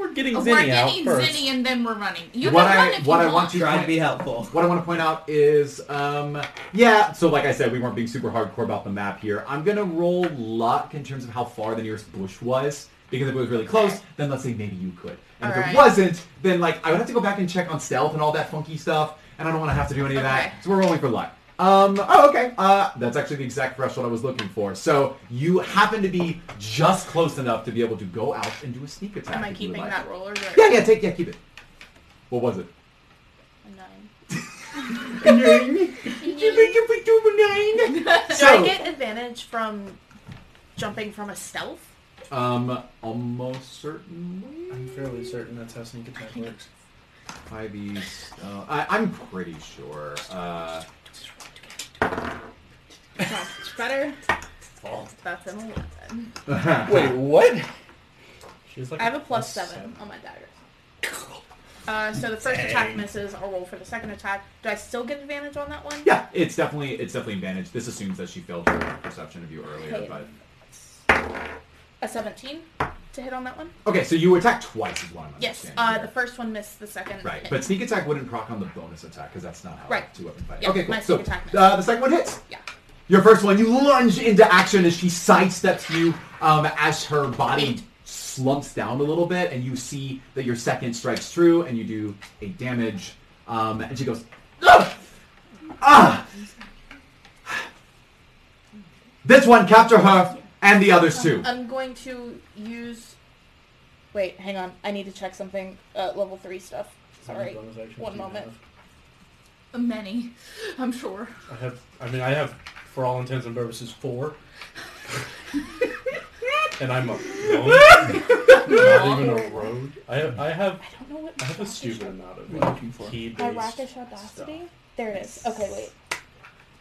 E: We're getting
D: we're
E: Zinni out
D: getting
E: first.
D: Zinni and then we're running. You
B: What
D: can
B: I-
D: run if
B: what
D: you
B: I
D: want.
B: want you-
M: Try to be <laughs> helpful.
B: What I want to point out is, um, yeah, so like I said, we weren't being super hardcore about the map here. I'm going to roll luck in terms of how far the nearest bush was, because if it was really close, then let's say maybe you could. And if
I: Alright.
B: it wasn't, then like I would have to go back and check on stealth and all that funky stuff, and I don't want to have to do any of
I: Okay.
B: that. So we're rolling for luck. Um, oh, okay. Uh, that's actually the exact threshold I was looking for. So you happen to be just close enough to be able to go out and do a sneak attack.
I: Am I
B: if you would
I: keeping
B: like.
I: that roll or
B: Yeah, yeah, take, yeah, keep it. What was it?
I: A nine? <laughs> Do I
B: So,
I: get advantage from jumping from
B: <laughs>
I: a stealth?
B: um, almost certainly
E: I'm fairly certain that's how sneak attack works.
B: by these. Uh, I, I'm pretty sure. Uh,
I: It's better. That's an eleven.
C: Wait, what?
E: She's like
I: I have a plus seven on my dagger. Uh, so the first attack misses. I'll roll for the second attack. Do I still get advantage on that one?
B: yeah, it's definitely it's definitely advantage. This assumes that she failed her perception of you earlier,
I: Okay.
B: but
I: A seventeen to hit on that one.
B: okay. So you attack twice is what I'm
I: Yes.
B: understanding
I: Uh,
B: here.
I: the first one missed. The second.
B: Right,
I: hit.
B: but sneak attack wouldn't proc on the bonus attack because that's not how
I: Right.
B: two weapon fight.
I: Yeah,
B: okay, cool.
I: my
B: so
I: sneak attack
B: uh, the second one hits.
I: Yeah.
B: Your first one, you lunge into action as she sidesteps you um, as her body slumps down a little bit, and you see that your second strikes through, and you do a damage. Um, and she goes, Ugh! ah! This one capture her, and the others too.
I: I'm going to use. Wait, hang on. I need to check something. Uh, level three stuff. Sorry. One moment.
H: <laughs>
D: Many, I'm sure.
E: I have. I mean, I have, for all intents and purposes,
I: <laughs>
E: four. and I'm a road. Not even a road. I have. I have.
I: I don't know what.
E: I have a
I: Brackish-
E: stupid amount of
C: What are you
E: like,
C: looking for?
E: key-based
I: My Brackish Audacity? There it is. Okay, wait.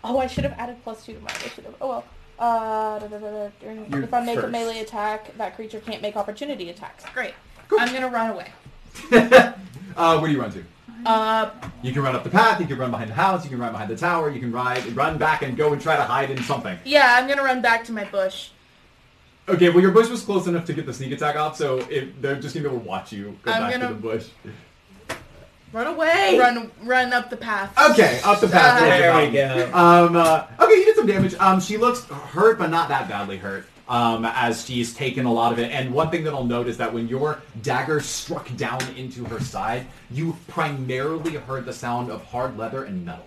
I: Oh, I should have added plus two to my initiative. Oh well. Uh, da, da, da, da, during-
E: You're
I: if I make a
E: first.
I: melee attack, that creature can't make opportunity attacks. Great. I'm gonna run away.
B: Uh, where do you run to?
I: Uh,
B: You can run up the path, you can run behind the house, you can run behind the tower, you can ride, run back and go and try to hide in something.
I: yeah, I'm gonna run back to my bush.
B: Okay, well your bush was close enough to get the sneak attack off, so it, they're just gonna be able to watch you go
I: I'm
B: back to
I: gonna-
B: the bush.
I: Run away. Run, run up the path.
B: Okay, up the path.
I: Uh,
B: towards the
M: Ah, There we
B: mountain.
M: go.
B: Um, uh, okay, you did some damage. Um, she looks hurt, but not that badly hurt. Um, as she's taken a lot of it. And one thing that I'll note is that when your dagger struck down into her side, you primarily heard the sound of hard leather and metal.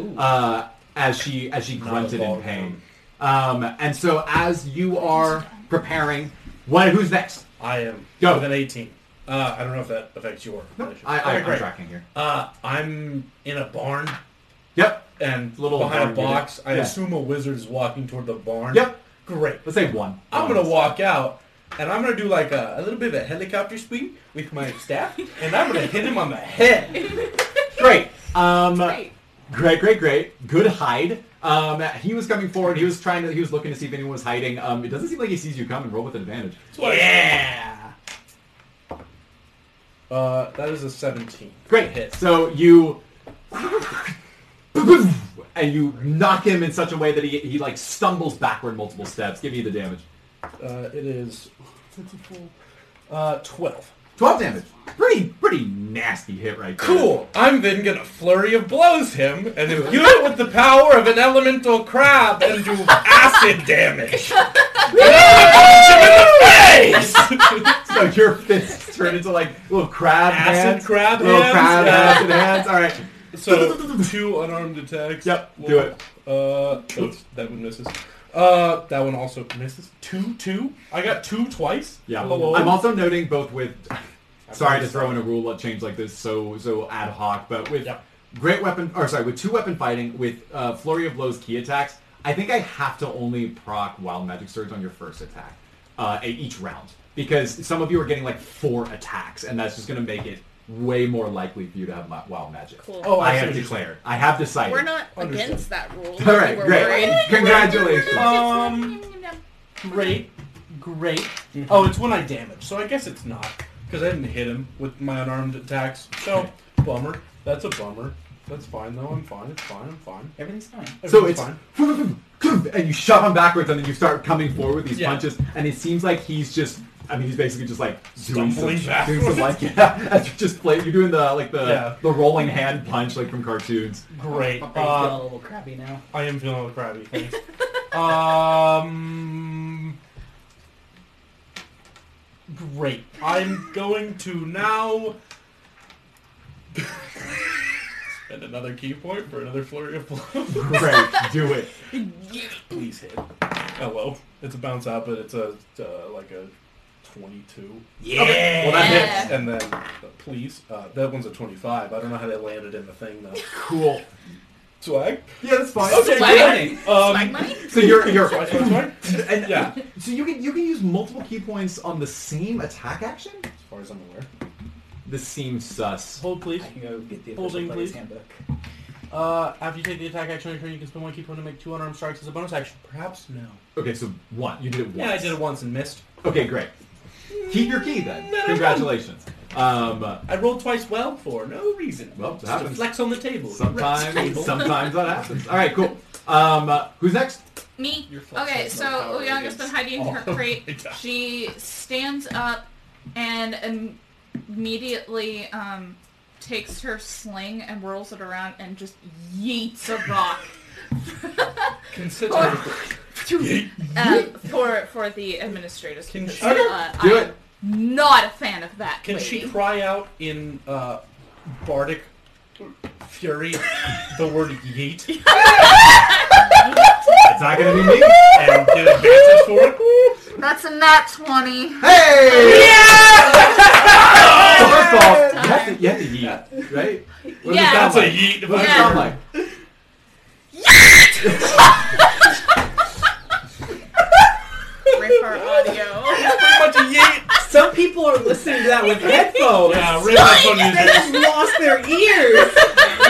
M: Ooh.
B: Uh, as she as she grunted in
E: ballroom.
B: pain. Um, and so as you are preparing, what? Who's next?
E: I am.
B: Go.
E: With an 18. Uh, I don't know if that affects your.
B: I, I,
E: Okay, Uh,
B: I'm
E: great.
B: tracking here.
E: Uh, I'm in a barn.
B: Yep.
K: and
B: Little
K: behind a
B: barn, yeah.
K: box. I
B: Yeah.
K: assume a wizard is walking toward the barn.
B: Yep.
K: Great.
B: Let's say one.
K: I'm gonna walk out and I'm gonna do like a, a little bit of a helicopter sweep with my staff, and I'm gonna hit him on the head.
B: Great. Um, great. Great, great, Good hide. Um, he was coming forward. He was trying to. He was looking to see if anyone was hiding. Um, it doesn't seem like he sees you coming. Roll with an advantage.
K: Yeah. Uh, that is a 17.
B: Great hit. So you, <laughs> and you knock him in such a way that he, he like stumbles backward multiple steps. Give me the damage.
K: Uh, it is uh, 12.
B: 12 damage. Pretty, pretty nasty hit right there.
K: Cool. I'm then gonna flurry of blows him and imbue it with the power of an elemental crab and do acid
B: <laughs>
K: damage. And I'm gonna punch him in
B: <laughs>
K: the face.
B: so your fists turn into like little crab
K: Acid
B: hands.
K: crab
B: little
K: hands, <laughs>
B: crab
K: yeah.
B: acid hands. All right.
K: So two unarmed attacks.
B: Yep,
K: One-
B: do it.
K: Uh, oops, that one misses. Uh, that one also misses. Two, two. I got two twice.
B: Yeah.
K: Hello.
B: I'm also noting both with. <laughs> Sorry to throw in a rule change like this so so ad hoc, but with great weapon or sorry with two weapon fighting with uh, flurry of blows key attacks, I think I have to only proc wild magic surge on your first attack uh, e- each round because some of you are getting like four attacks, and that's just going to make it way more likely for you to have mi- wild magic.
I: Cool.
K: Oh, I
B: I
K: see
B: have
K: what you're
B: declared. I have decided.
I: We're not
K: Understood.
I: against that rule.
B: All right,
I: We're
B: great.
I: worried.
B: Congratulations.
C: Uh,
K: Um, great, great.
M: Mm-hmm.
K: Oh, it's one I damaged, so I guess it's not because I didn't hit him with my unarmed attacks. So bummer. That's a bummer. That's fine though. I'm fine. It's fine. I'm fine.
M: Everything's fine.
B: So
K: Everything's
B: it's and you shove him backwards, and then you start coming forward with these
K: Yeah.
B: punches, and it seems like he's just. I mean, he's basically just like doing some,
K: Stumbling
B: doing some
K: backwards.
B: like <laughs> yeah, as you just play. You're doing the like the
K: Yeah.
B: the rolling hand punch like from cartoons.
K: Great.
M: I feel a
K: Uh,
M: little crappy now.
K: I am feeling a little
J: <laughs>
K: crabby. Thanks. um. Great. I'm going to now <laughs> spend another key point for another flurry of blows.
B: Great, do
K: <laughs>
B: it.
K: Please hit. Hello. It's a bounce out, but it's a uh, Oh, like a twenty-two.
M: Yeah.
K: Well, that
M: Yeah.
K: hits, and then uh, please. Uh, that one's a twenty-five. I don't know how that landed in the thing though.
B: Cool.
K: Swag.
B: Yeah, that's fine.
K: Okay.
M: Swag.
K: great. Um,
B: So you're you're
K: <laughs> Swag. Swag. Swag.
B: <laughs> and
K: Yeah.
B: So you can you can use multiple key points on the same attack action.
K: As far as I'm aware.
B: This seems sus.
K: Hold, please.
M: I can go get the
K: Holding,
M: official player's
K: please.
M: handbook.
K: Uh, after you take the attack action on your turn, you can spend one key point to make two unarmed strikes as a bonus action. Perhaps no.
B: Okay, so one. You did it once.
K: Yeah, I did it once and missed.
B: Okay, great. Keep your key then.
K: No, no, no.
B: Congratulations. Um,
K: I rolled twice well for no reason.
B: Well,
K: just to
B: happens.
K: flex on the table.
B: Sometimes, sometimes that happens. All right, cool. Um, uh, who's next?
H: Me.
E: Your flex
H: Okay,
E: has
H: so
E: no power
H: Oyanga's
E: against
H: been hiding in her
K: all
H: crate.
K: of my
H: She stands up and im- immediately um, takes her sling and rolls it around and just yeets a rock
K: <laughs> Consider
H: um, for for the administrators.
K: Can
H: because,
K: she-
H: uh,
B: Do
H: I'm
B: it.
H: Not a fan of that.
K: Can she
H: lady.
K: cry out in uh, bardic fury the word yeet
B: It's not gonna be me.
K: and get advantage for it?
H: That's a nat twenty. <laughs>
B: Hey! So first off, you have to, you have to yeet, right? What does it
H: Yeah.
B: sound
K: That's a
B: like?
K: yeet.
M: <laughs>
B: What does it
H: Yeah.
B: sound like?
H: Rip our
G: <laughs>
H: audio.
K: Pretty much a yeet.
M: Some people are listening to that with headphones.
K: Yeah, really much on
M: They just lost their ears.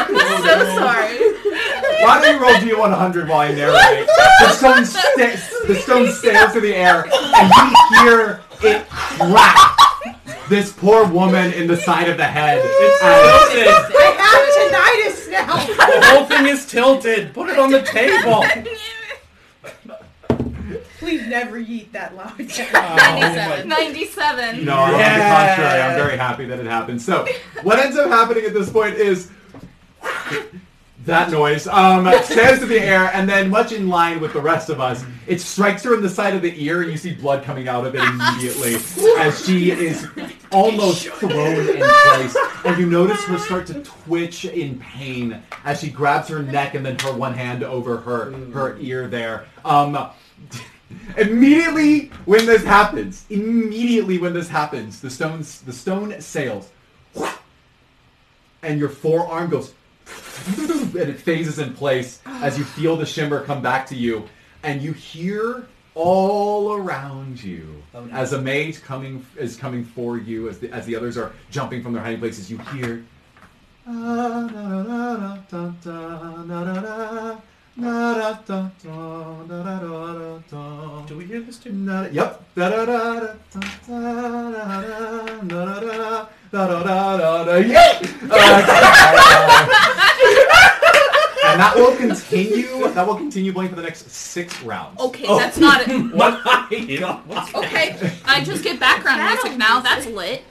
H: I'm so sorry.
B: Why don't you roll D one hundred while I narrate? The stone sta- the stone sails through the air, and you hear it crack. This poor woman in the side of the head. as-
K: Tilted.
M: I have tinnitus now.
K: The whole thing is tilted. Put it on the <laughs> table.
G: Please never yeet that loud.
K: Oh, my-
H: 97.
B: No, I'm on
K: Yeah.
B: the contrary, I'm very happy that it happened. So, what ends up happening at this point is that noise um, stands to the air, and then much in line with the rest of us, it strikes her in the side of the ear, and you see blood coming out of it immediately as she is almost thrown in place. And you notice her start to twitch in pain as she grabs her neck and then her one hand over her her ear there. Um, Immediately when this happens, immediately when this happens, the stones the stone sails, and your forearm goes and it phases in place as you feel the shimmer come back to you, and you hear all around you
M: Oh, no.
B: as a mage coming is coming for you as the, as the others are jumping from their hiding places. You hear
E: Do we hear this too?
B: Yep. Yep. And that will continue. That will continue playing for the next six rounds.
D: Okay,
E: Oh.
D: that's not
E: <laughs>
D: it.
B: What?
D: Okay, I just get background music now. That's lit.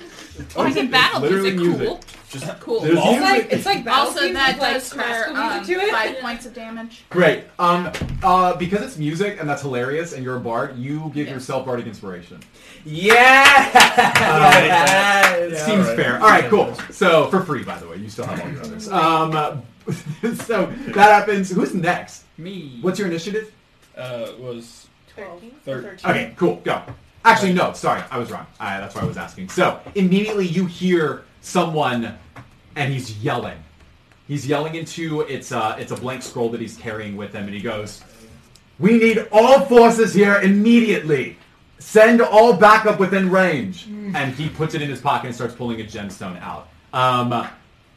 D: Oh, I get battle
B: Literally
D: music. Cool.
E: Just
D: cool.
B: There's
D: Also,
B: usually-
G: It's like
D: also,
G: Battlefield
D: that
G: with, like,
D: does her
G: classical
D: um,
G: music to it.
D: five
G: <laughs>
D: points of
E: <laughs>
D: damage.
B: Great. Um, uh, because it's music and that's hilarious, and you're a bard, you give yourself bardic inspiration.
M: Yeah.
B: Alright.
M: Yes!
B: Seems
C: alright.
B: fair. All right, cool. So for free, by the way, you still have all your others. Um, <laughs> uh, so that happens. Who's next?
C: Me.
B: What's your initiative?
C: Uh, was
G: 13?
C: third.
B: Okay, cool. Go. Actually, no. Sorry, I was wrong. I, that's why I was asking. So immediately you hear someone, and he's yelling. He's yelling into it's uh it's a blank scroll that he's carrying with him, and he goes, "We need all forces here immediately. Send all backup within range." And he puts it in his pocket and starts pulling a gemstone out. Um,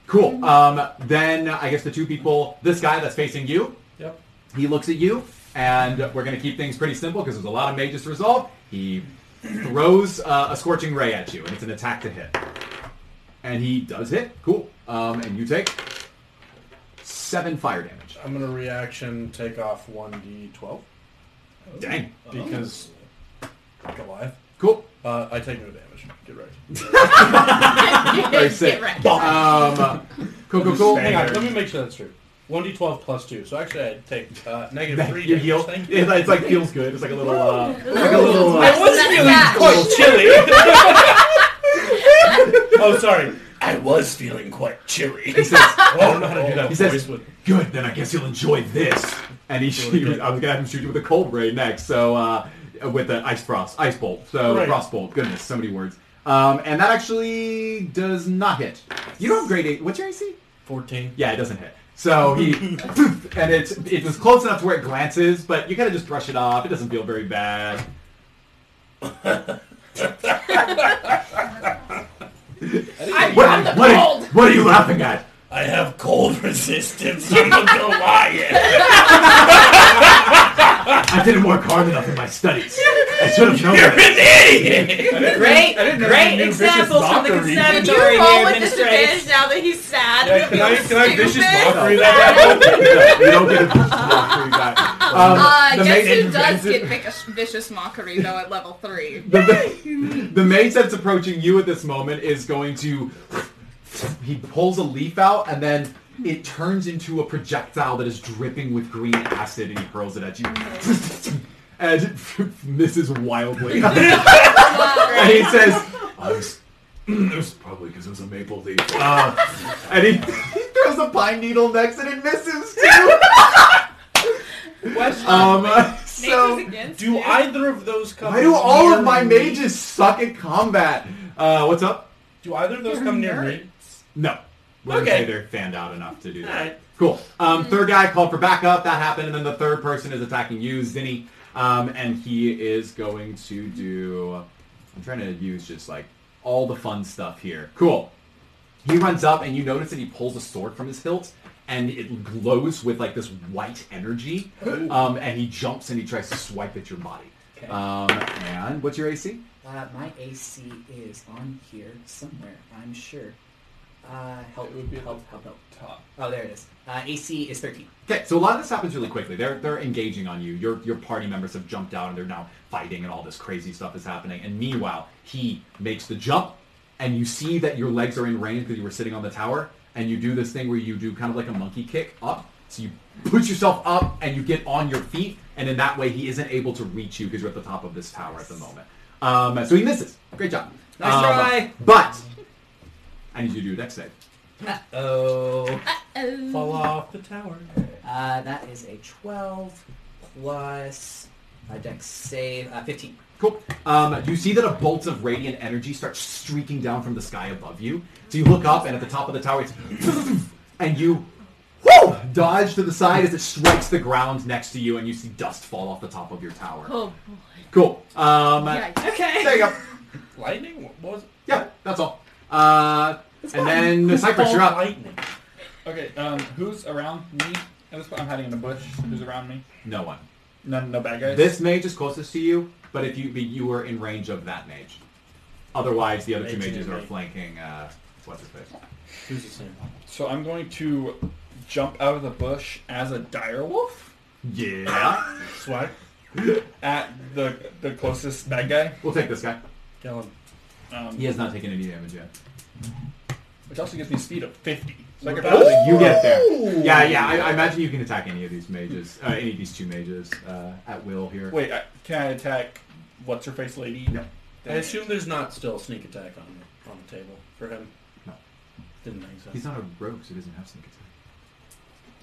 B: cool. Um, then I guess the two people, this guy that's facing you,
C: Yep.
B: he looks at you, and we're going to keep things pretty simple because there's a lot of mages to resolve. He throws uh, a scorching ray at you, and it's an attack to hit. And he does hit. Cool. Um, and you take seven fire damage.
E: I'm gonna reaction take off one d twelve
B: Dang.
E: because Goliath.
B: Cool.
E: Uh, I take no damage. Get right.
B: Very sick.
D: Get wrecked.
E: <laughs>
B: Um, cool, cool, cool.
E: Hang on, let me make sure that's true. One d twelve plus two. So actually, I take uh, negative three
B: You
E: damage.
B: heal.
E: Thank you.
K: <laughs>
B: It's, it's like feels good. It's like a little.
E: <laughs>
B: Uh, it's like a little.
E: I
B: Uh,
E: was feeling quite chilly. oh, sorry. I was feeling quite <laughs> chilly.
B: he says,
E: Oh, I don't know how to do that
B: He
E: voice
B: says,
E: with-
B: "Good, then I guess you'll enjoy this." And he, he was, I was gonna have him shoot you with a cold ray next, so uh, with an ice frost, ice bolt, so
E: Right.
B: frost bolt. Goodness, so many words. Um, and that actually does not hit. You don't have grade eight. What's your AC?
E: 14.
B: Yeah, it doesn't hit. So he <laughs> and it's it was close enough to where it glances, but you kind of just brush it off. It doesn't feel very bad. What, what are, what are you laughing at?
E: I have cold resistance. I'm a Goliath.
B: I didn't work hard enough in my studies. I should have known.
E: You're
B: better.
E: an idiot.
K: <laughs>
M: Great, great examples from the conservatory here, administrators.
D: now that he's sad.
E: Can I, can I vicious
B: No,
E: mockery
B: you don't get a mockery back. Um,
D: Uh,
B: the
D: guess
B: maid-
D: who does get vicious, vicious mockery though at level three?
B: The, ma- the maid that's approaching you at this moment is going to. He pulls a leaf out and then it turns into a projectile that is dripping with green acid and he hurls it at you. And <laughs> misses wildly. and he says, I was, <clears throat> it was probably because it was a maple leaf. Uh, and he, <laughs> he throws a pine needle next and it misses too. <laughs>
G: Question.
B: Um, so,
G: against
E: Do
G: you?
E: either of those come?
B: why do all of
E: near
B: my
E: me?
B: mages suck at combat? Uh, what's up?
E: Do either of those come near me?
B: No. We're gonna
E: Okay.
B: say they're fanned out enough to do that.
E: Alright.
B: Cool. Um, Third guy called for backup. That happened. And then the third person is attacking you, Zinni. Um, and he is going to do... I'm trying to use just, like, all the fun stuff here. Cool. He runs up, and you notice that he pulls a sword from his hilt, and it glows with, like, this white energy. Um, and he jumps, and he tries to swipe at your body.
M: Okay.
B: Um, and what's your AC?
M: Uh, my AC is on here somewhere, I'm sure. Uh, help,
C: It would be at
M: help,
C: the
M: help, help.
C: top.
M: Oh, there it is. Uh, AC is 13.
B: Okay, so a lot of this happens really quickly. They're they're engaging on you. Your your party members have jumped out and they're now fighting and all this crazy stuff is happening. And meanwhile, he makes the jump and you see that your legs are in range because you were sitting on the tower and you do this thing where you do kind of like a monkey kick up. So you push yourself up and you get on your feet and in that way he isn't able to reach you because you're at the top of this tower at the moment. Um, so he misses. Great job.
M: Nice
B: Um,
M: try.
B: But I need you to do a dex save.
M: Oh.
E: Fall off the tower.
M: Uh, that is a 12 plus a dex save, uh, 15.
B: Cool. Um, you see that a bolt of radiant energy starts streaking down from the sky above you. So you look up, <laughs> and at the top of the tower, it's and you Whoa! Dodge to the side as it strikes the ground next to you, and you see dust fall off the top of your tower.
D: <laughs> Oh,
B: Cool. Um,
D: okay.
B: There you go.
C: Lightning? What was it?
B: Yeah, that's all. Uh, and then Cypress, you're up.
E: Lightning.
C: Okay, um, who's around me? At this point, I'm hiding in a bush. Who's around me?
B: No one.
C: None, no bad guys.
B: This mage is closest to you, but if you but you were in range of that mage. Otherwise, the other two
C: Mage and
B: mages are
C: mage.
B: flanking. Uh, what's his face?
E: Who's the same?
C: So I'm going to jump out of the bush as a dire wolf
B: Yeah.
E: Swag.
C: at the the closest bad guy.
B: We'll take this guy.
E: Kill him.
C: Um,
B: He has not taken any damage yet.
C: Which also gives me speed of 50. So I
E: We're
C: could
E: back.
C: probably
B: You get there.
E: Ooh.
B: Yeah, yeah. I, I imagine you can attack any of these mages, uh, any of these two mages, uh, at will here.
C: Wait, I, can I attack what's her face lady?
B: No.
E: I assume there's not still a sneak attack on the, on the table for him.
B: No.
E: Didn't think so.
B: He's not a rogue, so he doesn't have sneak attack.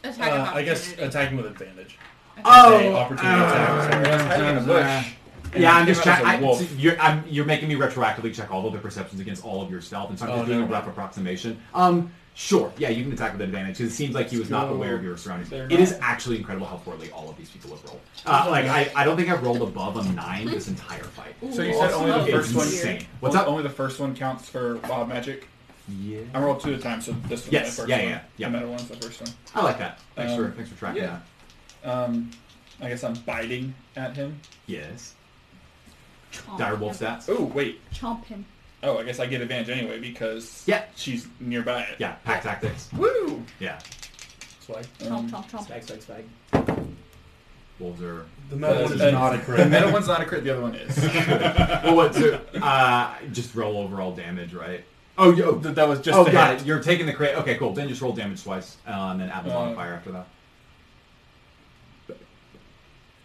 D: Attack
E: uh,
D: of
E: I guess
D: opportunity.
E: attacking with advantage.
B: Oh,
E: Say opportunity attack.
C: I was hiding in a bush. and
B: uh, Yeah,
C: I
B: I'm just
C: came out as
B: checking.
C: a wolf.
B: You're, I'm, you're making me retroactively check all of the perceptions against all of yourself, and so I'm just
E: Oh,
B: doing a
E: never
B: rough approximation. Um, sure. Yeah, you can attack with advantage because it seems like he was not
C: No,
B: aware of your surroundings.
C: they're
B: It is
C: not.
B: actually incredible how poorly all of these people have rolled. Uh, like I, I don't think I've rolled above a nine this entire fight.
C: So you said only
B: It's
C: the first one. Oh.
B: insane. What's up?
C: Only the first one counts for wild magic.
B: Yeah.
C: I rolled two at a time, so this one's
B: Yes,
C: the first
B: yeah,
C: one.
B: yeah, yeah.
C: The metal one's the first one.
B: I like that. Thanks for
C: Um,
B: thanks for tracking
C: yeah.
B: that.
C: Um, I guess I'm biting at him.
B: Yes.
D: Chomp
B: Direwolf
D: him.
B: stats.
C: Oh wait.
D: Chomp him.
C: Oh, I guess I get advantage anyway because
B: Yeah.
C: she's nearby. It.
B: Yeah. Pack tactics.
C: Woo.
B: Yeah.
E: Swag.
D: Chomp,
C: Um,
D: chomp,
B: ah.
D: chomp.
M: Swag, swag, swag.
B: Wolves
C: <laughs>
B: are.
E: The metal
C: metal one
E: one
C: is
E: is
C: Uh,
E: not a
C: The <laughs>
E: crit.
C: metal one's not a crit. The other one is.
B: well, what? So, uh, just roll overall damage, right? Oh, yo,
C: Th- that was just.
B: oh,
C: a
B: got
C: hit.
B: it. You're taking the crit. Okay, cool. Then just roll damage twice, uh, and then add the
C: Uh,
B: modifier after that.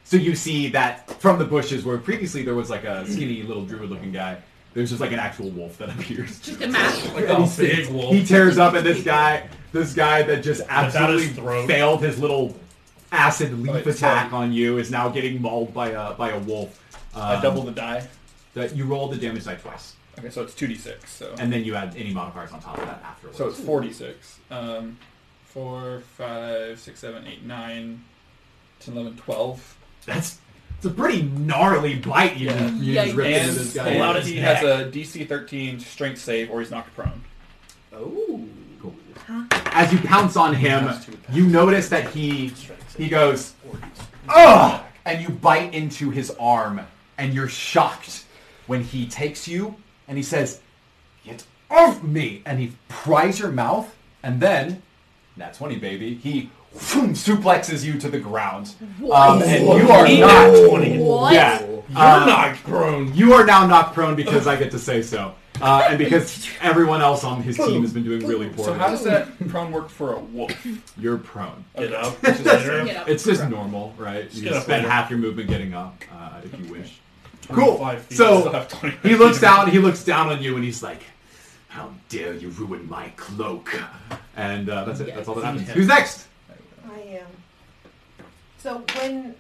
B: So you see that from the bushes where previously there was like a skinny little druid-looking guy. There's just like an actual wolf that <laughs> appears.
D: Just a mask.
E: Like
B: And
E: a
B: he's-
E: big wolf.
B: He tears up at this guy, this guy that just
E: out his
B: absolutely
E: throat.
B: failed his little acid leap
C: Wait,
B: attack
C: sorry.
B: on you is now getting mauled by a by a wolf.
C: I
B: Um,
C: doubled the die.
B: that you roll the damage die twice,
C: Okay, so it's two d six. So.
B: and then you add any modifiers on top of that afterwards.
C: So it's 46. Um, 4, 5, 6, 7, 8, 9, 10, 11, 12.
B: That's it's a pretty gnarly bite you,
C: Yeah.
B: you just ripped into
C: And,
B: this guy.
E: Pull out
C: and
E: his
C: he
E: neck.
C: has a DC 13 strength save or he's knocked prone.
M: Oh.
B: Cool. As you pounce on him, you notice that he he goes, Ugh! and you bite into his arm, and you're shocked when he takes you and he says, "Get off me!" and he pries your mouth, and then that's twenty, baby. He suplexes you to the ground, um, and you are not.
E: 20.
D: What?
B: Yeah,
E: You're
B: uh,
E: not grown.
B: you are now knock prone because I get to say so, uh, and because everyone else on his team has been doing really poorly.
C: So how does that prone work for a wolf?
B: You're prone.
E: Get up.
D: Get
E: Later.
D: up.
B: It's just normal, right? You
E: get
B: just
E: up
B: spend
E: later.
B: half your movement getting up, uh, if you wish. Cool.
E: 25 feet.
C: Still
B: So
C: have 20.
B: he looks down. He looks down on you, and he's like, "How dare you ruin my cloak?" And uh, that's it. That's all that happens. Who's next?
G: I am. So when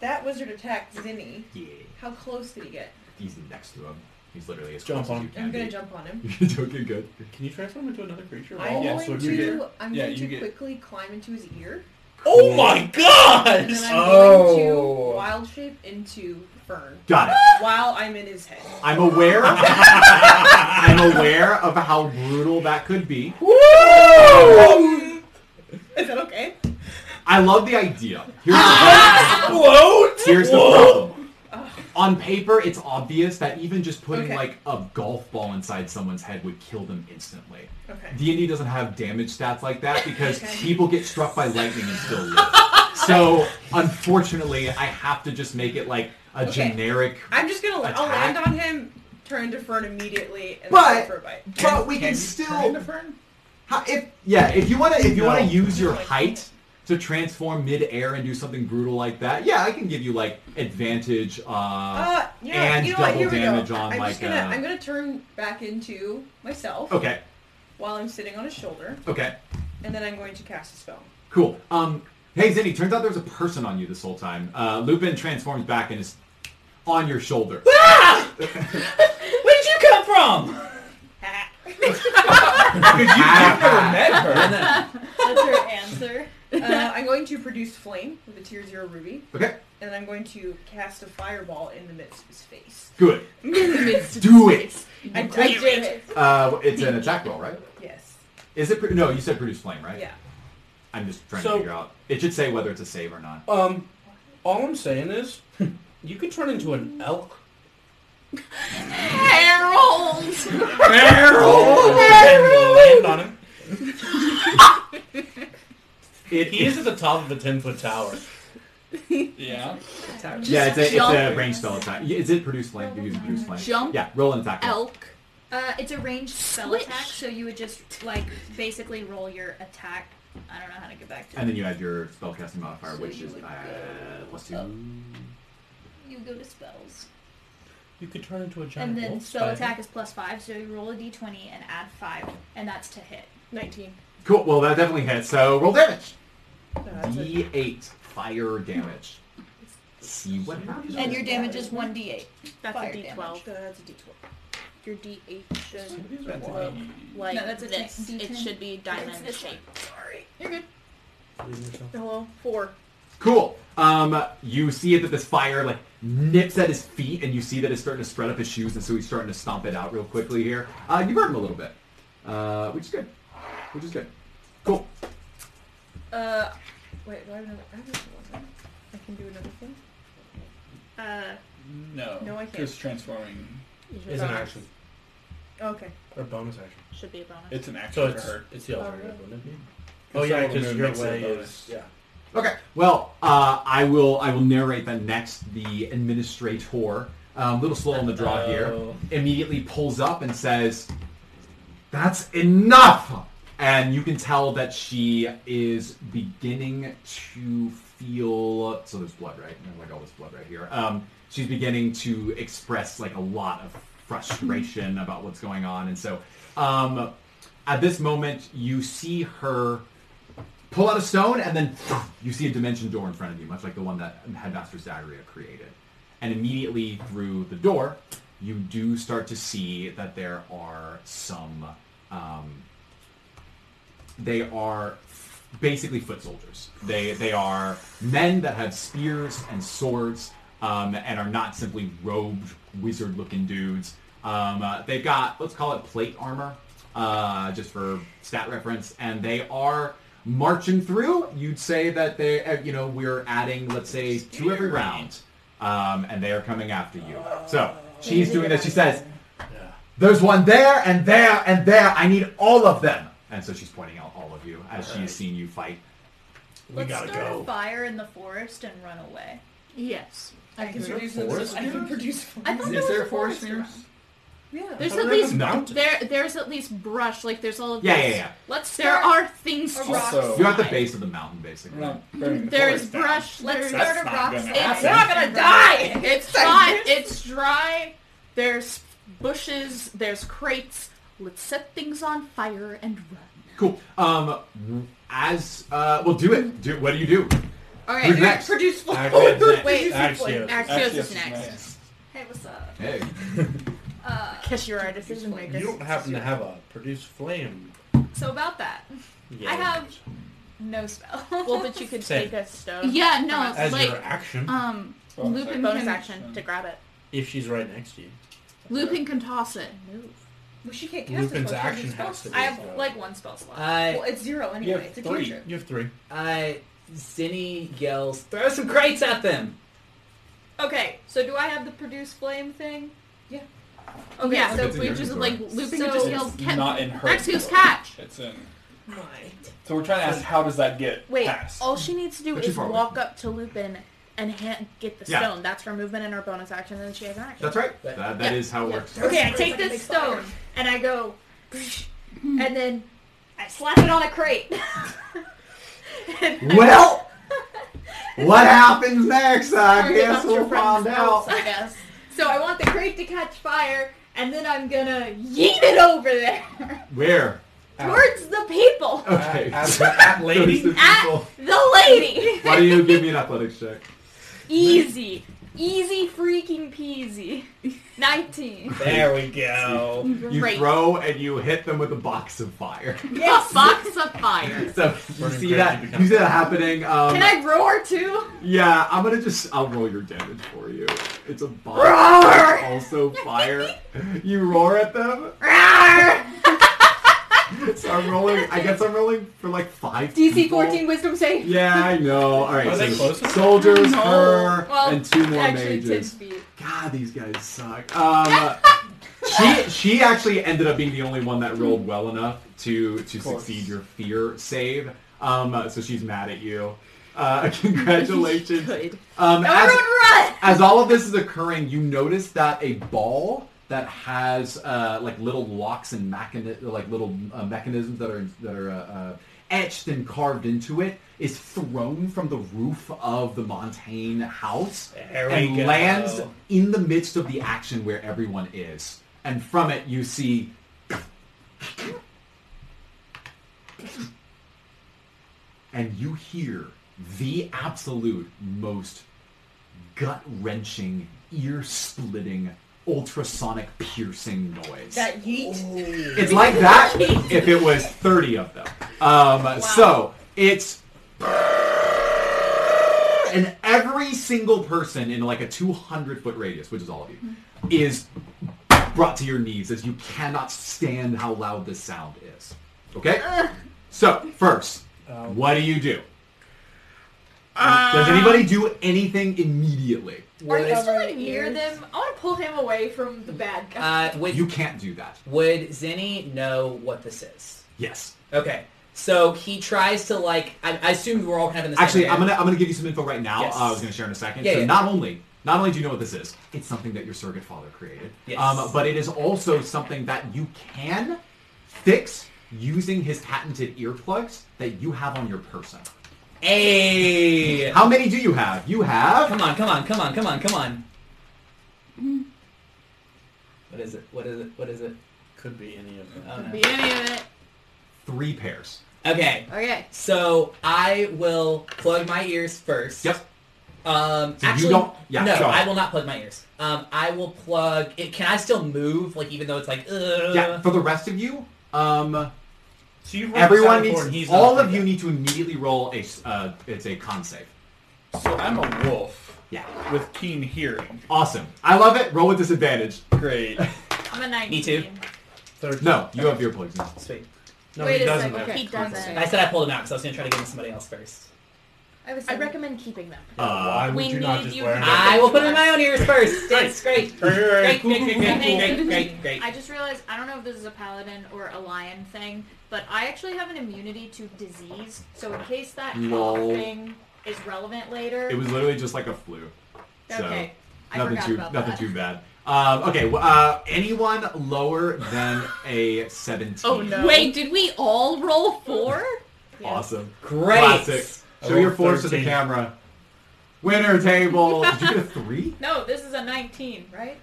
G: that wizard attacked Zinni,
B: Yeah,
G: how close did he get?
B: he's next to him. He's literally as
E: Jump
B: close as
E: on.
B: you
G: I'm
B: can
G: gonna
B: be.
G: jump on him.
B: <laughs> You're doing good.
E: Can you transform into another creature?
G: I'm
C: yeah,
G: going
C: so you
G: to
C: get-
G: I'm
C: yeah,
G: going
C: you
G: to
C: get-
G: quickly climb into his ear,
E: Oh my god!
G: and then I'm
C: Oh.
G: going to wild shape into Fern
B: Got it.
G: while I'm in his head.
B: I'm aware. <laughs> I'm aware of how brutal that could be.
G: Is that okay?
B: I love the idea. Here's
G: <laughs>
B: the, here's the problem. On paper, it's obvious that even just putting
G: Okay.
B: like a golf ball inside someone's head would kill them instantly.
G: Okay.
B: D&D doesn't have damage stats like that because
G: Okay.
B: people get struck by lightning and still live.
G: <laughs>
B: So, unfortunately, I have to just make it like a
G: Okay.
B: generic.
G: I'm just gonna I'll
B: Attack.
G: land on him, turn to Fern immediately, and
B: But-
G: then for a bite.
B: But we can
C: you turn into
B: still, <laughs>
C: fern?
B: how- if yeah, if you wanna, if you wanna
E: No.
B: use your height to transform midair and do something brutal like that, yeah, I can give you like advantage. Uh,
G: Uh, yeah,
B: and
G: you know what?
B: double
G: Here we
B: damage
G: go.
B: on,
G: I'm
B: like,
G: just gonna,
B: uh,
G: I'm gonna turn back into myself
B: okay,
G: while I'm sitting on his shoulder,
B: okay.
G: and then I'm going to cast a spell.
B: Cool. Um, hey, Zinni, turns out there's a person on you this whole time. Uh, Lupin transforms back and is on your
G: <laughs>
B: shoulder.
M: Where did you come from?
G: Ha. <laughs>
B: Ah,
C: Never met her.
M: And then
J: That's her answer.
G: uh, I'm going to produce flame with a tier zero ruby.
B: Okay.
G: And I'm going to cast a fireball in the midst of his face.
B: Good.
G: in the midst of
B: Do
G: his
B: it.
G: face. I, I did it.
B: Uh, it's an attack roll, right?
G: Yes.
B: Is it? Pro- no, you said produce flame, right?
G: Yeah.
B: I'm just trying
E: So-
B: to figure out. It should say whether it's a save or not.
E: Um, all I'm saying is, <laughs> you could turn into an elk.
D: Harold!
H: <laughs>
E: Land on him. he is at the top of a ten foot tower.
B: yeah,
C: Yeah.
B: it's a, it's a
D: jump.
B: range spell attack. Yeah, Is it produce flame? You're using produce flame.
D: Jump.
B: Yeah, roll an attack. roll.
D: Elk.
H: Uh, it's a ranged spell attack, so you would just like basically roll your attack. I don't know how to get back to.
B: And
H: it.
B: then you add your spellcasting modifier,
H: So
B: which
H: you
B: is
H: would
B: uh, plus two.
H: you go to spells,
E: You could turn into a giant
H: and then
E: wolf
H: spell
E: spider.
H: attack is plus five, so you roll a d20 and add five, and that's to hit.
G: Nineteen. Uh,
B: Cool. Well, that definitely hits. So roll damage.
G: that's a-
B: D8 fire
H: <laughs>
B: damage. See what happens.
H: And your damage is one d8.
I: That's
H: Fire
I: a D12.
H: damage.
G: That's a d12.
I: Your D8 should
E: That's
I: look like
D: No, that's a
I: this.
D: D10.
I: It should be diamond
D: It's
I: shape.
G: Sorry. You're good.
E: Leave yourself.
G: Hello. Four.
B: Cool. Um, you see that this fire like nips at his feet, and you see that it's starting to spread up his shoes, and so he's starting to stomp it out real quickly here. Uh, you burn him a little bit, uh, which is good. Which is good. Cool.
G: Uh, wait. Do I have another? I have another one. right? I can do another thing. Uh,
C: No.
G: No, I can't.
C: Because transforming,
I: You should
E: Is an
I: bonus-
E: action
G: okay.
E: or bonus action.
I: Should be a bonus.
C: it's an action
E: So
C: for
E: it's
C: her.
E: it's the alternative,
G: Alright.
E: wouldn't it?
C: Oh,
E: Oh
C: yeah,
E: yeah,
C: 'cause
E: because
C: your
E: your
C: way
E: way
C: is-
E: is yeah.
B: Okay. Well, uh, I will. I will narrate that next. The administrator, a little slow on the draw here,
E: Oh.
B: immediately pulls up and says, "That's enough." And you can tell that she is beginning to feel. So there's blood, right? There's like all this blood right here. Um, she's beginning to express like a lot of frustration about what's going on, and so um, at this moment you see her pull out a stone, and then <sniffs> you see a dimension door in front of you, much like the one that Headmaster Zagria created. And immediately through the door, you do start to see that there are some. Um, they are basically foot soldiers. They they are men that have spears and swords, um, and are not simply robed wizard-looking dudes. Um, uh, they've got let's call it plate armor, uh, just for stat reference, and they are marching through. You'd say that they, uh, you know, we're adding let's say two every round, um, and they are coming after you. So she's doing this. She says. There's one there and there and there. I need all of them. And so she's pointing out all of you as she has seen you fight.
E: We
H: Let's
E: gotta
H: start a
E: go.
H: fire in the forest and run away.
D: Yes.
G: I can
C: there
G: produce.
C: a
G: another-
C: forest
G: I can
C: here?
G: produce.
D: I thought
C: Is
D: there was
C: there
D: a
C: a forest
D: forest
C: near?
D: around.
H: Oh.
G: Yeah.
D: There's
E: How
D: at
E: about
D: least
E: a mountain?
D: there. There's at least brush. Like there's all of
B: Yeah,
D: this.
B: yeah, yeah.
H: Let's
D: There
H: start-
D: are things to
C: rocks. Also-
B: You're at the base of the mountain, basically.
D: There is brush.
H: Let's
D: There's
H: start a rock.
C: gonna
H: It's
C: happen.
H: not gonna die.
D: It's dry. It's dry. There's bushes. There's crates. Let's set things on fire and run.
B: Cool. Um, as uh, well, do it. Do what do you do?
D: Okay.
B: Who's next?
G: Produce.
E: Axios.
G: Wait.
E: Axios.
D: Axios is next.
H: Hey, what's up?
B: Hey,
H: Uh,
I: Kiss your eye decision maker.
E: You don't happen to have a produce flame.
H: so about that,
E: yet.
H: I have no spell.
I: Well, but you could
E: Same.
I: take a stone.
D: Yeah. No.
E: as
D: like
E: your action
D: um,
C: Bonus
D: Lupin
I: Bonus
D: can
I: action to grab it.
E: if she's right next to you.
D: Lupin can toss it.
I: Move.
G: Well, she can't cast
E: Lupin's
G: it.
E: action has to be.
H: I have
E: so-
H: like one spell slot.
G: Well,
M: Uh,
G: it's zero
C: You
G: anyway.
C: have
G: It's a
C: three.
G: cantrip.
E: You have three.
M: uh, Zinni yells, "Throw some crates at them!"
H: Okay, so do I have the produce flame thing?
G: Yeah.
H: Okay,
D: yeah.
H: so
B: It's in
D: we
B: your
D: just
B: inventory.
D: like Lupin
H: So-
D: can just yell.
C: It's
D: Cat-
C: not in her.
D: Axios
C: door.
D: catch.
C: It's in.
G: Mine.
C: So we're trying to ask, how does that get
I: Wait,
C: passed?
G: oh.
I: all she needs to do
B: But she's
I: is
B: far away.
I: walk up to Lupin and hand, get the
B: Yeah.
I: stone. That's her movement and her bonus action, and then she has an action.
B: that's right. That, that is how it works.
H: Okay, I take this stone and I go, and then I slap it on a
I: <laughs>
H: crate.
B: Well, what happens next? I
H: Target
B: guess
H: up
B: we'll
H: your
B: find
H: friend's
B: out.
H: house, I guess. So I want the crate to catch fire, and then I'm gonna yeet it
B: <laughs>
H: over there
B: Where?
H: towards the people,
B: Okay. <laughs>
E: At, at, at lady. <laughs>
B: Those two people. <laughs>
H: the lady.
B: Why do you give me an athletics check?
H: Easy.
J: Easy freaking peasy. 19.
M: There we go.
B: You
J: Great.
B: throw and you hit them with a box of fire.
J: Yes.
D: box of fire.
B: <laughs> So you see that you see that happening. Um,
J: Can I roar too?
B: Yeah, I'm gonna just I'll roll your damage for you. It's a box.
J: Roar!
B: It's also
J: <laughs>
B: fire. you roar at them. <laughs> so I'm rolling. I guess I'm rolling for like five.
J: DC
B: people.
J: 14 wisdom <laughs> save.
B: Yeah, I know. All right,
C: Are they
B: so
C: close enough?
B: soldiers,
J: No.
B: her,
J: Well,
B: and two more
J: actually, 10
B: mages.
J: feet.
B: God, these guys suck. Um, <laughs> she she actually ended up being the only one that rolled well enough to to succeed your fear save. Um, uh, so she's mad at you. Uh, <laughs>
J: <laughs>
B: congratulations. Um, as, as all of this is occurring, you notice that a ball that has uh, like little locks and mechani- like little uh, mechanisms that are that are uh, uh, etched and carved into it is thrown from the roof of the Montaigne house
M: There we
B: and
M: go.
B: lands in the midst of the action where everyone is. And from it, you see and you hear the absolute most gut-wrenching, ear-splitting, ultrasonic piercing noise.
G: That yeet.
B: it's like that if it was 30 of them. Um, So it's and every single person in like a 200 foot radius, which is all of you, is brought to your knees as you cannot stand how loud this sound is. Okay? So first, what do you do? Does anybody do anything immediately?
J: Are you still like near them? I want to pull him away from the bad guy.
M: Uh, would,
B: you can't do that.
M: Would Zenny know what this is?
B: Yes.
M: Okay. So he tries to like. I, I assume we're all kind of in the same
B: Actually, I'm
M: area.
B: gonna I'm gonna give you some info right now.
M: Yes.
B: Uh, I was gonna share in a second.
M: Yeah,
B: so
M: yeah.
B: not only not only do you know what this is, it's something that your surrogate father created.
M: Yes.
B: Um, but it is also something that you can fix using his patented earplugs that you have on your person.
M: Hey.
B: How many do you have? You have.
M: Come on! Come on! Come on! Come on! Come on! What is it? What is it? What is it?
E: Could be any of them.
M: Oh, no.
D: Be any of it.
B: Three pairs.
M: Okay.
D: Okay.
M: So I will plug my ears first.
B: Yep.
M: Um,
B: So you
M: actually,
B: don't- yeah,
M: no,
B: go.
M: I will not plug my ears. Um, I will plug. It, can I still move? Like even though it's like. Uh,
B: yeah. For the rest of you, um,
E: So you
B: everyone needs
E: before and he's not
B: all of you need to immediately roll a s- uh, it's a con save.
C: So I'm a wolf.
B: Yeah.
C: With keen hearing.
B: Awesome. I love it. Roll with disadvantage.
C: Great.
H: I'm a 19.
M: Me too.
B: No, you have earplugs now.
M: Sweet.
E: No,
H: Wait
E: he
H: a
E: doesn't.
H: second.
E: have
H: He
E: clothes.
H: doesn't.
M: I said I pulled them out because I was gonna try to give them to somebody else first.
I: I, was I recommend keeping them.
B: Uh,
E: Why would
H: We
E: you not
H: need
E: just
H: you
E: wear
H: to-
E: them?
M: I will put them in my own ears first. That's great.
E: Right, right, right.
M: Great, great, great, great, great, great, great, great.
H: I just realized I don't know if this is a paladin or a lion thing, but I actually have an immunity to disease. So in case that
B: Lol.
H: thing is relevant later,
B: It was literally just like a flu. So
H: Okay. I
B: nothing
H: forgot
B: too
H: about
B: nothing
H: that. <laughs>
B: too bad. Um, okay, well, uh, anyone lower than a 17.
D: Oh no.
H: Wait, did we all roll four?
B: Awesome.
M: Great.
B: Classic.
E: I
B: Show your
E: rolled
B: force to the
E: 13.
B: camera. Winner
H: <laughs>
B: table. Did you get a 3?
H: No, this is a 19, right?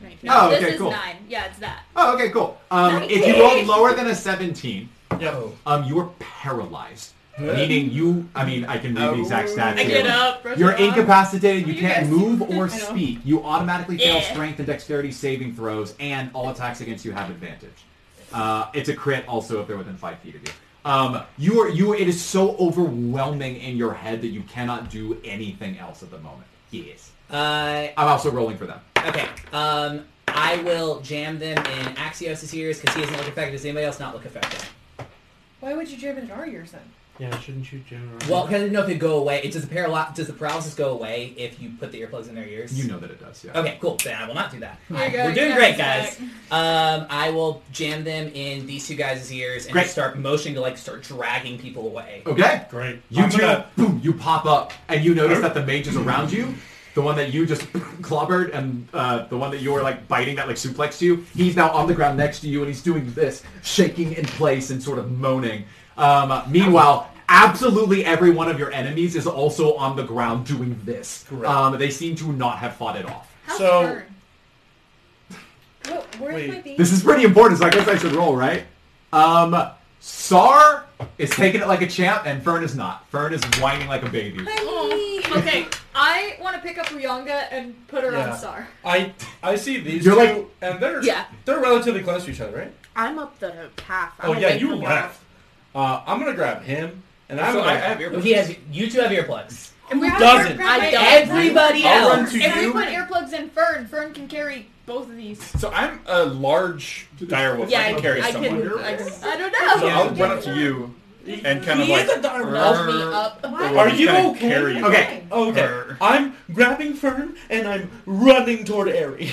H: 19.
B: Oh,
H: this
B: okay,
H: is
B: cool.
H: 9. Yeah, it's that.
B: Oh, okay, cool. Um, if you roll lower than a 17,
E: Yo.
B: um, you're paralyzed. Meaning you, I mean, I can read the exact stats.
H: Oh. I
B: here.
H: get up, brush
B: You're
H: it off.
B: incapacitated. You
H: You
B: can't
H: guys- <laughs>
B: move or
H: I know.
B: speak. You automatically fail
H: Yeah.
B: strength and dexterity saving throws, and all attacks against you have advantage. Uh, it's a crit also if they're within five feet of you. Um, you are you. It is so overwhelming in your head that you cannot do anything else at the moment. Yes.
M: Uh,
B: I'm also rolling for them.
M: okay. Um, I will jam them in Axios' ears because he doesn't look affected. Does anybody else not look affected?
G: Why would you jam it in our ears then?
E: Yeah, shouldn't you generally?
M: Well, 'cause I didn't know if it go away. It does the paraly- does the paralysis go away if you put the earplugs in their ears?
B: You know that it does. Yeah.
M: Okay, cool. Then I will not do that.
H: There you go,
M: We're doing
H: yeah,
M: great, guys.
H: Zach.
M: Um, I will jam them in these two guys' ears and
B: Great. Oh,
M: just start motioning to like start dragging people away.
B: Okay.
E: Great.
B: You
E: I'm
B: two,
E: gonna-
B: boom, you pop up, and you notice that the mages around you, the one that you just clobbered, and uh, the one that you were like biting that like suplexed you, he's now on the ground next to you, and he's doing this, shaking in place and sort of moaning. Um, meanwhile, absolutely every one of your enemies is also on the ground doing this.
E: Correct.
B: Um, they seem to not have fought it off.
H: How
E: So-
H: stern.
G: What, where's
E: Wait.
G: my bean?
B: This is pretty important, so I guess I should roll, right? Um, Sar is taking it like a champ, and Fern is not. Fern is whining like a baby.
G: Oh, okay, I want to pick up Ryonga and put her
C: Yeah.
G: on Sar.
C: I I see these
B: You're
C: two,
B: like-
C: and they're
G: Yeah.
C: they're relatively close to each other, right?
I: I'm up the path. I'm
C: oh yeah,
I: away
C: you
I: from
C: left. Uh, I'm gonna grab him, and I'm
M: So
C: gonna.
M: I have earplugs. He has- you two have earplugs.
G: And we
C: Who
G: have
C: doesn't?
G: earplugs, right?
M: Everybody
C: I'll
M: else.
C: run to
G: If we
C: you.
G: put earplugs in Fern, Fern can carry both of these.
C: So I'm a large direwolf.
G: Yeah,
C: I can
G: I-
C: carry
G: I
C: someone.
G: can- I can- I don't know.
C: So I'll
G: Yeah.
C: run up to you and kind of
G: He
C: like.
G: is a direwolf.
C: "Rrr,"
G: Up.
C: or
G: Why
C: like
G: would you
C: kinda
G: okay?
C: Carry you.
E: Okay,
C: Okay.
E: I'm grabbing Fern and I'm running toward <laughs> Aerie.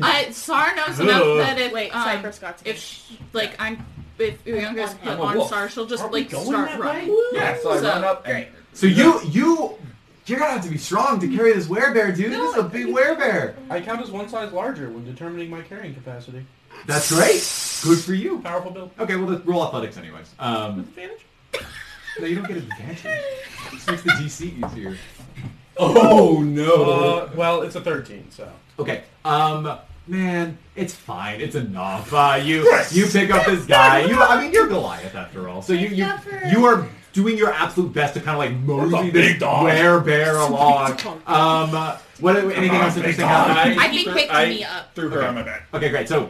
D: I Sar knows enough
E: Ugh.
D: that if
I: Wait,
D: um,
I: Cypress got to
D: if she, like I'm if Uyanga's put
C: I'm a
D: on
C: wolf.
D: Sar, she'll just
C: Aren't we
D: like
C: going
D: start
C: that
D: running.
C: Yeah, so I run up and
B: So you you you're gonna have to be strong to carry this werebear, dude. this is a big werebear.
C: I count as one size larger when determining my carrying capacity.
B: That's great. Good for you.
C: Powerful build.
B: Okay, well, let's roll athletics anyways. Um,
C: Advantage?
B: no, you don't get advantage. It just makes the DC easier.
C: Oh, no. Uh, well, it's a 13, so.
B: Okay. Um, man, it's fine. It's enough. Uh, you you pick up this guy. You, I mean, you're Goliath after all. So you you you are doing your absolute best to kind of like mosey this
E: big dog.
B: werebear
E: That's a big
B: along.
E: dog.
B: Um, uh, what anything
E: on,
B: else
E: big
B: interesting
E: dog.
B: happening?
D: I think picked
C: I
D: me up.
C: threw her on my back.
B: Okay, great. So,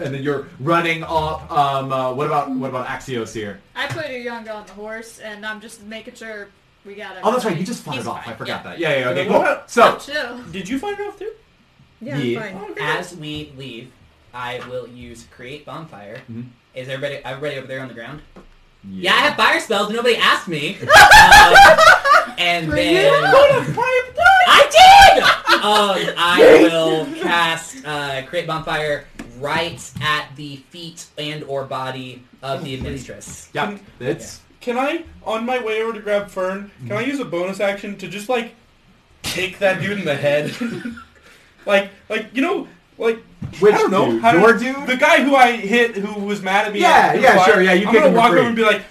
B: and then you're running up. Um, uh, what about what about Axios here?
G: I put Ryonga on the horse, and I'm just making sure we got it.
B: Oh, that's right. You just fought it off. I forgot that. Yeah, yeah. Okay,
C: You know
B: cool.
C: what?
B: So,
G: Chill.
C: Did you find it off, too?
G: Yeah,
I: Oh,
M: As we leave, I will use create bonfire.
B: Mhm.
M: Is everybody everybody over there on the ground?
B: Yeah,
M: I have fire spells, but nobody
B: <laughs>
M: asked me. Um, and then I did. Um, I will cast uh, create bonfire right at the feet and or body
B: Oh,
M: of the administress.
B: yeah, it's
C: Can I, on my way over to grab Fern, can I use a bonus action to just like kick that dude in the head? <laughs> like, like you know, like
B: Which
C: I don't know
B: dude?
C: how to-
B: Your dude?
C: the guy who I hit, who was mad at me.
B: Yeah,
C: after the
B: yeah,
C: fire,
B: sure, yeah, you
C: I'm
B: kick
C: gonna
B: him for
C: walk
B: free.
C: over and be like,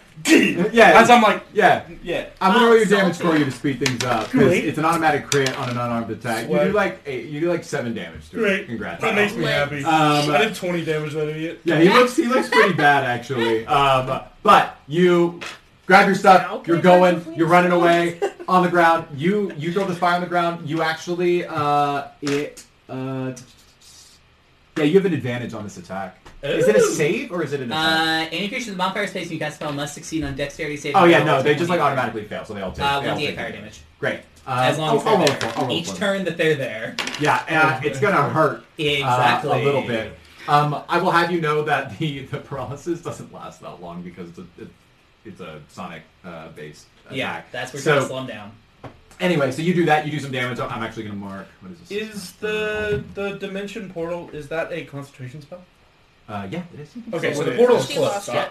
B: <laughs> Yeah.
C: as I'm like,
B: yeah.
C: yeah.
B: I'm gonna roll your damage for you to speed things up. 'cause
C: Great.
B: It's an automatic crit on an unarmed attack. You do
C: Sweet.
B: like eight, you do like seven damage to it.
C: Great.
B: Congrats.
C: That makes me happy.
B: Um,
C: I did 20 damage to that idiot.
B: Yeah, he looks he looks pretty bad actually. Um, but you grab your stuff, you're going, you're running away on the ground. You you throw this fire on the ground. You actually uh it uh yeah you have an advantage on this attack. Is it a
M: Ooh.
B: save or is it an attack?
M: Uh, any creature in the bonfire space you cast spell must succeed on dexterity saving.
B: oh yeah,
M: throw
B: no,
M: or
B: they just like
M: 1d8
B: automatically fail, so they all take.
M: Uh,
B: they all
M: 1d8
B: take
M: fire
B: it.
M: damage.
B: Great. Uh,
M: as long as
B: I'll, I'll roll for
M: they're
B: it,
M: there.
B: I'll roll
M: Each
B: for it.
M: turn that they're there.
B: Yeah, and it's gonna hurt uh,
M: Exactly.
B: a little bit. Um, I will have you know that <laughs> the, the paralysis doesn't last that long because it's a, it, it's a sonic uh, based attack.
M: Yeah, that's where
B: so,
M: you to slow them down.
B: Anyway, so you do that, you do some damage. I'm- I'm actually gonna mark what is this?
C: Is the the dimension portal is that a concentration spell?
B: Uh, yeah, it is.
C: Okay, so
B: It
C: the
B: is.
C: portal is
A: She
C: closed.
A: lost
C: so-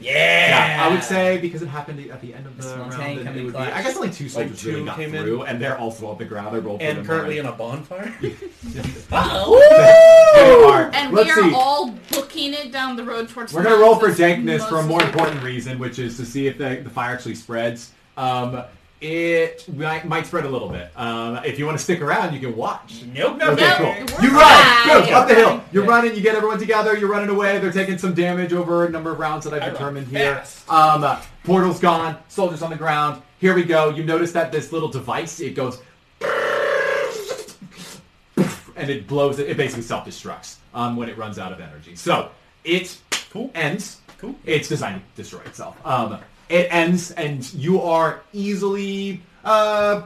M: Yeah.
B: I would say because it happened at the end of
M: This
B: the
M: one
B: round,
M: tank
B: then
M: coming
B: it would be.
M: clutch.
B: I guess only two soldiers
C: two
B: really got
C: came in.
B: through, and they're also on the ground. I rolled for
C: And
B: them
C: currently
B: <laughs>
C: in <laughs>
B: already.
C: a bonfire.
B: There you are.
D: And
B: Let's
D: we are
B: see.
D: all booking it down the road towards.
B: We're
D: the
B: gonna roll for
D: mountains.
B: dankness for a
D: Most
B: more
D: of the-
B: important reason, which is to see if the, the fire actually spreads. Um, it might, might spread a little bit. Um, if you want to stick around, you can watch.
C: Nope,
B: Okay,
D: no,
B: cool.
D: we're
B: You
D: fine.
B: run, go up the hill. You're
C: Yeah.
B: running. You get everyone together. You're running away. They're taking some damage over a number of rounds that
C: I
B: I've
C: run
B: determined here.
C: fast.
B: Um, uh, portal's gone. Soldiers on the ground. Here we go. You notice that this little device it goes and it blows. It, it basically self-destructs um, when it runs out of energy. So it
C: Cool.
B: ends.
C: Cool.
B: It's designed to destroy itself. Um, it ends, and you are easily, uh,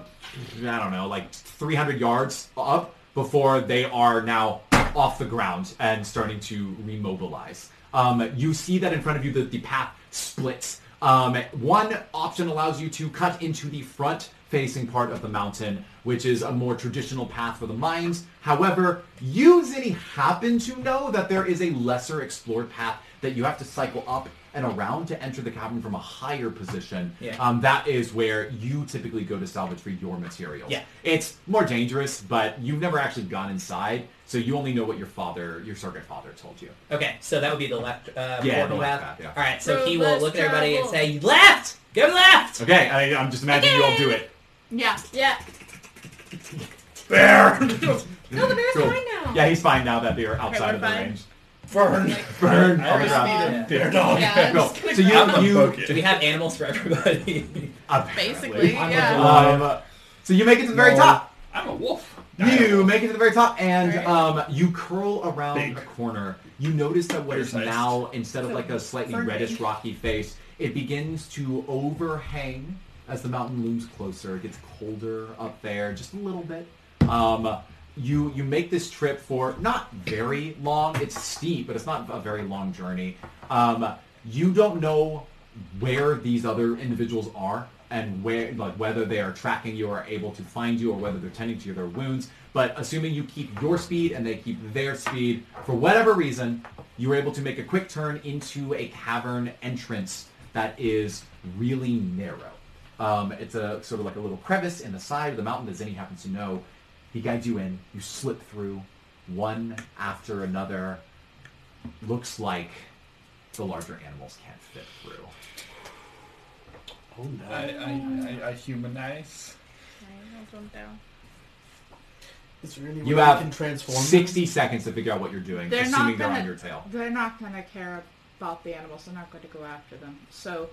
B: I don't know, like 300 yards up before they are now off the ground and starting to remobilize. Um, you see that in front of you that the path splits. Um, one option allows you to cut into the front facing part of the mountain, which is a more traditional path for the mines. However, you, Zinni, happen to know that there is a lesser explored path that you have to cycle up and around to enter the cavern from a higher position.
M: Yeah.
B: Um, that is where you typically go to salvage for your materials.
M: Yeah.
B: It's more dangerous, but you've never actually gone inside, so you only know what your father, your surrogate father, told you.
M: Okay, so that would be the left uh,
B: Yeah,
M: portal
B: the left
M: path.
B: path, yeah.
M: All right, so
G: So
M: he will
G: let's
M: look at everybody and
G: travel.
M: say, "Left, go left."
B: Okay, I, I'm just imagining you all do it.
D: Yeah.
G: Yeah.
B: Bear!
G: No, the bear's
B: Cool.
G: fine now.
B: Yeah, he's fine now that they are outside
G: we're
B: of the
G: fine.
B: range.
C: Fern.
B: Fern.
C: I already
B: Oh,
C: see
B: God.
C: the bear dog.
B: Yeah,
C: <laughs>
B: I'm just gonna So you- grab you- it.
M: do we have animals for everybody? <laughs>
B: Basically,
M: I'm a
B: yeah.
M: dog.
B: Um, so you make it to the very
M: No.
B: top.
M: I'm a wolf.
B: You make it to the very top, and um, you curl around a corner. You notice that what is now, instead of like a slightly
M: Fern
B: reddish,
M: big.
B: rocky face, it begins to overhang as the mountain looms closer. It gets colder up there, just a little bit. Um, you you make this trip for not very long. It's steep, but it's not a very long journey. Um, you don't know where these other individuals are and where like whether they are tracking you or able to find you or whether they're tending to their wounds but assuming you keep your speed and they keep their speed for whatever reason you're able to make a quick turn into a cavern entrance that is really narrow um, it's a sort of like a little crevice in the side of the mountain that Zenny happens to know he guides you in you slip through one after another looks like the larger animals can't fit through
C: Oh, no. I, I, I, I humanize.
K: Is there any
B: You
K: way
B: have
K: we can transform? them?
B: 60 seconds to figure out what you're doing,
A: They're
B: assuming
A: not
B: they're
A: gonna.
B: on your tail.
A: They're not gonna care about the animals. They're not going to go after them. So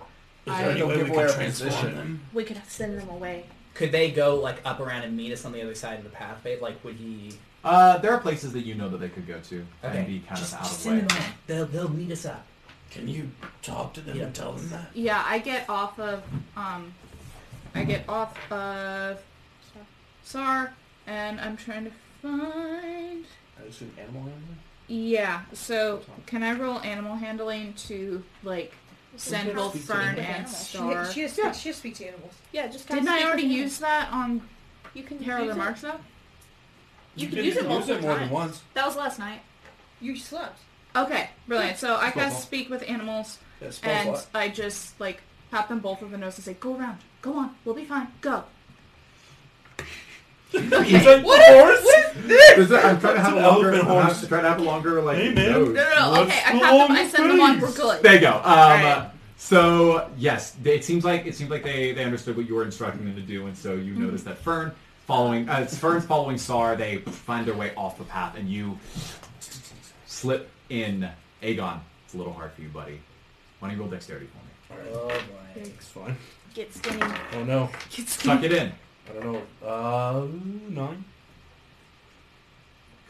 M: Is
A: I
M: there any
A: don't
M: way
A: give
M: we
A: away
M: could
A: our
M: transform
A: position.
M: them?
I: We could send them away.
M: Could they go like up around and meet us on the other side of the pathway? Like, would he?
B: Uh, there are places that you know that they could go to
M: Okay.
B: and be kind
M: Just-
B: of out
M: just
B: of way. <laughs>
M: send them out. They'll they'll meet us up.
E: Can you talk to them
M: Yeah.
E: and tell them that?
A: Yeah, I get off of um, I get off of Sar, and I'm trying to find.
K: I assume animal handling?
A: Yeah, so can I roll animal handling to like send
G: Speak
A: both
G: to
A: Fern
G: animals.
A: and
G: She-
A: Star?
G: She just
A: yeah.
G: she just speaks to animals.
I: Yeah, just
A: Didn't I already use that on
H: You can
A: Herald
H: use
A: of
H: it.
A: Marks though?
H: You,
C: You
H: can
C: did
H: use it
C: use
H: multiple
C: it more than
H: times.
C: once.
H: That was last night.
G: You slept.
A: Okay, brilliant. So I
C: Spell
A: cast
C: ball.
A: speak with animals,
C: Yeah, spell
A: and
C: ball.
A: I just like pat them both on the nose and say, "Go around, go on, we'll be fine, go." <laughs>
C: He's like, what horse? What is this?
L: Does that, I'm trying to have
C: It's
L: a
C: an
L: longer.
C: elephant
L: I'm
C: horse.
L: trying to have a longer like.
C: Hey, man.
A: No,
L: nose.
A: no, no.
C: What's
A: Okay, I
C: the
A: pat them.
C: long
A: I send them on. We're
C: face?
A: good.
B: There you go. Um,
A: Alright.
B: So yes, they- it seems like it seems like they, they understood what you were instructing them to do, and so
A: Mm-hmm.
B: you notice that Fern following uh, it's Fern's following Sar, they find their way off the path, and you slip in. Aegon, it's a little hard for you, buddy. Why don't you roll dexterity for me?
M: Oh boy.
C: It's fine.
I: Get skinny.
C: Oh no.
B: Tuck it in.
C: I don't know. Uh, nine.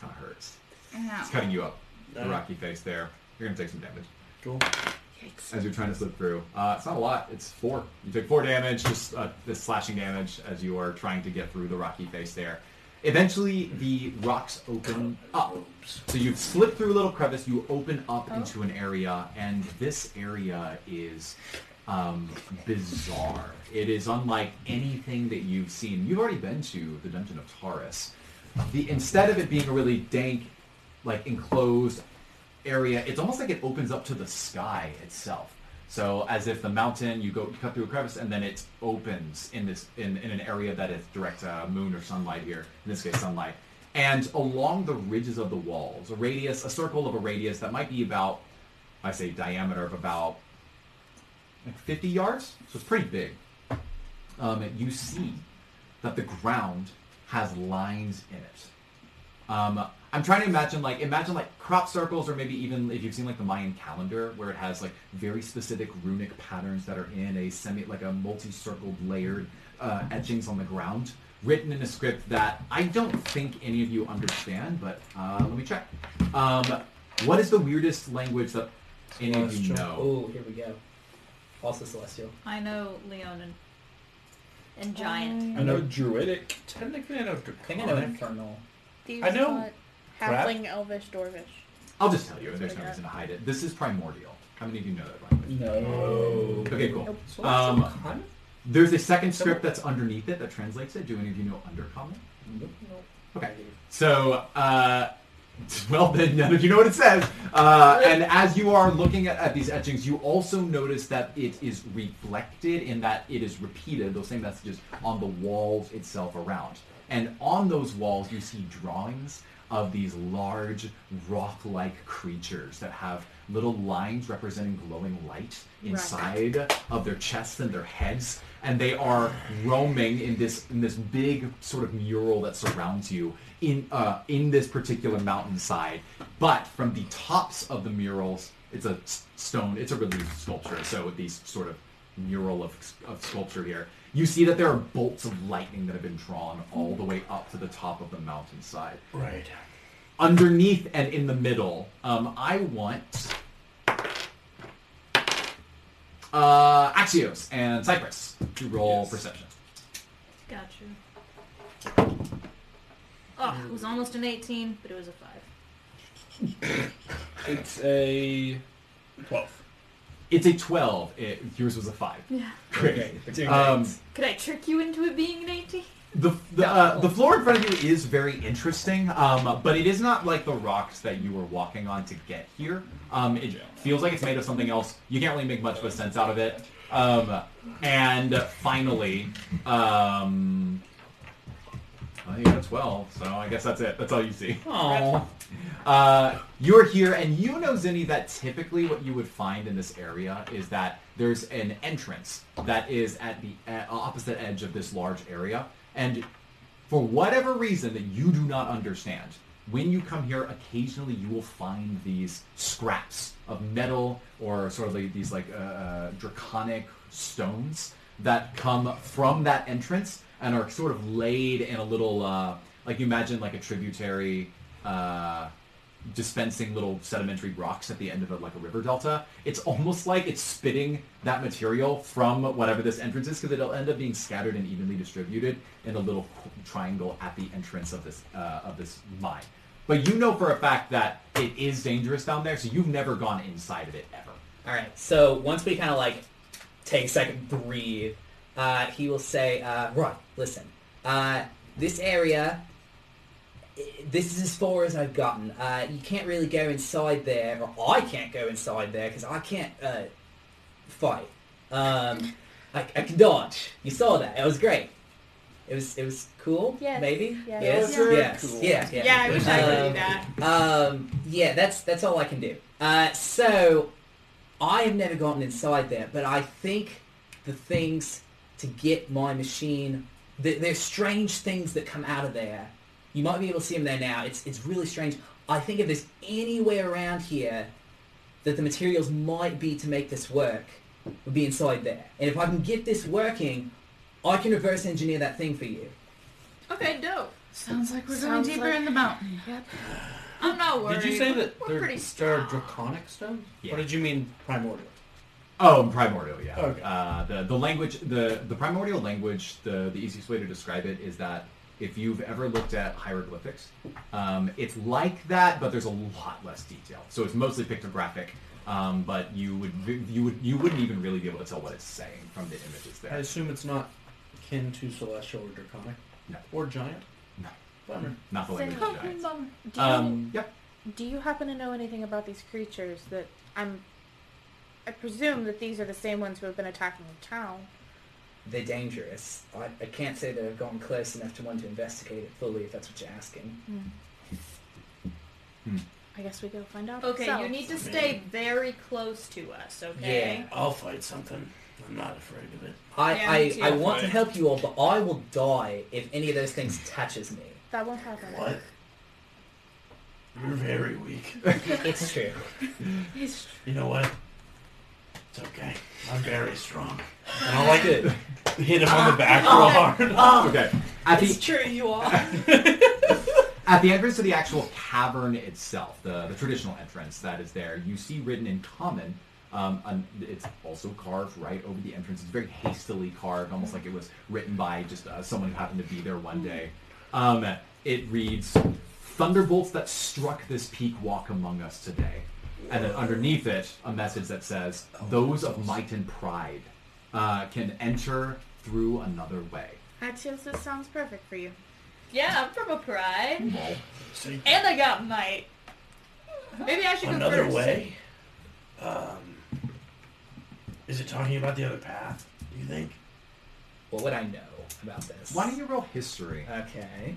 B: Kind of hurts. It's
A: Ow.
B: cutting you up. The
C: Uh.
B: rocky face there. You're gonna take some damage
C: Cool.
B: as you're trying to slip through. Uh, it's not a lot. It's four. You take four damage, just uh, this slashing damage as you are trying to get through the rocky face there. Eventually, the rocks open up. So you've slipped through a little crevice. You open up into an area, and this area is um, bizarre. It is unlike anything that you've seen. You've already been to the Dungeon of Taurus. The instead of it being a really dank, like enclosed area, it's almost like it opens up to the sky itself. So as if the mountain, you go you cut through a crevice, and then it opens in this in, in an area that is direct uh, moon or sunlight here. In this case, sunlight. And along the ridges of the walls, a radius, a circle of a radius that might be about, I say, diameter of about like 50 yards, so it's pretty big. Um, you see that the ground has lines in it. Um, I'm trying to imagine like imagine like crop circles, or maybe even if you've seen like the Mayan calendar, where it has like very specific runic patterns that are in a semi like a multi-circled layered uh, etchings on the ground, written in a script that I don't think any of you understand. But uh, let me check. Um, what is the weirdest language that any of you know?
M: Oh, here we go. Also celestial.
H: I know Leon and, and
A: Uh,
H: Giant.
C: I know druidic. Technically, I know
M: I think I know
C: draconic.
M: infernal.
I: These
C: I know
I: are
C: crap.
I: Halfling, elvish, dwarvish.
B: I'll just tell you. There's
I: Sorry,
B: no
I: Dad.
B: reason to hide it. This is primordial. How many of you know that language?
M: No.
B: Okay, cool.
C: So that's
B: Um,
C: some kind of-
B: there's a second script that's underneath it that translates it. Do any of you know Undercommon? Okay. So, uh, <laughs> well then, none of you know what it says. Uh, and as you are looking at, at these etchings, you also notice that it is reflected in that it is repeated, those same messages, on the walls itself around. And on those walls, you see drawings of these large rock-like creatures that have little lines representing glowing light
L: Right.
B: inside of their chests and their heads, and they are roaming in this in this big sort of mural that surrounds you in uh, in this particular mountainside. But from the tops of the murals, it's a s- stone, it's a relief sculpture, so with these sort of mural of, of sculpture here. You see that there are bolts of lightning that have been drawn all the way up to the top of the mountainside.
E: Right.
B: Underneath and in the middle, um, I want uh, Axios and Cypress to roll perception.
H: Gotcha. Oh, it was almost an 18, but it was a 5.
C: It's a 12.
B: It's a 12. It, yours was a 5.
H: Yeah.
B: Great. Um,
H: Could I trick you into it being an 18?
B: the, the, uh, the floor in front of you is very interesting, um, but it is not like the rocks that you were walking on to get here. Um, it feels like it's made of something else. You can't really make much of a sense out of it. Um, and finally, um, I think that's 12, so I guess that's it. That's all you see.
M: Aw.
B: <laughs> Uh, you're here, and you know, Zinni, that typically what you would find in this area is that there's an entrance that is at the uh, opposite edge of this large area. And for whatever reason that you do not understand, when you come here, occasionally you will find these scraps of metal or sort of like these like uh, uh, draconic stones that come from that entrance and are sort of laid in a little uh, like you imagine like a tributary uh, dispensing little sedimentary rocks at the end of a, like a river delta. It's almost like it's spitting that material from whatever this entrance is because it'll end up being scattered and evenly distributed in a little qu- triangle at the entrance of this uh, of this mine. But you know for a fact that it is dangerous down there, so you've never gone inside of it ever.
M: All right. So once we kind of like take a second, breathe, uh, he will say, uh, "Right, listen. Uh, this area, i- this is as far as I've gotten. Uh, you can't really go inside there, or I can't go inside there because I can't uh, fight. Um, I, I can dodge. You saw that. It was great." It was it was cool.
G: Yes,
M: Maybe.
G: yes,
M: Yes.
G: Yeah.
M: Yes.
G: cool.
M: Yeah. Yeah.
G: Yeah, I wish I could do that.
M: Um, yeah, that's that's all I can do. Uh, so I have never gotten inside there, but I think the things to get my machine, th- there's strange things that come out of there. You might be able to see them there now. It's it's really strange. I think if there's anywhere around here that the materials might be to make this work, would be inside there. And if I can get this working, I can reverse engineer that thing for you.
H: Okay, dope.
A: Sounds like we're
H: Sounds
A: going deeper
H: like-
A: in the mountain.
H: Yep. I'm not worried.
C: Did you say that
H: We're
C: they're,
H: pretty
C: they're draconic stones?
B: Yeah.
C: Or did you mean primordial?
B: Oh, and primordial, yeah.
C: Okay.
B: Uh, the the language, the the primordial language, the the easiest way to describe it is that if you've ever looked at hieroglyphics, um, it's like that, but there's a lot less detail. So it's mostly pictographic, um, but you would vi- you would you wouldn't even really be able to tell what it's saying from the images
C: I
B: there.
C: assume it's not kin to celestial or draconic.
B: No.
C: Or giant.
B: No.
C: Bummer.
B: Not the language of giants.
I: Do you,
B: Um, yeah.
I: do you happen to know anything about these creatures that I'm? I presume that these are the same ones who have been attacking the town.
M: They're dangerous. I, I can't say that I've gone close enough to one to investigate it fully, if that's what you're asking.
I: I guess we go find out.
H: Okay, you
I: ourselves.
H: need to stay very close to us, okay?
M: Yeah.
E: I'll fight something. I'm not afraid of it.
M: I,
H: Yeah, me too.
M: I, I want to help you all, but I will die if any of those things touches me.
I: That won't happen.
E: What? You're very weak. <laughs>
M: It's true. <laughs>
I: It's
E: You know what? It's okay. I'm very strong. And I like it. Hit him on the back
H: <laughs>
E: real hard. <laughs>
B: okay. Oh, At the,
M: true, you are.
B: <laughs> At the entrance to the actual cavern itself, the, the traditional entrance that is there, you see written in common. Um, an- it's also carved right over the entrance. It's very hastily carved, almost like it was written by just uh, someone who happened to be there one day. Um, it reads, "Thunderbolts that struck this peak walk among us today," and then underneath it, a message that says, "Those of might and pride uh, can enter through another way."
I: Axios, this sounds perfect for you.
H: Yeah, I'm from a pride.
B: Well,
E: See,
H: And I got might. Maybe I should go
E: another
H: first.
E: way. Um, is it talking about the other path? Do you think?
M: What would I know about this?
B: why don't you roll history?
M: Okay.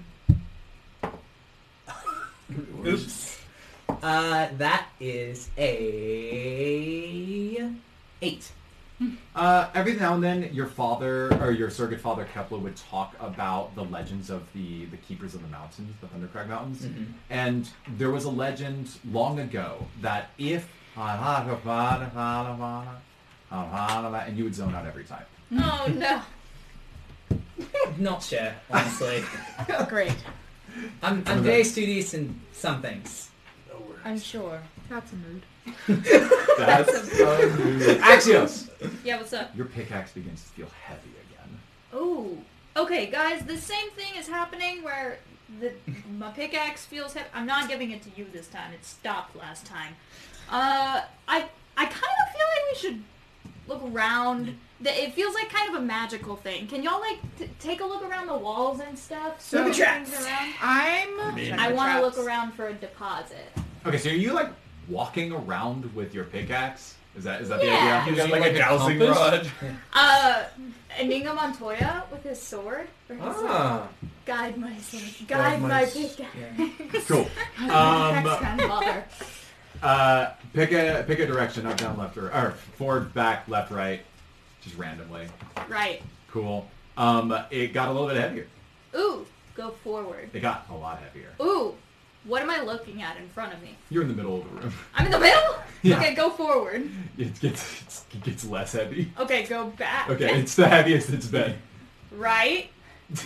E: Oops.
M: Uh, that is a eight.
B: Uh, every now and then, your father or your surrogate father Kepler would talk about the legends of the the keepers of the mountains, the Thundercrag Mountains,
M: Mhm.
B: and there was a legend long ago that if and you would zone out every time.
G: Oh no.
H: <laughs>
M: Not sure,
B: <laughs>
M: honestly.
I: Great.
M: I'm, I'm very studious in some things.
I: I'm sure. That's a mood.
B: That's Axios.
H: Yeah, what's up?
B: Your pickaxe begins to feel heavy again.
H: Oh, okay, guys. The same thing is happening where the my pickaxe feels heavy. I'm not giving it to you this time. It stopped last time. Uh, I I kind of feel like we should look around. That it feels like kind of a magical thing. Can y'all like t- take a look around the walls and stuff?
A: So-
H: Things
A: Traps.
H: around?
A: I'm.
H: I want to look around for a deposit.
B: Okay, so are you like walking around with your pickaxe? Is that is that
H: Yeah.
B: the idea?
C: Using, <laughs> like, a dowsing rod.
H: Uh, Inigo Montoya with his sword. Or his, like,
B: Ah.
H: guide my sword.
B: Guide
H: Guide
B: my
H: my
B: s-
H: pickaxe.
B: Cool.
H: My pickaxe
B: Um,
H: kind of bother.
B: Uh, pick a pick a direction, up, down, left, or, or forward, back, left, right, just randomly.
H: Right.
B: Cool. Um, it got a little bit heavier.
H: Ooh, go forward.
B: It got a lot heavier.
H: Ooh, what am I looking at in front of me?
B: You're in the middle of the room. <laughs>
H: I'm in the middle?
B: Yeah.
H: Okay, go forward.
B: It gets it's, it gets less heavy.
H: Okay, go back.
B: Okay, it's the heaviest it's been. <laughs>
H: Right?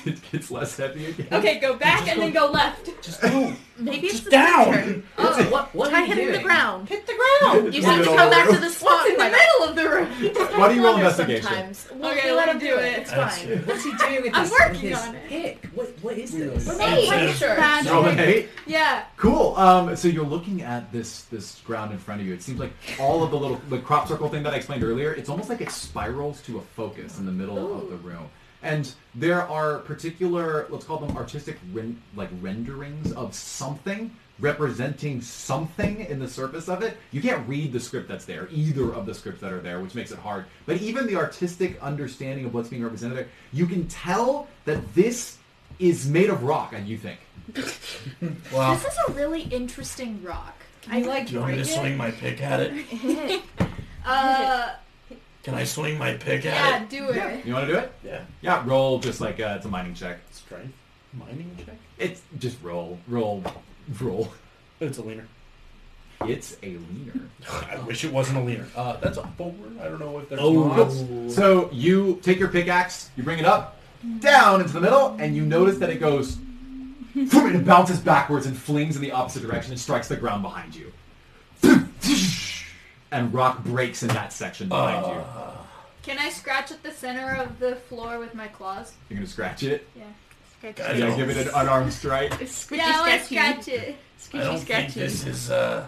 B: It gets less heavy again.
H: Okay, go back and then go left.
M: Just
H: <laughs> Maybe it's the
B: down.
H: Oh,
M: <laughs> what? What
H: are
I: I hit the ground.
H: Hit the ground.
I: You
B: It's
I: have to
B: middle
I: come
B: of the
I: back
B: room.
I: to the spot.
H: in the middle of the room. <laughs>
B: Why do you roll investigation?
I: Sometimes. We'll,
H: Okay,
I: we'll let
H: let
I: him
H: him
I: do
H: do
I: it.
H: it.
I: It's
M: That's
I: fine.
M: good. What's he doing with
H: I'm
M: this?
H: working
M: with his
H: on it.
M: Pick. What? What is this?
H: We're
B: Eight.
H: making
B: Sure.
H: magic.
B: Roll an eight.
H: Yeah.
B: Cool. Um, so you're looking at this this ground in front of you. It seems like all of the little the crop circle thing that I explained earlier. It's almost like it spirals to a focus in the middle of the room. And there are particular, let's call them artistic, ren- like renderings of something representing something in the surface of it. You can't read the script that's there, either of the scripts that are there, which makes it hard. But even the artistic understanding of what's being represented there, you can tell that this is made of rock, and you think. Wow.
H: This is a really interesting rock. I like
E: Do you want me to
H: break it.
E: swing my pick at it?
H: Hit it. Uh,
E: Can I swing my pick at
H: yeah,
E: it?
H: do it.
B: You want to do it?
E: Yeah.
B: Yeah, roll just like uh, it's a mining check.
E: Strength? Mining check?
B: It's just roll, roll, roll.
C: It's a leaner.
B: It's a leaner.
E: I wish it wasn't a leaner.
C: Uh, that's a four. I don't know if there's
B: Oh. So you take your pickaxe, you bring it up, down into the middle, and you notice that it goes. vroom, and it bounces backwards and flings in the opposite direction and strikes the ground behind you. And rock breaks in that section behind you.
H: Can I scratch at the center of the floor with my claws?
B: You're gonna scratch it.
H: Yeah.
B: Yeah, give it an unarmed strike.
H: yeah, I want to scratch
A: scratchy.
H: it.
E: I don't think this is, uh,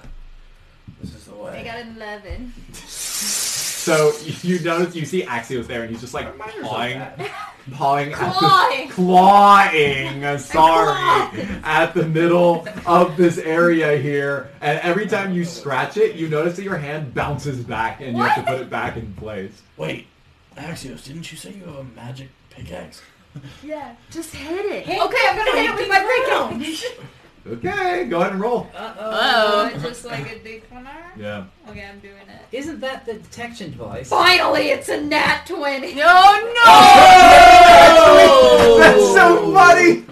E: this is the
H: I
E: way.
H: got an 11.
B: So you notice you see Axios there, and he's just like pawing,
H: <laughs>
B: pawing,
H: Clawing.
B: at the, clawing.
G: <laughs>
B: uh, Sorry, at the middle of this area here, and every time you scratch it, you notice that your hand bounces back, and you have to put it back in place.
E: Wait, Axios, didn't you say you have a magic pickaxe?
H: Yeah, just hit it. okay, I'm gonna hit it with my pickaxe.
B: Okay, go ahead and roll.
M: Uh-oh.
H: Uh, Just like a big one.
B: Yeah.
H: Okay, I'm doing it.
M: Isn't that the detection device?
H: Finally, it's a nat 20. No, no!
B: <laughs> That's so funny.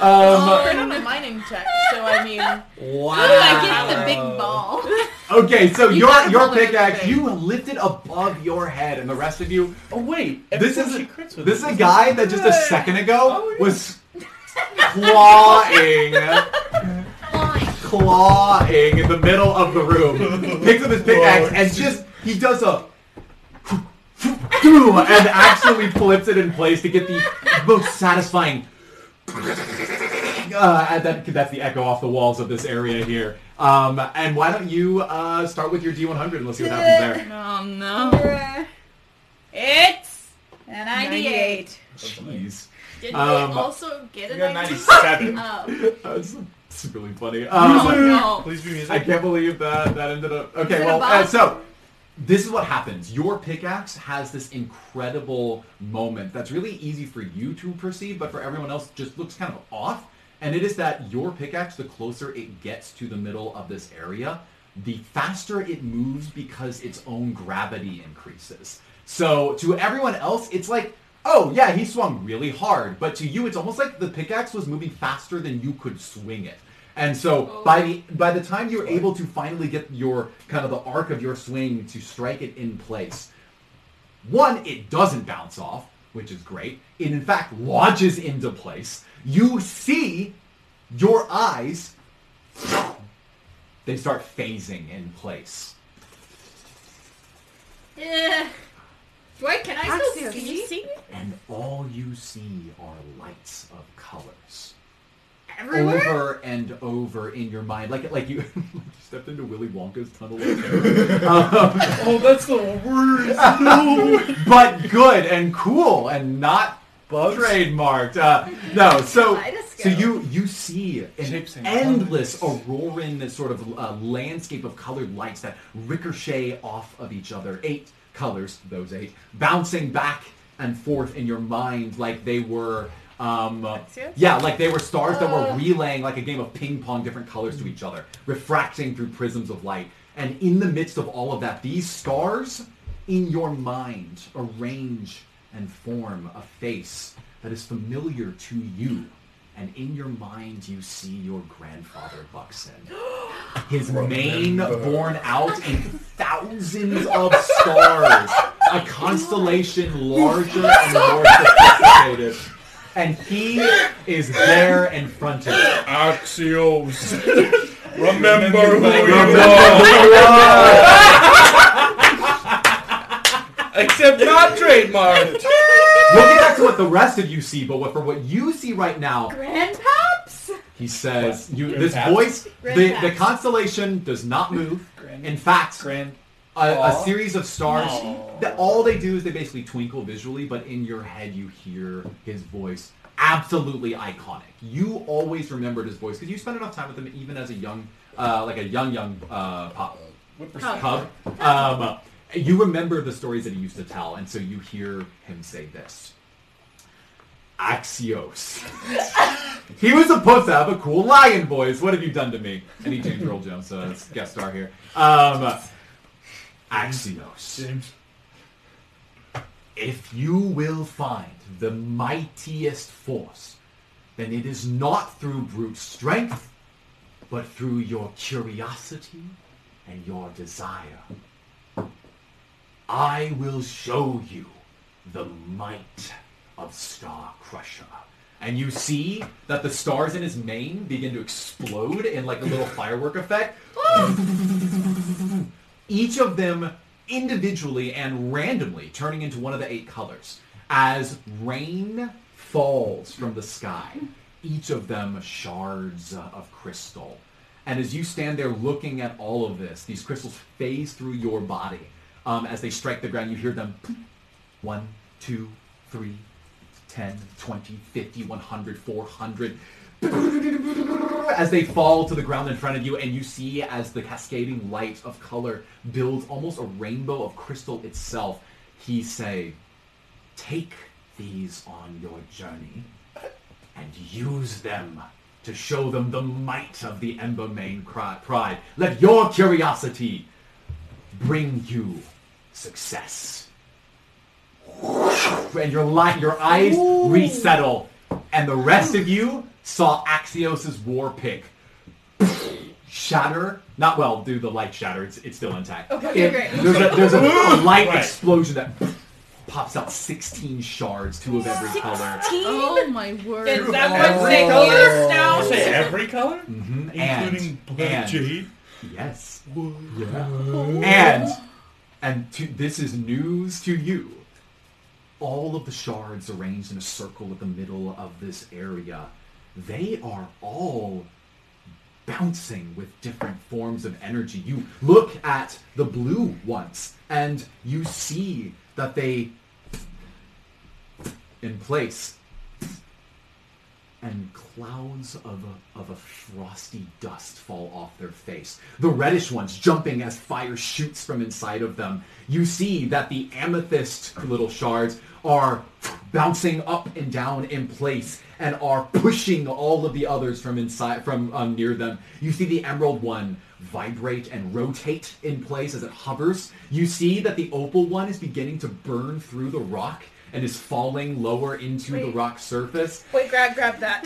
G: Oh,
B: Um,
G: I'm a mining check, so I
H: <laughs>
I: <laughs>
G: mean,
M: wow.
G: what do I get the big ball?
B: okay, so
G: Oh. You
B: your
G: gotta
B: your
G: roll it
B: pickaxe,
G: everything.
B: you lift it above your head, and the rest of you.
C: Oh wait,
B: This
C: every
B: is
C: time
B: a-
C: she crits with
B: this is
C: it,
B: a
C: it's
B: guy
C: like,
B: that just a
C: "Hey."
B: second ago was clawing, clawing in the middle of the room. Picks up his pickaxe and just he does a and actually flips it in place to get the most satisfying. Uh, and that, that's the echo off the walls of this area here. Um, and why don't you uh, start with your D100 and let's see what happens there.
A: Oh no.
H: Uh, It's an 98.
B: Jeez.
H: Didn't
B: Um, uh,
H: we also get a
C: we got
H: 97?
C: 97.
H: Oh.
B: That's, that's really funny.
A: Oh,
B: Um,
A: no.
C: Please be
B: I
C: music.
B: can't believe that that ended up.
H: Is
B: Okay,
H: it a
B: well, uh,
H: box?
B: so this is what happens. Your pickaxe has this incredible moment that's really easy for you to perceive, but for everyone else, just looks kind of off. And it is that your pickaxe, the closer it gets to the middle of this area, the faster it moves because its own gravity increases. So to everyone else, it's like, oh yeah, he swung really hard. But to you, it's almost like the pickaxe was moving faster than you could swing it. And so by the by the time you're able to finally get your kind of the arc of your swing to strike it in place, one, it doesn't bounce off, which is great. It in fact lodges into place. You see your eyes they start phasing in place.
H: Eh. Dwight, can I still
J: Axios,
H: see?
J: can you
H: see?
B: And all you see are lights of colors.
H: Everywhere?
B: Over and over in your mind. Like like you, <laughs> like you stepped into Willy Wonka's tunnel of
C: <laughs>
B: terror. Um,
C: Oh, that's the worst.
B: <laughs> but good and cool and not trademarked. Uh, no, so so you you see an endless auroran sort of uh, landscape of colored lights that ricochet off of each other. Eight colors, those eight, bouncing back and forth in your mind like they were. Um, yeah, like they were stars that were
L: Uh.
B: relaying like a game of ping pong different colors to each other, refracting through prisms of light. And in the midst of all of that, these stars in your mind arrange and form a face that is familiar to you. And in your mind, you see your grandfather, Buxton. His mane borne out in thousands of stars, a constellation larger and more sophisticated. And he is there in front of you.
C: <laughs> Axios. Remember who you
B: are.
C: Except not trademarked.
B: We'll get back to what the rest of you see, but what, for what you see right now,
H: Grandpaps?
B: he says, you,
L: Grand
B: this
L: Paps?
B: voice,
H: Grand
B: the, the
H: Paps.
B: constellation does not move. In fact, a, a
L: Aw.
B: series of stars,
L: No.
B: that all they do is they basically twinkle visually, but in your head you hear his voice. Absolutely iconic. You always remembered his voice because you spent enough time with him even as a young, uh, like a young, young uh, pop.
L: Whippersnapper.
B: Cub. Um, you remember the stories that he used to tell, and so you hear him say this. Axios. He was supposed to have a cool lion voice. What have you done to me? And he changed Earl Jones, so that's guest star here. Um, Axios. If you will find the mightiest force, then it is not through brute strength, but through your curiosity and your desire. I will show you the might of Star Crusher. And you see that the stars in his mane begin to explode in like a little firework effect. Each of them individually and randomly turning into one of the eight colors. As rain falls from the sky, each of them shards uh, of crystal. And as you stand there looking at all of this, these crystals phase through your body. Um, as they strike the ground, you hear them one, two, three, 10, 20, 50, 100, 400. As they fall to the ground in front of you, and you see as the cascading light of color builds almost a rainbow of crystal itself, he say, Take these on your journey and use them to show them the might of the Embermane cri- pride. Let your curiosity bring you success. And your light, your eyes resettle, and the rest of you saw Axios' war pick shatter. Not well, do the light shatter? It's, it's still intact.
L: Okay, okay,
B: It-
L: great.
B: There's a, there's a, a light
L: Right.
B: explosion that pops out 16 shards, two of every color.
D: Oh my word.
G: Is that what they color now?
C: Say every color?
B: Mm-hmm.
C: Including
B: and,
C: black
B: and,
C: jade?
B: Yes. Yeah. And and to, this is news to you. All of the shards arranged in a circle at the middle of this area, they are all bouncing with different forms of energy. You look at the blue once and you see that they in place and clouds of a, of a frosty dust fall off their face. The reddish ones jumping as fire shoots from inside of them. You see that the amethyst little shards are bouncing up and down in place and are pushing all of the others from inside from um, near them. You see the emerald one vibrate and rotate in place as it hovers. You see that the opal one is beginning to burn through the rock and is falling lower into the rock surface
I: Wait, grab, grab that.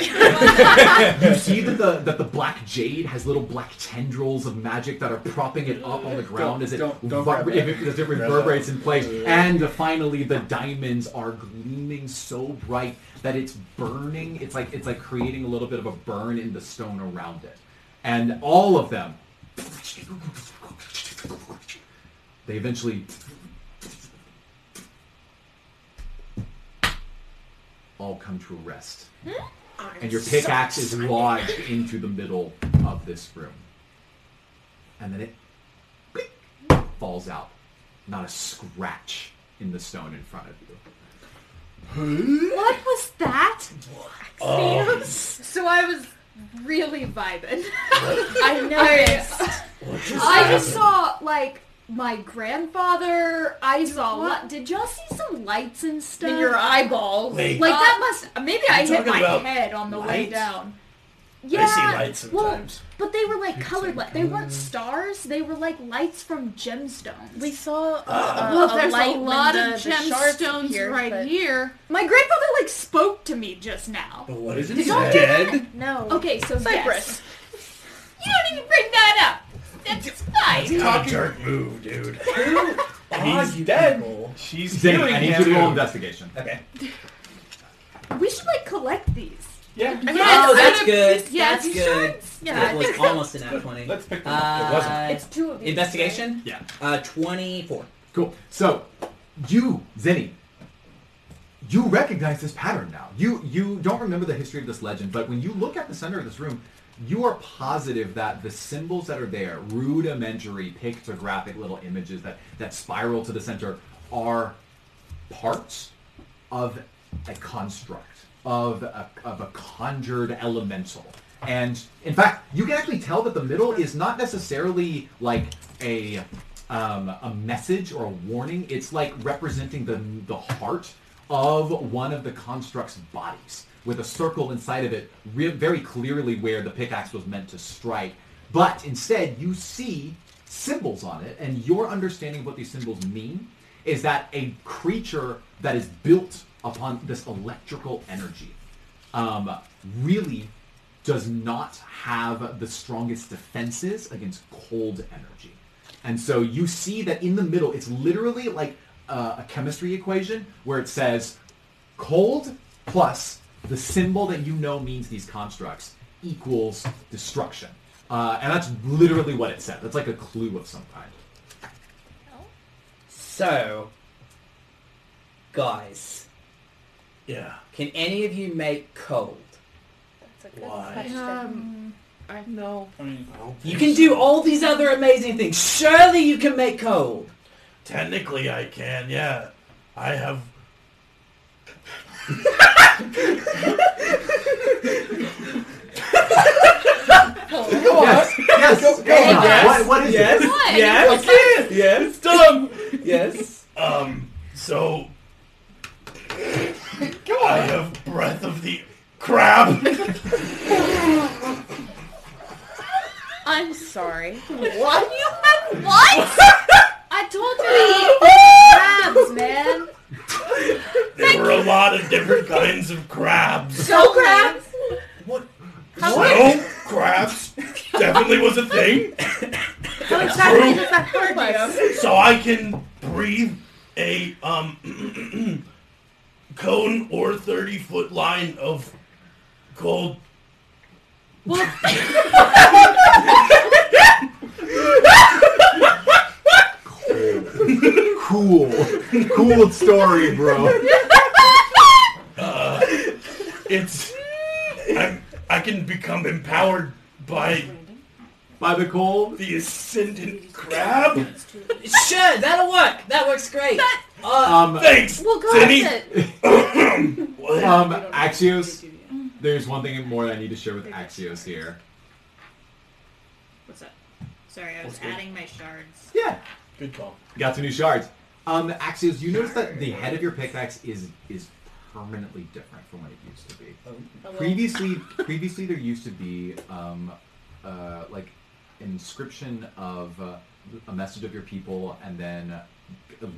B: you see that the that the black jade has little black tendrils of magic that are propping it up on the ground as it,
L: grab
B: rever-
L: that.
B: if it- as it
L: Grab that.
B: reverberates in place. And uh, finally, the diamonds are gleaming so bright that it's burning. It's like it's like creating a little bit of a burn in the stone around it. And all of them, they eventually all come to a rest and your pickaxe is lodged into the middle of this room. And then it click, falls out. Not a scratch in the stone in front of you.
H: What was that?
B: Oh.
H: So I was really vibing.
I: I
H: <laughs>
I: noticed.
H: I just saw like my grandfather. I saw. What? Did y'all see some lights and stuff
J: your eyeballs.
E: Wait.
H: Like
E: Uh,
H: that must. Maybe I
E: you
H: hit
E: talking
H: my
E: about
H: head on the way
E: lights?
H: down.
E: I
H: Yeah.
E: see lights
H: well,
E: sometimes.
H: but they were like colored lights. They weren't stars. They were like lights from gemstones.
I: We
H: Uh,
I: saw. uh,
H: well,
I: a
H: there's
I: light
H: a
I: when
H: lot
I: the-
H: of
I: the shards
H: gemstones
I: appeared,
H: right
I: but-
H: here. My grandfather like spoke to me just now.
E: But what is
H: Did
E: it?
H: y'all
E: say?
H: do
I: No.
H: Okay, so
I: Cypress.
H: Yes. You don't even bring that up. That's
E: That's
H: fine.
E: not a jerk move, dude.
C: He's dead. She's
B: Zane,
C: healing
B: I need
C: him.
B: you to roll investigation.
M: Okay.
H: We should like collect these.
C: Yeah.
M: oh, that's good.
H: Yeah,
M: that's good.
H: Yeah.
M: That was almost an at 20. Let's pick
C: up. It wasn't.
H: It's two of these,
M: Investigation?
B: Yeah.
M: Uh, 24.
B: Cool. So, you, Zenny, you recognize this pattern now. You you don't remember the history of this legend, but when you look at the center of this room, you are positive that the symbols that are there, rudimentary pictographic little images that that spiral to the center, are parts of a construct of a, of a conjured elemental and in fact you can actually tell that the middle is not necessarily like a um, a message or a warning it's like representing the the heart of one of the construct's bodies with a circle inside of it re- very clearly where the pickaxe was meant to strike but instead you see symbols on it and your understanding of what these symbols mean is that a creature that is built upon this electrical energy um, really does not have the strongest defenses against cold energy. And so you see that in the middle, it's literally like uh, a chemistry equation where it says cold plus the symbol that you know means these constructs equals destruction. Uh, and that's literally what it said. That's like a clue of some kind.
M: So, guys,
E: Yeah.
M: can any of you make cold?
I: That's a good
E: Why?
I: question.
H: Um,
G: I know.
C: I mean,
M: You can do all these other amazing things. Surely you can make cold.
E: Technically, I can. Yeah, I have.
C: Go on.
B: Yes, yes,
C: Go- go
B: yes.
C: on, Dad.
B: What, what is
M: Yes.
B: it?
M: Yes.
C: Yes. Yes. Dumb.
M: Yes.
E: Um. So. I have breath of the crap.
I: I'm sorry.
H: What? <laughs> You have what? I
D: <laughs>
H: told you to eat crabs, man.
E: There were a lot of different kinds of crabs.
H: So crabs.
E: So crabs definitely was a thing.
I: How exactly does that help us?
E: So I can breathe a um <clears throat> cone or thirty foot line of cold.
B: Cool. cool story, bro.
E: Uh, it's I'm, I can become empowered by
B: By the cold?
E: the ascendant crab.
M: Sure, that'll work. That works great. uh,
B: Um,
E: Thanks.
H: Well, go
E: Cindy.
H: with it.
E: What?
B: Um, Axios, there's one thing more that I need to share with Axios here.
H: What's up? Sorry, I was
B: What's good?
H: adding my shards.
B: Yeah.
E: Good call.
B: Got some new shards. Um, Axios, you notice that the head of your pickaxe is is permanently different from what it used to be.
M: Oh.
B: Previously, previously there used to be um, uh, like inscription of uh, a message of your people, and then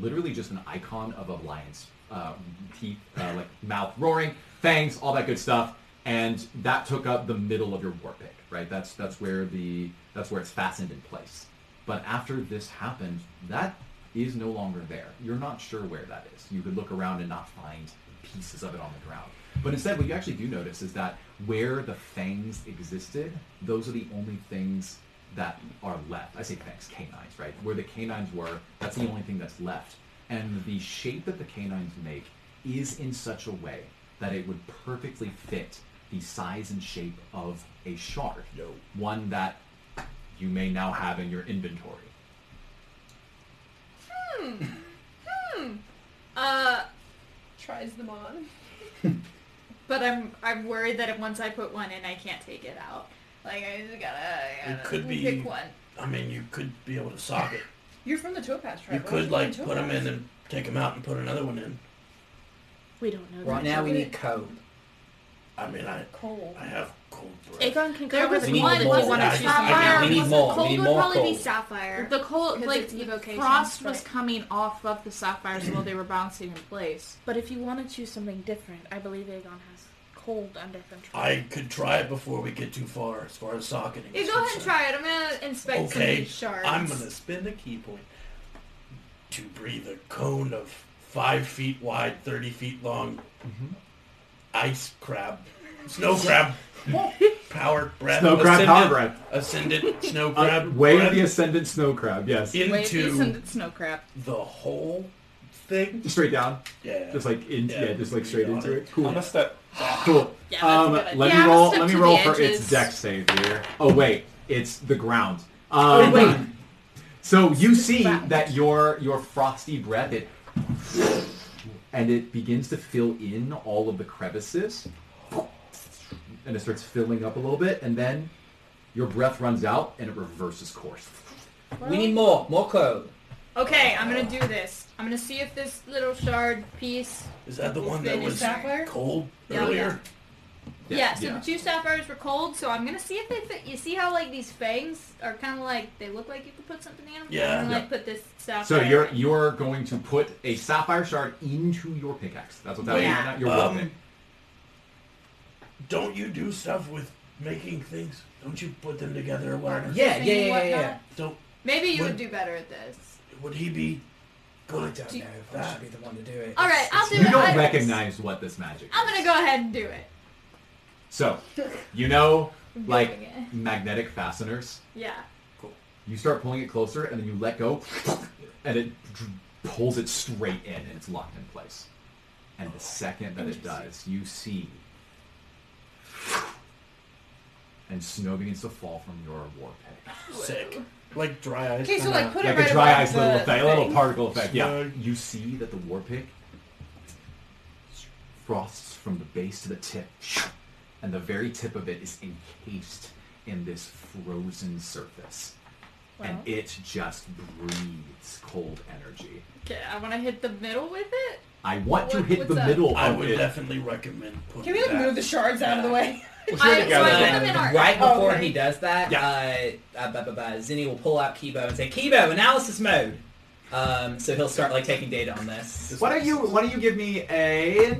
B: literally just an icon of a lion's uh, teeth, uh, like mouth roaring, fangs, all that good stuff, and that took up the middle of your war pick. Right, that's that's where the that's where it's fastened in place. But after this happened, that is no longer there. You're not sure where that is. You could look around and not find pieces of it on the ground. But instead, what you actually do notice is that where the fangs existed, those are the only things that are left. I say fangs, canines, right? Where the canines were, that's the only thing that's left. And the shape that the canines make is in such a way that it would perfectly fit the size and shape of a shard. One that you may now have in your inventory.
G: Hmm. Hmm. Uh. Tries them
M: <laughs>
G: on.
H: But I'm I'm worried that if once I put one in, I can't take it out. Like I just gotta, I
E: It
H: gotta
E: could be.
H: pick one.
E: I mean, you could be able to sock it.
G: You're from the Topaz
E: You
G: tribe. why
E: could
G: would be
E: like
G: the
E: put them
G: Topaz?
E: in and take them out and put another one in.
I: We don't know.
M: Right
I: that.
M: now we need code.
E: I mean, I
I: coal.
E: I have cold breath.
I: Acorn can
H: There
I: cover
H: was
I: the
M: We
H: one that
M: need more.
H: was on a
M: I- I-
H: sapphire.
M: we need
H: wasn't-
M: more. We
H: Cold
M: need
H: would
M: more
H: probably be
M: cold.
H: sapphire.
D: The cold,
H: 'Cause
D: like
H: it's evocation,
D: frost, was
H: right.
D: coming off of the sapphires while they were bouncing in place.
I: But if you want to choose something different, I believe Aegon has cold under control.
E: I could try it before we get too far as far as socketing.
H: Yeah,
E: is
H: go ahead and
E: concerned.
H: try it. I'm gonna inspect some of
E: Okay,
H: these shards.
E: I'm gonna spend a key point to breathe a cone of five feet wide, thirty feet long,
B: Mm-hmm.
E: ice crab, snow
B: <laughs>
E: crab, power breath,
B: Snow crab, power
E: ascendant-
B: breath. <laughs>
E: ascendant snow
B: Uh,
E: crab,
B: way
E: breath
B: of the ascendant snow crab, yes.
E: into
D: Wait, you send it snow crap.
E: the whole thing.
B: Straight down.
E: Yeah.
B: Just like in, yeah,
E: Yeah,
B: just like straight into it.
C: I'm
B: Cool.
C: gonna step.
B: Cool.
D: Yeah, that's
B: um,
D: a good idea.
B: let
D: Yeah,
B: me
D: I'm
B: roll.
D: stuck
B: Let me
D: to
B: roll
D: the
B: for its
D: edges.
B: deck save here. Oh wait, it's the ground. Um,
M: wait.
B: So you see that your your frosty breath it and it begins to fill in all of the crevices, and it starts filling up a little bit, and then your breath runs out and it reverses course.
M: We need more. More code.
H: Okay, I'm gonna do this. I'm gonna see if this little shard piece.
E: Is that the one that
H: Spin is
E: was
H: sapphire?
E: cold
H: Yeah,
E: earlier?
H: Yeah, so the two sapphires were cold, so I'm gonna see if they fit. You see how like these fangs are kind of like they look like you could put something in them.
E: Yeah.
H: I'm gonna
B: Yeah.
H: like put this sapphire.
B: So you're you're going to put a sapphire shard into your pickaxe. That's what that
E: Wait,
B: means. right now. Your
E: um,
B: weapon.
E: Don't you do stuff with making things? Don't you put them together or whatever?
M: Yeah, yeah,
H: and
M: yeah, yeah, yeah.
H: whatnot.
E: Don't
H: Maybe you would
E: Would-
H: do better at this.
E: would he be
M: I
E: good
M: don't know if I
E: that?
M: should be the one to do it.
H: All right, I'll do
B: You
H: it.
B: don't
H: I-
B: recognize what this magic is.
H: I'm gonna go ahead and do it.
B: So, you
H: <laughs>
B: know, like
H: doing it.
B: magnetic fasteners.
H: Yeah.
B: You start pulling it closer, and then you let go, and it dr- pulls it straight in, and it's locked in place. And the second that it does, you see, and snow begins to fall from your war pit.
E: sick? Like dry ice.
H: Okay, so,
E: kinda-
H: like, put
B: Uh-huh.
H: it
B: like
H: right
B: a dry
H: above
B: ice little
H: the
B: effect, a little
H: thing.
B: particle effect. Yeah.
E: Snug.
B: You see that the war pick frosts from the base to the tip, and the very tip of it is encased in this frozen surface,
H: Wow.
B: and it just breathes cold energy.
H: Okay, I want to hit the middle with it.
B: I want to
H: What-
B: hit
H: what's
B: the
H: up?
B: middle
E: I
B: of
E: would
B: it.
E: definitely recommend putting
G: Can we like
E: that-
G: move the shards out of the way?
H: I, so I put them in
M: And
H: our
M: right
G: Oh,
M: before
G: okay.
M: he does that, uh, uh, bu- bu- bu- Zinni will pull out Kibo and say, "Kibo, analysis mode." Um, so he'll start like taking data on this.
B: Why don't you? Why don't you give me a?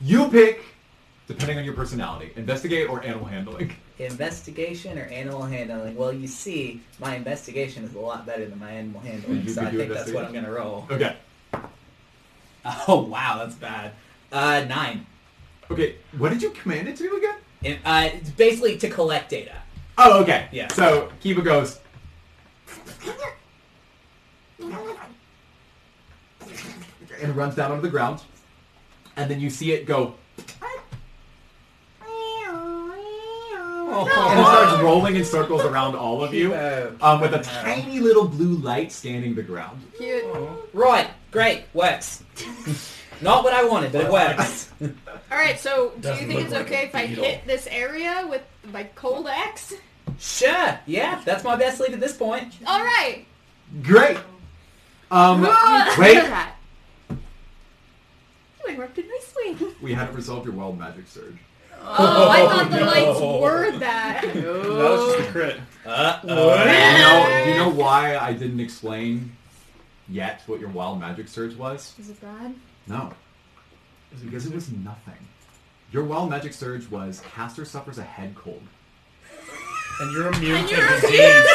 B: You pick, depending on your personality, investigate or animal handling. <laughs>
M: Investigation or animal handling? Well, you see, my investigation is a lot better than my animal handling,
B: You
M: so
B: could
M: I
B: do
M: think that's what I'm
B: investigation.
M: gonna roll.
B: Okay.
M: Oh wow, that's bad. Uh, nine.
B: Okay. What did you command it to do again?
M: And, uh, it's basically to collect data.
B: Oh, okay.
M: Yeah.
B: So Kiva goes. And runs down onto the ground, and then you see it go and it starts rolling in circles around all of you, um, with a
M: Uh,
B: tiny little blue light scanning the ground.
H: Cute.
M: Right, great, works. <laughs> Not what I wanted, but it works.
H: All right. So, do
M: Doesn't
H: you think
M: look
H: it's
M: like
H: okay
M: a
H: if I
M: beetle.
H: hit this area with my cold axe?
M: Sure, yeah, that's my best lead at this point.
H: All
M: <laughs>
H: right.
B: Great. Um, wait.
J: You interrupted my
B: <laughs>
J: swing.
B: We hadn't resolved your wild magic surge.
J: Oh, I thought the
B: no.
J: lights were that.
H: <laughs>
C: That was just a crit.
B: Uh-oh. You know, you know why I didn't explain yet what your wild magic surge was?
J: Is it bad?
B: No. Because it was nothing. Your wild magic surge was caster suffers a head cold.
C: And you're immune
B: and
C: to disease.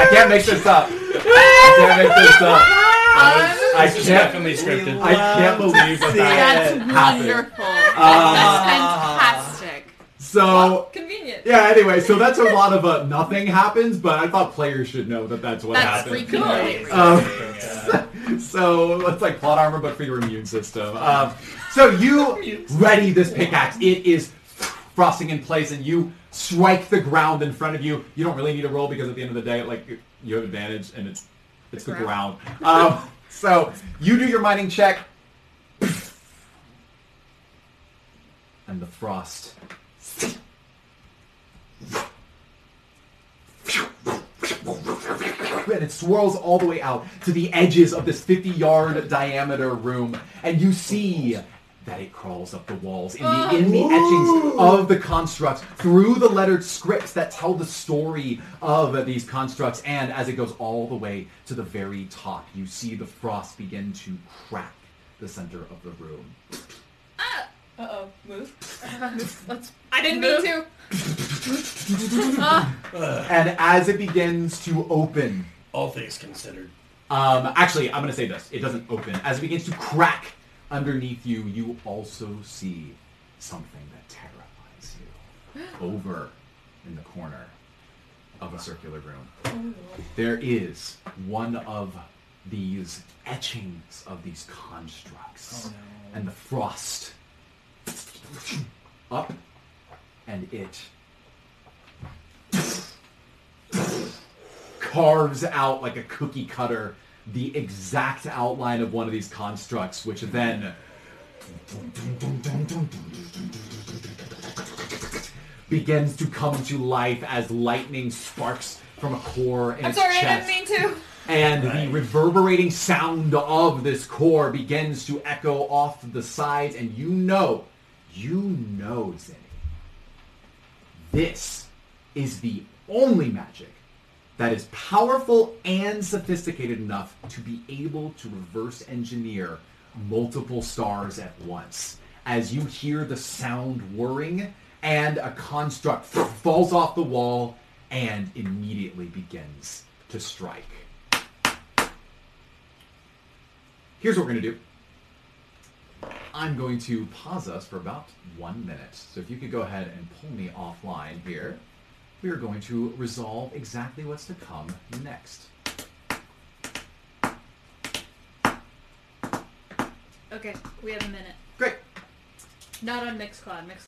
B: I can't make this up. I can't make this
C: <laughs>
B: up. I
C: This is
B: can't-
C: definitely scripted.
B: I can't believe that that
D: That's
B: happened.
D: wonderful.
B: Uh,
D: That's fantastic.
B: So
D: Convenient.
B: yeah. Anyway, so that's a lot of uh, nothing happens, but I thought players should know that that's what
D: That's
B: happened.
D: freaking amazing.
B: Um, <laughs> so, so it's like plot armor, but for your immune system. Um, so you ready this pickaxe? It is thrusting in place, and you strike the ground in front of you. You don't really need a roll because at the end of the day, like you have advantage, and it's it's the ground.
L: Ground.
B: Um, so you do your mining check, and the frost and it swirls all the way out to the edges of this 50 yard diameter room and you see that it crawls up the walls in the, in the etchings of the constructs through the lettered scripts that tell the story of these constructs and as it goes all the way to the very top you see the frost begin to crack the center of the room
G: Uh-oh. <laughs> Move.
D: Move. Let's.
G: I didn't mean to.
D: Ah.
B: and as it begins to open
E: All things considered.
B: Um, actually, I'm going to say this. It doesn't open. As it begins to crack underneath you, you also see something that terrifies you. Over in the corner of a circular room, there is one of these etchings of these constructs. And the frost up, and it carves out like a cookie cutter the exact outline of one of these constructs, which then begins to come to life as lightning sparks from a core in
H: I'm
B: its
H: sorry, I
B: chest.
H: didn't mean to.
B: And the reverberating sound of this core begins to echo off the sides, and you know, you know, Zinni, this is the only magic that is powerful and sophisticated enough to be able to reverse engineer multiple stars at once. As you hear the sound whirring, and a construct falls off the wall and immediately begins to strike. Here's what we're going to do. I'm going to pause us for about one minute. So if you could go ahead and pull me offline here, we are going to resolve exactly what's to come next.
H: Okay, we have a minute.
B: Great.
H: Not on Mixcloud. Mixcloud.